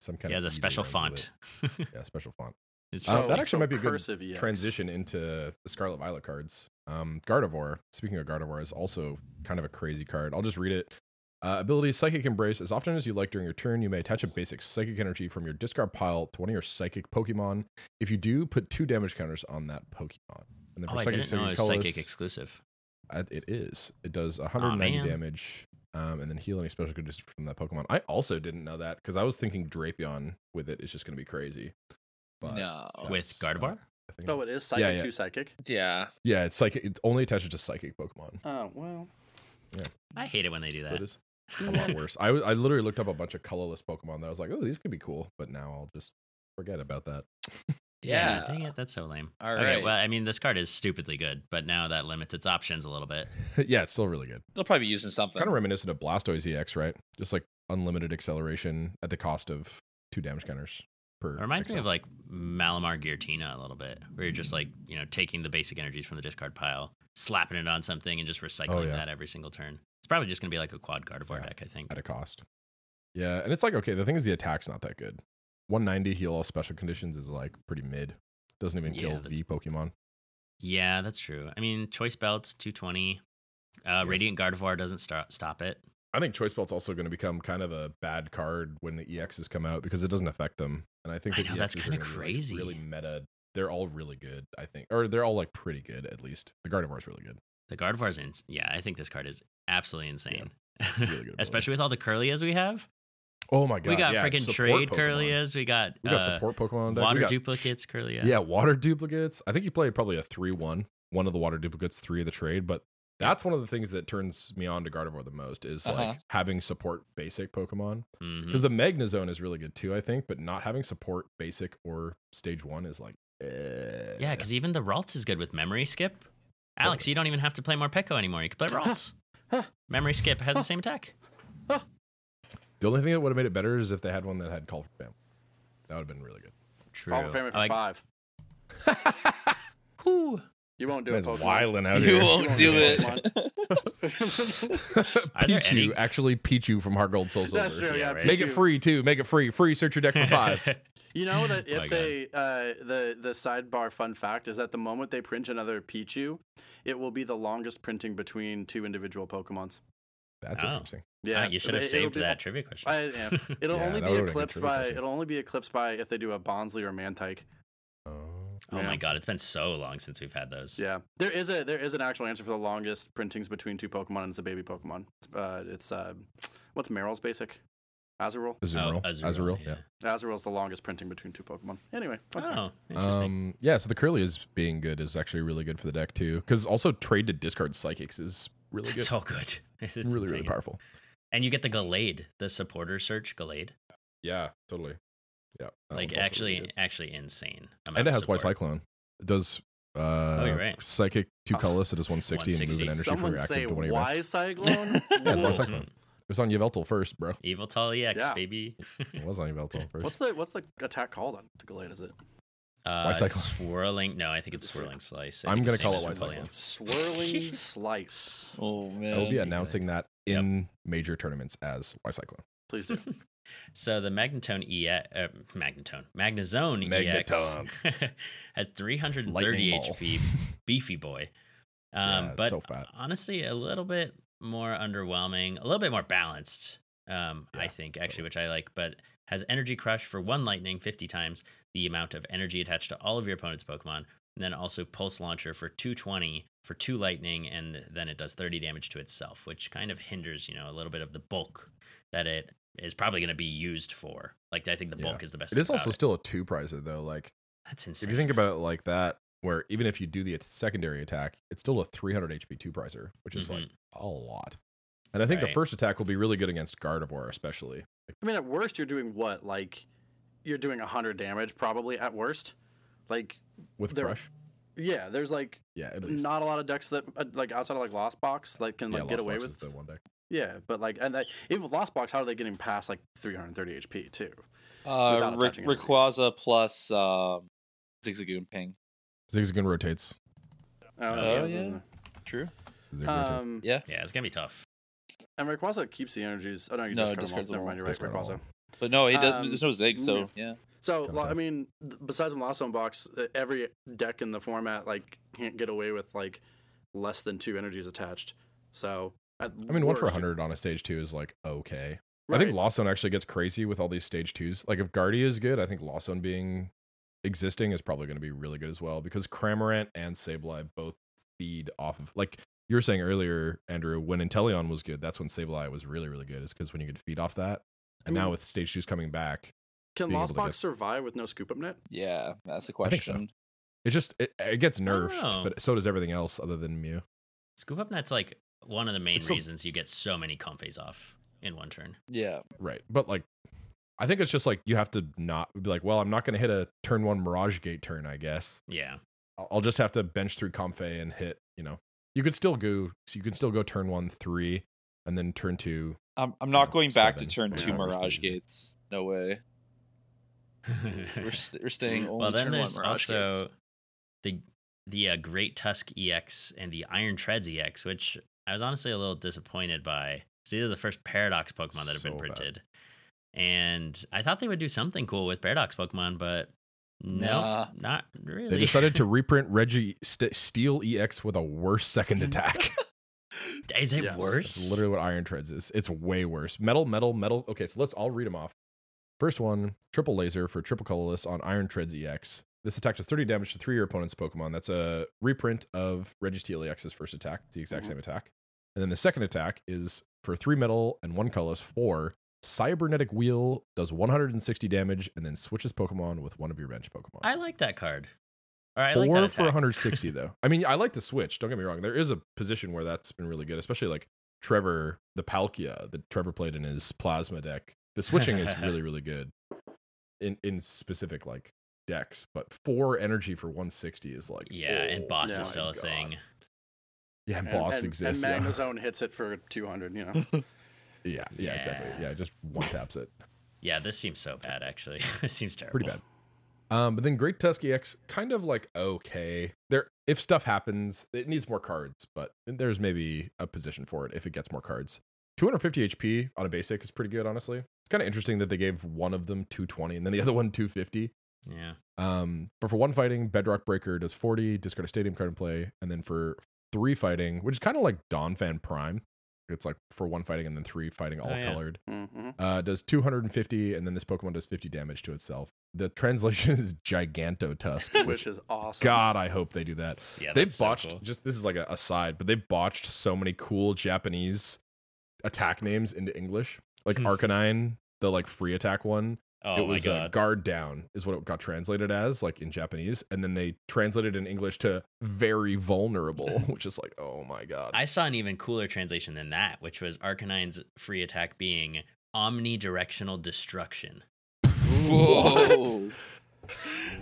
Speaker 3: some kind
Speaker 1: He has
Speaker 3: of. E
Speaker 1: a
Speaker 3: that
Speaker 1: special
Speaker 3: rhymes with
Speaker 1: font.
Speaker 3: it. Yeah, special font.
Speaker 1: It's Oh,
Speaker 3: Uh,
Speaker 1: probably
Speaker 3: that actually might be a good
Speaker 4: cursive E EX.
Speaker 3: Transition into the Scarlet Violet cards. Um, Gardevoir. Speaking of Gardevoir, is also kind of a crazy card. I'll just read it. Uh, ability Psychic Embrace. As often as you like during your turn, you may attach a basic psychic energy from your discard pile to one of your psychic Pokemon. If you do, put two damage counters on that Pokemon. And then
Speaker 1: Oh, I didn't know it was psychic
Speaker 3: Psychic Colorless-
Speaker 1: exclusive.
Speaker 3: Uh, It is. It does 190
Speaker 1: man.
Speaker 3: damage, um, and then heal any special goodness from that Pokemon. I also didn't know that because I was thinking Drapion with it is just going to be crazy. But
Speaker 2: No.
Speaker 1: With
Speaker 3: that's not
Speaker 1: Gardevoir?
Speaker 3: a thing.
Speaker 4: Oh, it is psychic
Speaker 3: yeah.
Speaker 4: to psychic.
Speaker 5: Yeah.
Speaker 3: yeah, it's like it only attaches to psychic Pokemon.
Speaker 4: Oh well. Mm.
Speaker 1: I hate it when they do
Speaker 3: That
Speaker 1: that.
Speaker 3: is a lot worse. I, was- I literally looked up a bunch of colorless Pokemon that I was like, oh, these could be cool, but now I'll just forget about that.
Speaker 1: Yeah.
Speaker 5: Yeah.
Speaker 1: Dang it, that's so lame.
Speaker 5: All
Speaker 1: okay,
Speaker 5: right.
Speaker 1: well, I mean, this card is stupidly good, but now that limits its options a little bit.
Speaker 3: yeah, it's still really good.
Speaker 5: They'll probably be using something.
Speaker 3: Kind of reminiscent of Blastoise EX, right? Just like unlimited acceleration at the cost of two damage counters per.
Speaker 1: It reminds me
Speaker 3: Excel.
Speaker 1: of like Malamar Giratina a little bit, where you're just like, you know, taking the basic energies from the discard pile, slapping it on something, and just recycling
Speaker 3: Oh, yeah.
Speaker 1: that every single turn. It's probably just going to be like a quad Gardevoir
Speaker 3: Yeah.
Speaker 1: deck, I think.
Speaker 3: at a cost. Yeah, and it's like okay, the thing is the attack's not that good. 190 heal all special conditions is like pretty mid. Doesn't even
Speaker 1: Yeah,
Speaker 3: kill
Speaker 1: that's-
Speaker 3: V Pokemon.
Speaker 1: Yeah, that's true. I mean, Choice Belts, 220. Uh,
Speaker 3: Yes.
Speaker 1: Radiant Gardevoir doesn't star- stop it.
Speaker 3: I think Choice Belt's also going to become kind of a bad card when the EXs come out because it doesn't affect them. And I think
Speaker 1: I
Speaker 3: the
Speaker 1: know, that's
Speaker 3: EXs are
Speaker 1: kinda
Speaker 3: gonna be, like,
Speaker 1: crazy.
Speaker 3: really meta. They're all really good, I think, or they're all like pretty good at least. The Gardevoir's really good.
Speaker 1: The Gardevoir's in. Yeah, I think this card is absolutely insane.
Speaker 3: good ability.
Speaker 1: Especially with all the Curlias we have.
Speaker 3: Oh my god,
Speaker 1: we got
Speaker 3: yeah,
Speaker 1: freaking
Speaker 3: support
Speaker 1: trade
Speaker 3: Pokemon.
Speaker 1: Curlias. We got,
Speaker 3: We got
Speaker 1: uh,
Speaker 3: support Pokemon. deck. We
Speaker 1: water
Speaker 3: got-
Speaker 1: duplicates Curlia.
Speaker 3: Yeah. water duplicates. I think you play probably a 3 1, one of the water duplicates, three of the trade, but that's one of the things that turns me on to Gardevoir the most is
Speaker 5: Uh-huh.
Speaker 3: like having support basic Pokemon.
Speaker 1: Mhm.
Speaker 3: Because the Magnezone is really good too, I think, but not having support basic or stage one is like, eh.
Speaker 1: Yeah, because even the Ralts is good with memory skip. Alex, you don't even have to play Morpeko anymore. You can play Ralts.
Speaker 4: Huh.
Speaker 1: memory skip has the same attack.
Speaker 3: the only thing that would have made it better is if they had one that had Call for Fam. That would have been really good.
Speaker 1: True.
Speaker 4: Call for family for
Speaker 1: Oh, I like-
Speaker 4: five.
Speaker 1: Whew.
Speaker 4: You won't do
Speaker 3: That's
Speaker 4: it, Pokemon.
Speaker 3: wilding out
Speaker 5: You
Speaker 3: here.
Speaker 5: won't do it.
Speaker 1: Are there
Speaker 3: Pichu,
Speaker 1: any-
Speaker 3: actually Pichu from Heart Gold Soul Silver.
Speaker 4: That's true. Yeah,
Speaker 1: right.
Speaker 3: Make it
Speaker 4: Pichu.
Speaker 3: free too. Make it free. Free. Search your deck for five.
Speaker 4: You know that
Speaker 1: My
Speaker 4: if
Speaker 1: God.
Speaker 4: they uh, the the sidebar fun fact is that the moment they print another Pichu, it will be the longest printing between two individual Pokemons.
Speaker 3: That's
Speaker 1: Oh.
Speaker 3: interesting.
Speaker 4: Yeah,
Speaker 1: Ah, you should have
Speaker 4: it- it'll
Speaker 1: saved
Speaker 4: be-
Speaker 1: that trivia question.
Speaker 4: I, yeah. It'll
Speaker 3: Yeah,
Speaker 4: only
Speaker 3: that
Speaker 4: be
Speaker 3: would've been
Speaker 4: eclipsed
Speaker 3: true,
Speaker 4: by
Speaker 3: actually.
Speaker 4: it'll only be eclipsed by if they do a Bonsley or Mantike.
Speaker 3: Oh.
Speaker 1: oh
Speaker 4: yeah.
Speaker 1: my god, it's been so long since we've had those.
Speaker 4: Yeah, there is a there is an actual answer for the longest printings between two Pokemon, and it's a baby Pokemon. It's, Uh, it's uh, what's Meryl's basic? Azuril.
Speaker 3: Azuril.
Speaker 1: Oh,
Speaker 3: Azuril. yeah.
Speaker 4: Azuril's the longest printing between two Pokemon. Anyway, fun fact.
Speaker 1: Oh, interesting.
Speaker 3: Um, yeah, so the Curly is being good is actually really good for the deck too, because also trade to discard psychics is really
Speaker 1: it's
Speaker 3: good,
Speaker 1: all good. It's
Speaker 3: really really
Speaker 1: insane.
Speaker 3: powerful.
Speaker 1: And you get the Gallade, the supporter search Gallade.
Speaker 3: Yeah, totally. Yeah, that one's
Speaker 1: like
Speaker 3: also really
Speaker 1: actually,
Speaker 3: good.
Speaker 1: actually insane. amount
Speaker 3: and it
Speaker 1: of
Speaker 3: has White
Speaker 1: support.
Speaker 3: Cyclone. It does. Uh,
Speaker 1: Oh, you're right. Oh,
Speaker 3: Psychic two colorless. It does 160 and move
Speaker 1: 160.
Speaker 3: an energy for
Speaker 4: Someone
Speaker 3: your
Speaker 4: say
Speaker 3: active to one of your
Speaker 4: why Cyclone?
Speaker 3: Yeah, it's White
Speaker 4: Whoa.
Speaker 3: Cyclone. It was on Yveltal first, bro.
Speaker 1: Evil Tali X,
Speaker 4: Yeah.
Speaker 1: baby.
Speaker 3: It was on Yveltal first.
Speaker 4: What's the what's the attack called on to Gallade? Is it
Speaker 1: Uh,
Speaker 3: Cyclone?
Speaker 1: swirling. No, I think it's swirling slice. E I
Speaker 3: I'm
Speaker 1: think
Speaker 3: gonna
Speaker 1: it's the
Speaker 3: call it
Speaker 1: same as
Speaker 3: White
Speaker 1: Lillian.
Speaker 4: swirling slice?
Speaker 5: Oh man.
Speaker 3: I will be
Speaker 1: Yeah.
Speaker 3: announcing that
Speaker 1: Yep.
Speaker 3: in major tournaments as Y Cyclone.
Speaker 4: Please do.
Speaker 1: So the Magnetone EX, uh, Magnetone, Magnezone EX
Speaker 3: Magnetone.
Speaker 1: has 330
Speaker 3: Lightning ball.
Speaker 1: HP, beefy boy. Um,
Speaker 3: Yeah, it's
Speaker 1: but
Speaker 3: so fat.
Speaker 1: honestly, a little bit more underwhelming, a little bit more balanced. Um, I
Speaker 3: Yeah,
Speaker 1: think actually, which I like, but has energy crush for one lightning 50 times the amount of energy attached to all of your opponent's Pokemon, and then also pulse launcher for 220 for two lightning, and then it does 30 damage to itself, which kind of hinders, you know, a little bit of the bulk that it is probably going to be used for. Like I think the
Speaker 3: Yeah.
Speaker 1: bulk is the best.
Speaker 3: It
Speaker 1: thing
Speaker 3: is also
Speaker 1: about it.
Speaker 3: still a two prizer though. Like
Speaker 1: that's
Speaker 3: if
Speaker 1: insane.
Speaker 3: you think about it like that, where even if you do the secondary attack, it's still a 300 HP two prizer, which is like a lot. And I think
Speaker 1: Right.
Speaker 3: the first attack will be really good against Gardevoir, especially.
Speaker 4: I mean, at worst, you're doing what? Like, you're doing 100 damage probably at worst. Like,
Speaker 3: with
Speaker 4: They're-
Speaker 3: Crush.
Speaker 4: yeah, there's like
Speaker 3: Yeah, at least.
Speaker 4: not a lot of decks that, uh, like, outside of like Lost Box, that can
Speaker 3: yeah,
Speaker 4: like
Speaker 3: Lost
Speaker 4: get away
Speaker 3: Box is
Speaker 4: with.
Speaker 3: the one deck.
Speaker 4: Yeah, but like, and that, even with Lost Box, how are they getting past like 330 HP too?
Speaker 5: Uh,
Speaker 4: Without
Speaker 5: Ra-
Speaker 4: attaching anything.
Speaker 5: Rayquaza plus um, Zigzagoon ping.
Speaker 3: Zigzagoon rotates.
Speaker 4: Oh,
Speaker 5: Oh,
Speaker 4: yeah.
Speaker 5: yeah. True.
Speaker 3: Zig rotates.
Speaker 4: Um,
Speaker 5: Yeah,
Speaker 1: yeah, it's gonna be tough.
Speaker 4: and Rayquaza keeps the energies. Oh no, you
Speaker 5: No,
Speaker 4: discard
Speaker 5: it
Speaker 4: them all.
Speaker 5: discards them
Speaker 4: Never mind,
Speaker 5: all.
Speaker 4: you're right,
Speaker 3: Discard them all.
Speaker 4: Rayquaza.
Speaker 5: but no, he does.
Speaker 4: Um,
Speaker 5: there's no Zig, so yeah.
Speaker 4: So,
Speaker 3: Kinda
Speaker 4: well, I
Speaker 3: thing.
Speaker 4: mean, th- besides Blossom Box, uh, every deck in the format like can't get away with like less than two energies attached. So, I
Speaker 3: I mean, one for 100 on a stage two is like okay.
Speaker 4: Right.
Speaker 3: I think Lawson actually gets crazy with all these stage twos. Like if Guardia is good, I think Lawson being existing is probably going to be really good as well because Cramorant and Sableye both feed off of like you were saying earlier, Andrew. When Inteleon was good, that's when Sableye was really really good. Is because when you could feed off that, and
Speaker 4: I mean-
Speaker 3: now with stage twos coming back,
Speaker 4: Can
Speaker 3: being able
Speaker 4: Lost
Speaker 3: to
Speaker 4: Box
Speaker 3: get-
Speaker 4: survive with no scoop up net?
Speaker 5: Yeah, that's the
Speaker 3: I think so.
Speaker 5: question.
Speaker 3: it just it, it gets nerfed,
Speaker 1: Oh.
Speaker 3: but so does everything else other than Mew.
Speaker 1: Scoop up net's like one of the main
Speaker 3: It's still-
Speaker 1: reasons you get so many confays off in one turn.
Speaker 5: Yeah.
Speaker 3: Right. But like I think it's just like you have to not be like, well, I'm not gonna hit a turn one Mirage Gate turn, I guess.
Speaker 1: Yeah,
Speaker 3: I'll, I'll just have to bench through Comfey and hit, you know. You could still go so you could still go turn one three and then turn two.
Speaker 5: I'm, I'm not
Speaker 3: So,
Speaker 5: going back to
Speaker 3: seven.
Speaker 5: turn two
Speaker 4: Yeah,
Speaker 3: we're
Speaker 5: Mirage
Speaker 3: staying-
Speaker 5: Gates. No way. We're, st- we're staying only
Speaker 1: well, then
Speaker 5: turn one
Speaker 1: there's
Speaker 5: Mirage
Speaker 1: also
Speaker 5: Gates.
Speaker 1: the the uh, Great Tusk EX and the Iron Treads EX, which I was honestly a little disappointed by. 'Cause These are the first Paradox Pokemon that have been
Speaker 3: So bad.
Speaker 1: printed, and I thought they would do something cool with Paradox Pokemon, but no,
Speaker 5: Nah.
Speaker 1: not really.
Speaker 3: They decided to reprint Reggie St- Steel EX with a worse second attack.
Speaker 1: Is it
Speaker 4: Yes.
Speaker 1: worse?
Speaker 3: That's literally what Iron Treads is. It's way worse. Metal, metal, metal. Okay, so let's I'll read them off. First one, triple laser for triple colorless on Iron Treads EX. This attack does 30 damage to three of your opponent's Pokemon. That's a reprint of Registeel EX's first attack. It's the exact
Speaker 4: Mhm.
Speaker 3: same attack. And then the second attack is for three metal and one colorless, four. Cybernetic Wheel does 160 damage and then switches Pokemon with one of your bench Pokemon.
Speaker 1: I like that card. Or I
Speaker 3: Four
Speaker 1: like that
Speaker 3: for
Speaker 1: attack.
Speaker 3: 160 though. I mean, I like the switch. Don't get me wrong. There is a position where that's been really good, especially like Trevor, the Palkia that Trevor played in his plasma deck. The switching is really, really good in in specific like decks. But four energy for 160 is like
Speaker 1: Yeah, and
Speaker 3: oh
Speaker 1: boss
Speaker 3: my
Speaker 1: is still a
Speaker 3: God.
Speaker 1: thing.
Speaker 3: Yeah, and boss exists.
Speaker 4: And
Speaker 3: yeah.
Speaker 4: Magnezone hits it for 200. You know,
Speaker 3: yeah. yeah, exactly.
Speaker 1: Yeah.
Speaker 3: Yeah, just one taps it.
Speaker 1: Yeah, this seems so bad. Actually, this seems terrible.
Speaker 3: Pretty bad. Um, but then Great Tusky X kind of like okay. There if stuff happens, it needs more cards, but there's maybe a position for it if it gets more cards. 250 HP on a basic is pretty good, honestly. It's kind of interesting that they gave one of them 220 and then the other one 250.
Speaker 1: Yeah.
Speaker 3: Um, but for one fighting, Bedrock Breaker does 40, discard a stadium card and play, and then for three fighting, which is kind of like Dawn Fan Prime. It's like for one fighting and then three fighting all
Speaker 1: Oh, yeah.
Speaker 3: colored
Speaker 4: mm-hmm.
Speaker 3: uh, does 250, and then this Pokemon does 50 damage to itself. The translation is Gigantotusk, which
Speaker 4: which is awesome.
Speaker 3: God, I hope they do that.
Speaker 1: Yeah.
Speaker 3: they've
Speaker 1: that's so
Speaker 3: botched
Speaker 1: cool.
Speaker 3: just this is like a aside, but they've botched so many cool Japanese attack names into English, like Arcanine. the like free attack one.
Speaker 1: Hmm. Oh
Speaker 3: it was
Speaker 1: my
Speaker 3: uh,
Speaker 1: god.
Speaker 3: guard down is what it got translated as, like in Japanese, and then they translated in English to very vulnerable, which is like, oh my god.
Speaker 1: I saw an even cooler translation than that, which was Arcanine's free attack being omnidirectional destruction.
Speaker 3: What?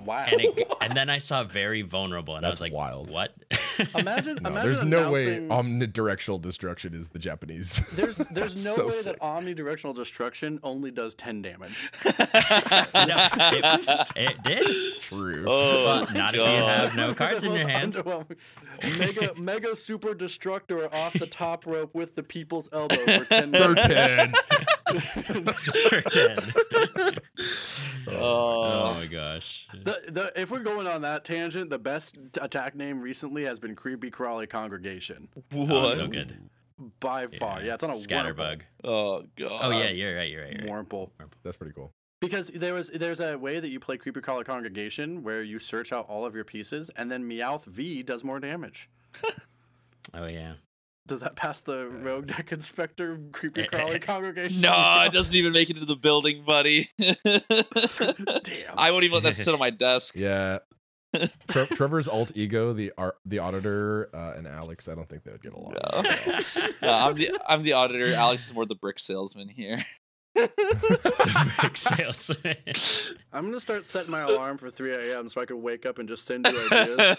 Speaker 4: Wow.
Speaker 1: And it, and then I saw very vulnerable and I
Speaker 3: That's
Speaker 1: was like
Speaker 3: wild.
Speaker 1: What?
Speaker 4: Imagine,
Speaker 3: No,
Speaker 4: imagine
Speaker 3: there's no way
Speaker 4: announcing-
Speaker 3: omnidirectional destruction is the Japanese.
Speaker 4: There's there's no
Speaker 3: so
Speaker 4: way
Speaker 3: sick.
Speaker 4: that omnidirectional destruction only does ten damage.
Speaker 1: it, it did.
Speaker 3: True.
Speaker 5: oh,
Speaker 1: But not if you
Speaker 5: God.
Speaker 1: have no cards in your hand.
Speaker 4: Uh, underwhelming. Mega mega super destructor off the top rope with the people's elbow for ten
Speaker 3: For
Speaker 4: damage.
Speaker 3: 10.
Speaker 1: For 10. Oh
Speaker 5: Oh.
Speaker 1: my gosh.
Speaker 4: The, the, if we're going on that tangent, the best t- attack name recently has been Creepy Crawly Congregation
Speaker 1: Oh,
Speaker 5: What?
Speaker 1: so good.
Speaker 4: by far. Yeah, it's on a
Speaker 1: scatterbug.
Speaker 5: Oh, God.
Speaker 1: Oh yeah, you're right. You're right. You're right.
Speaker 4: Warmple. Warmple.
Speaker 3: That's pretty cool.
Speaker 4: Because there was there's a way that you play Creepy Crawler Congregation where you search out all of your pieces and then Meowth V does more damage.
Speaker 1: Oh yeah.
Speaker 4: Does that pass the
Speaker 1: Uh.
Speaker 4: Rogue Deck Inspector
Speaker 1: Eh,
Speaker 4: Creepy Crawler Congregation?
Speaker 5: No, it
Speaker 4: Meowth?
Speaker 5: doesn't even make it into the building, buddy.
Speaker 4: Damn.
Speaker 5: I won't even let that sit on my desk.
Speaker 3: Yeah. Tre- Trevor's alt ego, the ar- the auditor, uh, and Alex. I don't think they would get along.
Speaker 5: No. No, I'm the I'm the auditor. Alex is more the brick salesman here.
Speaker 1: Brick salesman.
Speaker 4: I'm gonna start setting
Speaker 5: Uh,
Speaker 4: my alarm for 3 a.m. so I can wake up and just send you ideas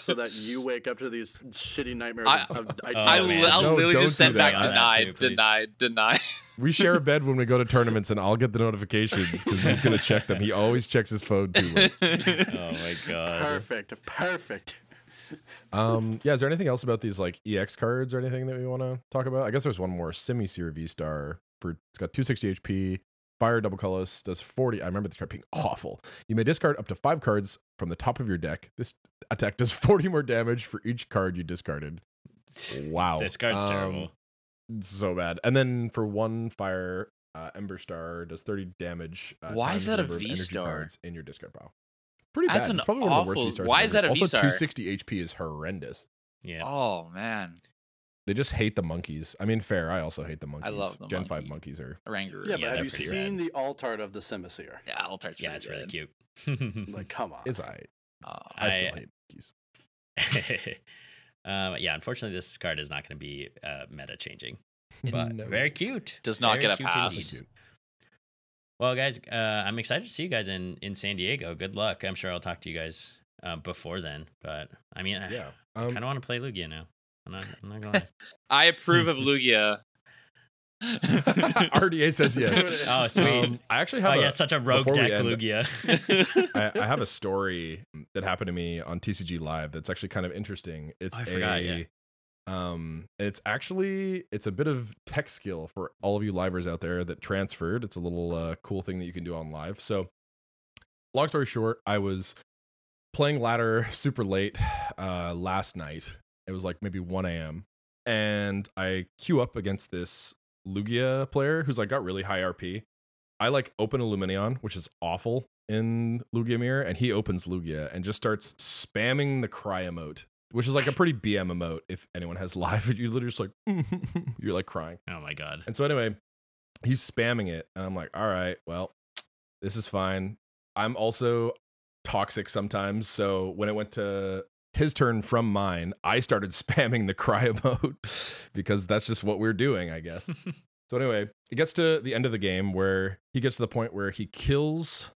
Speaker 4: so that you wake up to these shitty nightmares
Speaker 5: I-
Speaker 4: of of
Speaker 1: Oh,
Speaker 5: I,
Speaker 4: ideas.
Speaker 1: man.
Speaker 5: will
Speaker 3: No,
Speaker 5: literally
Speaker 3: don't
Speaker 5: just
Speaker 3: do
Speaker 5: send back
Speaker 3: that.
Speaker 1: Yeah, that
Speaker 5: denied,
Speaker 1: too, please.
Speaker 5: denied, denied.
Speaker 3: We share a bed when we go to tournaments, and I'll get the notifications because he's gonna check them. He always checks his phone too. Late.
Speaker 1: Oh my god.
Speaker 4: perfect, perfect.
Speaker 3: Um, yeah. Is there anything else about these like EX cards or anything that we want to talk about? I guess there's one more. Semi Seer V Star for it's got 260 HP. Fire double colorless does 40. I remember this card being awful. You may discard up to five cards from the top of your deck. This attack does 40 more damage for each card you discarded. Wow.
Speaker 1: This card's
Speaker 3: Um,
Speaker 1: terrible.
Speaker 3: so bad. And then for one fire, uh, Ember Star does 30 damage. Uh,
Speaker 5: Why is
Speaker 3: times the
Speaker 5: that a
Speaker 3: number of energy
Speaker 5: V-star?
Speaker 3: cards in your discard pile. Pretty bad.
Speaker 5: That's an
Speaker 3: it's probably one of the
Speaker 5: awful-
Speaker 3: worst V-stars.
Speaker 5: why
Speaker 3: I've
Speaker 5: is
Speaker 3: ever-
Speaker 5: that a
Speaker 3: Also,
Speaker 5: V-star?
Speaker 3: 260 HP is horrendous.
Speaker 1: Yeah.
Speaker 5: Oh man,
Speaker 3: They just hate the monkeys. I mean, fair. I also hate the monkeys.
Speaker 5: love the
Speaker 3: Gen 5
Speaker 5: monkey.
Speaker 3: monkeys are.
Speaker 5: Rangaroo.
Speaker 1: Yeah,
Speaker 4: Yeah, but have
Speaker 1: they're
Speaker 4: you
Speaker 1: pretty
Speaker 4: seen the alt art of the Simiseer?
Speaker 5: Yeah, I'll try to
Speaker 1: Yeah,
Speaker 5: do
Speaker 1: it's
Speaker 5: that.
Speaker 1: really cute.
Speaker 4: Like, come on.
Speaker 3: It's all right.
Speaker 5: Uh,
Speaker 3: I, still
Speaker 1: I-
Speaker 3: hate monkeys.
Speaker 1: um, yeah, unfortunately, this card is not going to be uh, meta changing, but
Speaker 3: No.
Speaker 1: very cute.
Speaker 5: Does not
Speaker 1: Very
Speaker 5: get a
Speaker 1: cute
Speaker 5: pass.
Speaker 1: indeed.
Speaker 3: Thank you.
Speaker 1: Well, guys, uh, I'm excited to see you guys in, in San Diego. Good luck. I'm sure I'll talk to you guys uh, before then. But I mean, I
Speaker 3: Yeah.
Speaker 1: kind
Speaker 3: Um,
Speaker 1: of want to play Lugia now. I'm not, I'm not going to.
Speaker 5: I approve of Lugia.
Speaker 3: RDA says yes.
Speaker 1: Oh, sweet.
Speaker 3: Um, I actually
Speaker 1: oh,
Speaker 3: have a,
Speaker 1: yeah, such a rogue
Speaker 3: before we
Speaker 1: deck,
Speaker 3: end-
Speaker 1: Lugia.
Speaker 3: I, I have a story that happened to me on TCG Live that's actually kind of interesting. It's
Speaker 1: I
Speaker 3: a,
Speaker 1: forgot, yeah.
Speaker 3: um, it's actually it's a bit of tech skill for all of you livers out there that transferred. It's a little uh, cool thing that you can do on live. So, long story short, I was playing ladder super late uh, last night. It was like maybe 1 a.m. and I queue up against this Lugia player who's like got really high RP. I like open Illuminion, which is awful in Lugia Mirror, and he opens Lugia and just starts spamming the cry emote, which is like a pretty BM emote. If anyone has live, you literally just like you're like crying.
Speaker 1: oh, my God.
Speaker 3: And so anyway, he's spamming it, and I'm like, all right, well, this is fine. I'm also toxic sometimes, so when it went to his turn from mine, I started spamming the cry emote because that's just what we're doing, I guess. so anyway, it gets to the end of the game where he gets to the point where he kills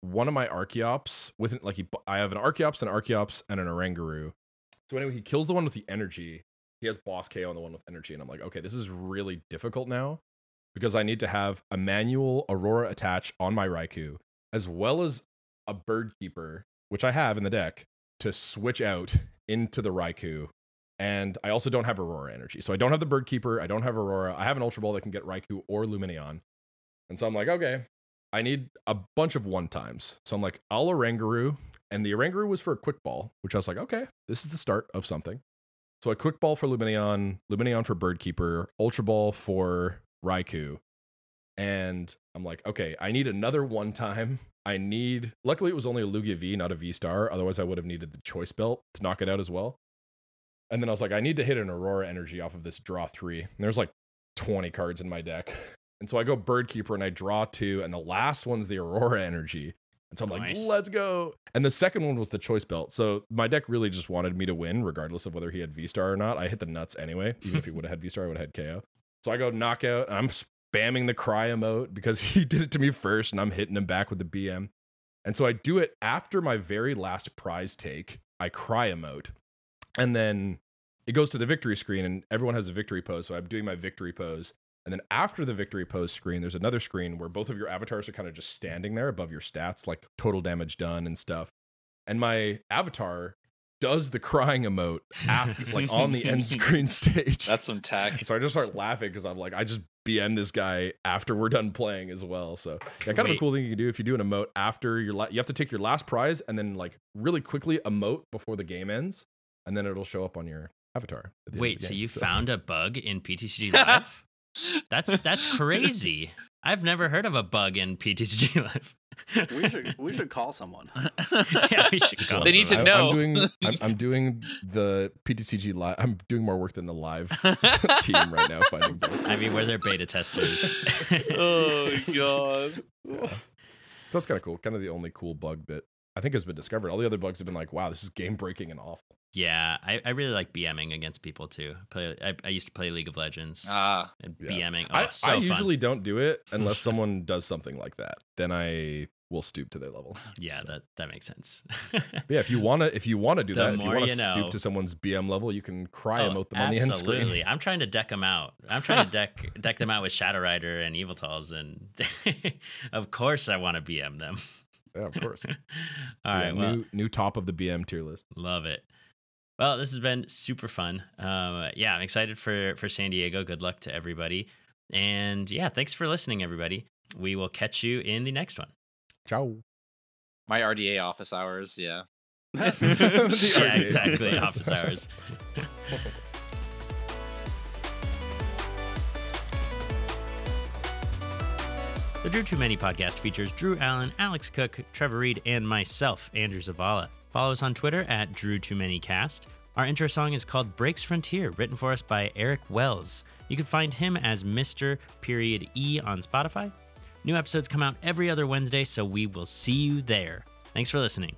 Speaker 3: one of my Archeops with like he, I have an Archeops, an Archeops, and an Oranguru. So anyway, he kills the one with the energy, he has boss KO on the one with energy, and I'm like, okay, this is really difficult now because I need to have a manual Aurora attach on my Raikou, as well as a Bird Keeper, which I have in the deck, to switch out into the Raikou. And I also don't have Aurora energy. So I don't have the Bird Keeper, I don't have Aurora, I have an Ultra Ball that can get Raikou or Luminion. And so I'm like, okay, I need a bunch of one times. So I'm like, I'll Oranguru. And the Oranguru was for a quick ball, which I was like, okay, this is the start of something. So a quick ball for Luminion, Luminion for Birdkeeper, Ultra Ball for Raikou. And I'm like, okay, I need another one time. I need luckily it was only a Lugia V, not a V star. Otherwise I would have needed the choice belt to knock it out as well. And then I was like, I need to hit an Aurora energy off of this draw three. And there's like 20 cards in my deck. And so I go bird keeper and I draw two, and the last one's the aurora energy. And so I'm like,
Speaker 1: Nice.
Speaker 3: let's go. And the second one was the choice belt. So my deck really just wanted me to win, regardless of whether he had V Star or not. I hit the nuts anyway. Even if he would have had V Star, I would have had KO. So I go knockout, and I'm spamming the cry emote because he did it to me first, and I'm hitting him back with the BM. And so I do it after my very last prize take. I cry emote. And then it goes to the victory screen, and everyone has a victory pose. So I'm doing my victory pose. And then after the victory pose screen, there's another screen where both of your avatars are kind of just standing there above your stats, like total damage done and stuff. And my avatar does the crying emote after, like on the end screen stage.
Speaker 2: That's some tech.
Speaker 3: so I just start laughing because I'm like, I just BM this guy after we're done playing as well. So yeah, kind of a
Speaker 1: Wait.
Speaker 3: cool thing you can do if you do an emote after your la- you have to take your last prize and then like really quickly emote before the game ends, and then it'll show up on your avatar. at the end of the
Speaker 1: Wait, so
Speaker 3: game.
Speaker 1: you found a bug in PTCG Live? That's that's crazy. I've never heard of a bug in PTCG Live.
Speaker 4: We should we should call someone.
Speaker 1: yeah, we should call
Speaker 2: They need to
Speaker 1: them.
Speaker 3: I'm-
Speaker 2: know.
Speaker 3: I'm doing, I'm, I'm doing the PTCG live. I'm doing more work than the live team right now. Finding bugs.
Speaker 1: I mean, we're their beta testers.
Speaker 2: oh god.
Speaker 3: so that's kind of cool. Kind of the only cool bug that I think has been discovered. All the other bugs have been like, wow, this is game breaking and awful.
Speaker 1: yeah, I, I really like BMing against people too. Play, I, I used to play League of Legends
Speaker 2: Ah,
Speaker 1: and
Speaker 3: yeah.
Speaker 1: BMing. Oh,
Speaker 3: I,
Speaker 1: so
Speaker 3: I
Speaker 1: fun.
Speaker 3: usually don't do it unless someone does something like that. Then I will stoop to their level.
Speaker 1: yeah, that that makes sense.
Speaker 3: But yeah, if you wanna, if you wanna do
Speaker 1: The
Speaker 3: that, if you
Speaker 1: more
Speaker 3: wanna
Speaker 1: you know.
Speaker 3: stoop to someone's BM level, you can cry
Speaker 1: Oh,
Speaker 3: emote them on the end screen.
Speaker 1: Absolutely. I'm trying to deck them out. I'm trying to deck deck them out with Shadow Rider and Evil Tals, and of course I want to BM them.
Speaker 3: Yeah, of course. E.
Speaker 1: All right.
Speaker 3: So yeah,
Speaker 1: well,
Speaker 3: new new top of the BM tier list.
Speaker 1: love it. Well, this has been super fun. Um, yeah, I'm excited for for San Diego. Good luck to everybody, and yeah, thanks for listening, everybody. We will catch you in the next one.
Speaker 3: Ciao.
Speaker 2: my RDA office hours. Yeah.
Speaker 3: The
Speaker 1: yeah,
Speaker 3: arcade.
Speaker 1: exactly. Office hours. The Drew Too Many podcast features Drew Allen, Alex Cook, Trevor Reed, and myself, Andrew Zavala. Follow us on Twitter at Drew Too Many Cast. Our intro song is called Breaks Frontier, written for us by Eric Wells. You can find him as Mr. Period E on Spotify. New episodes come out every other Wednesday, so we will see you there. Thanks for listening.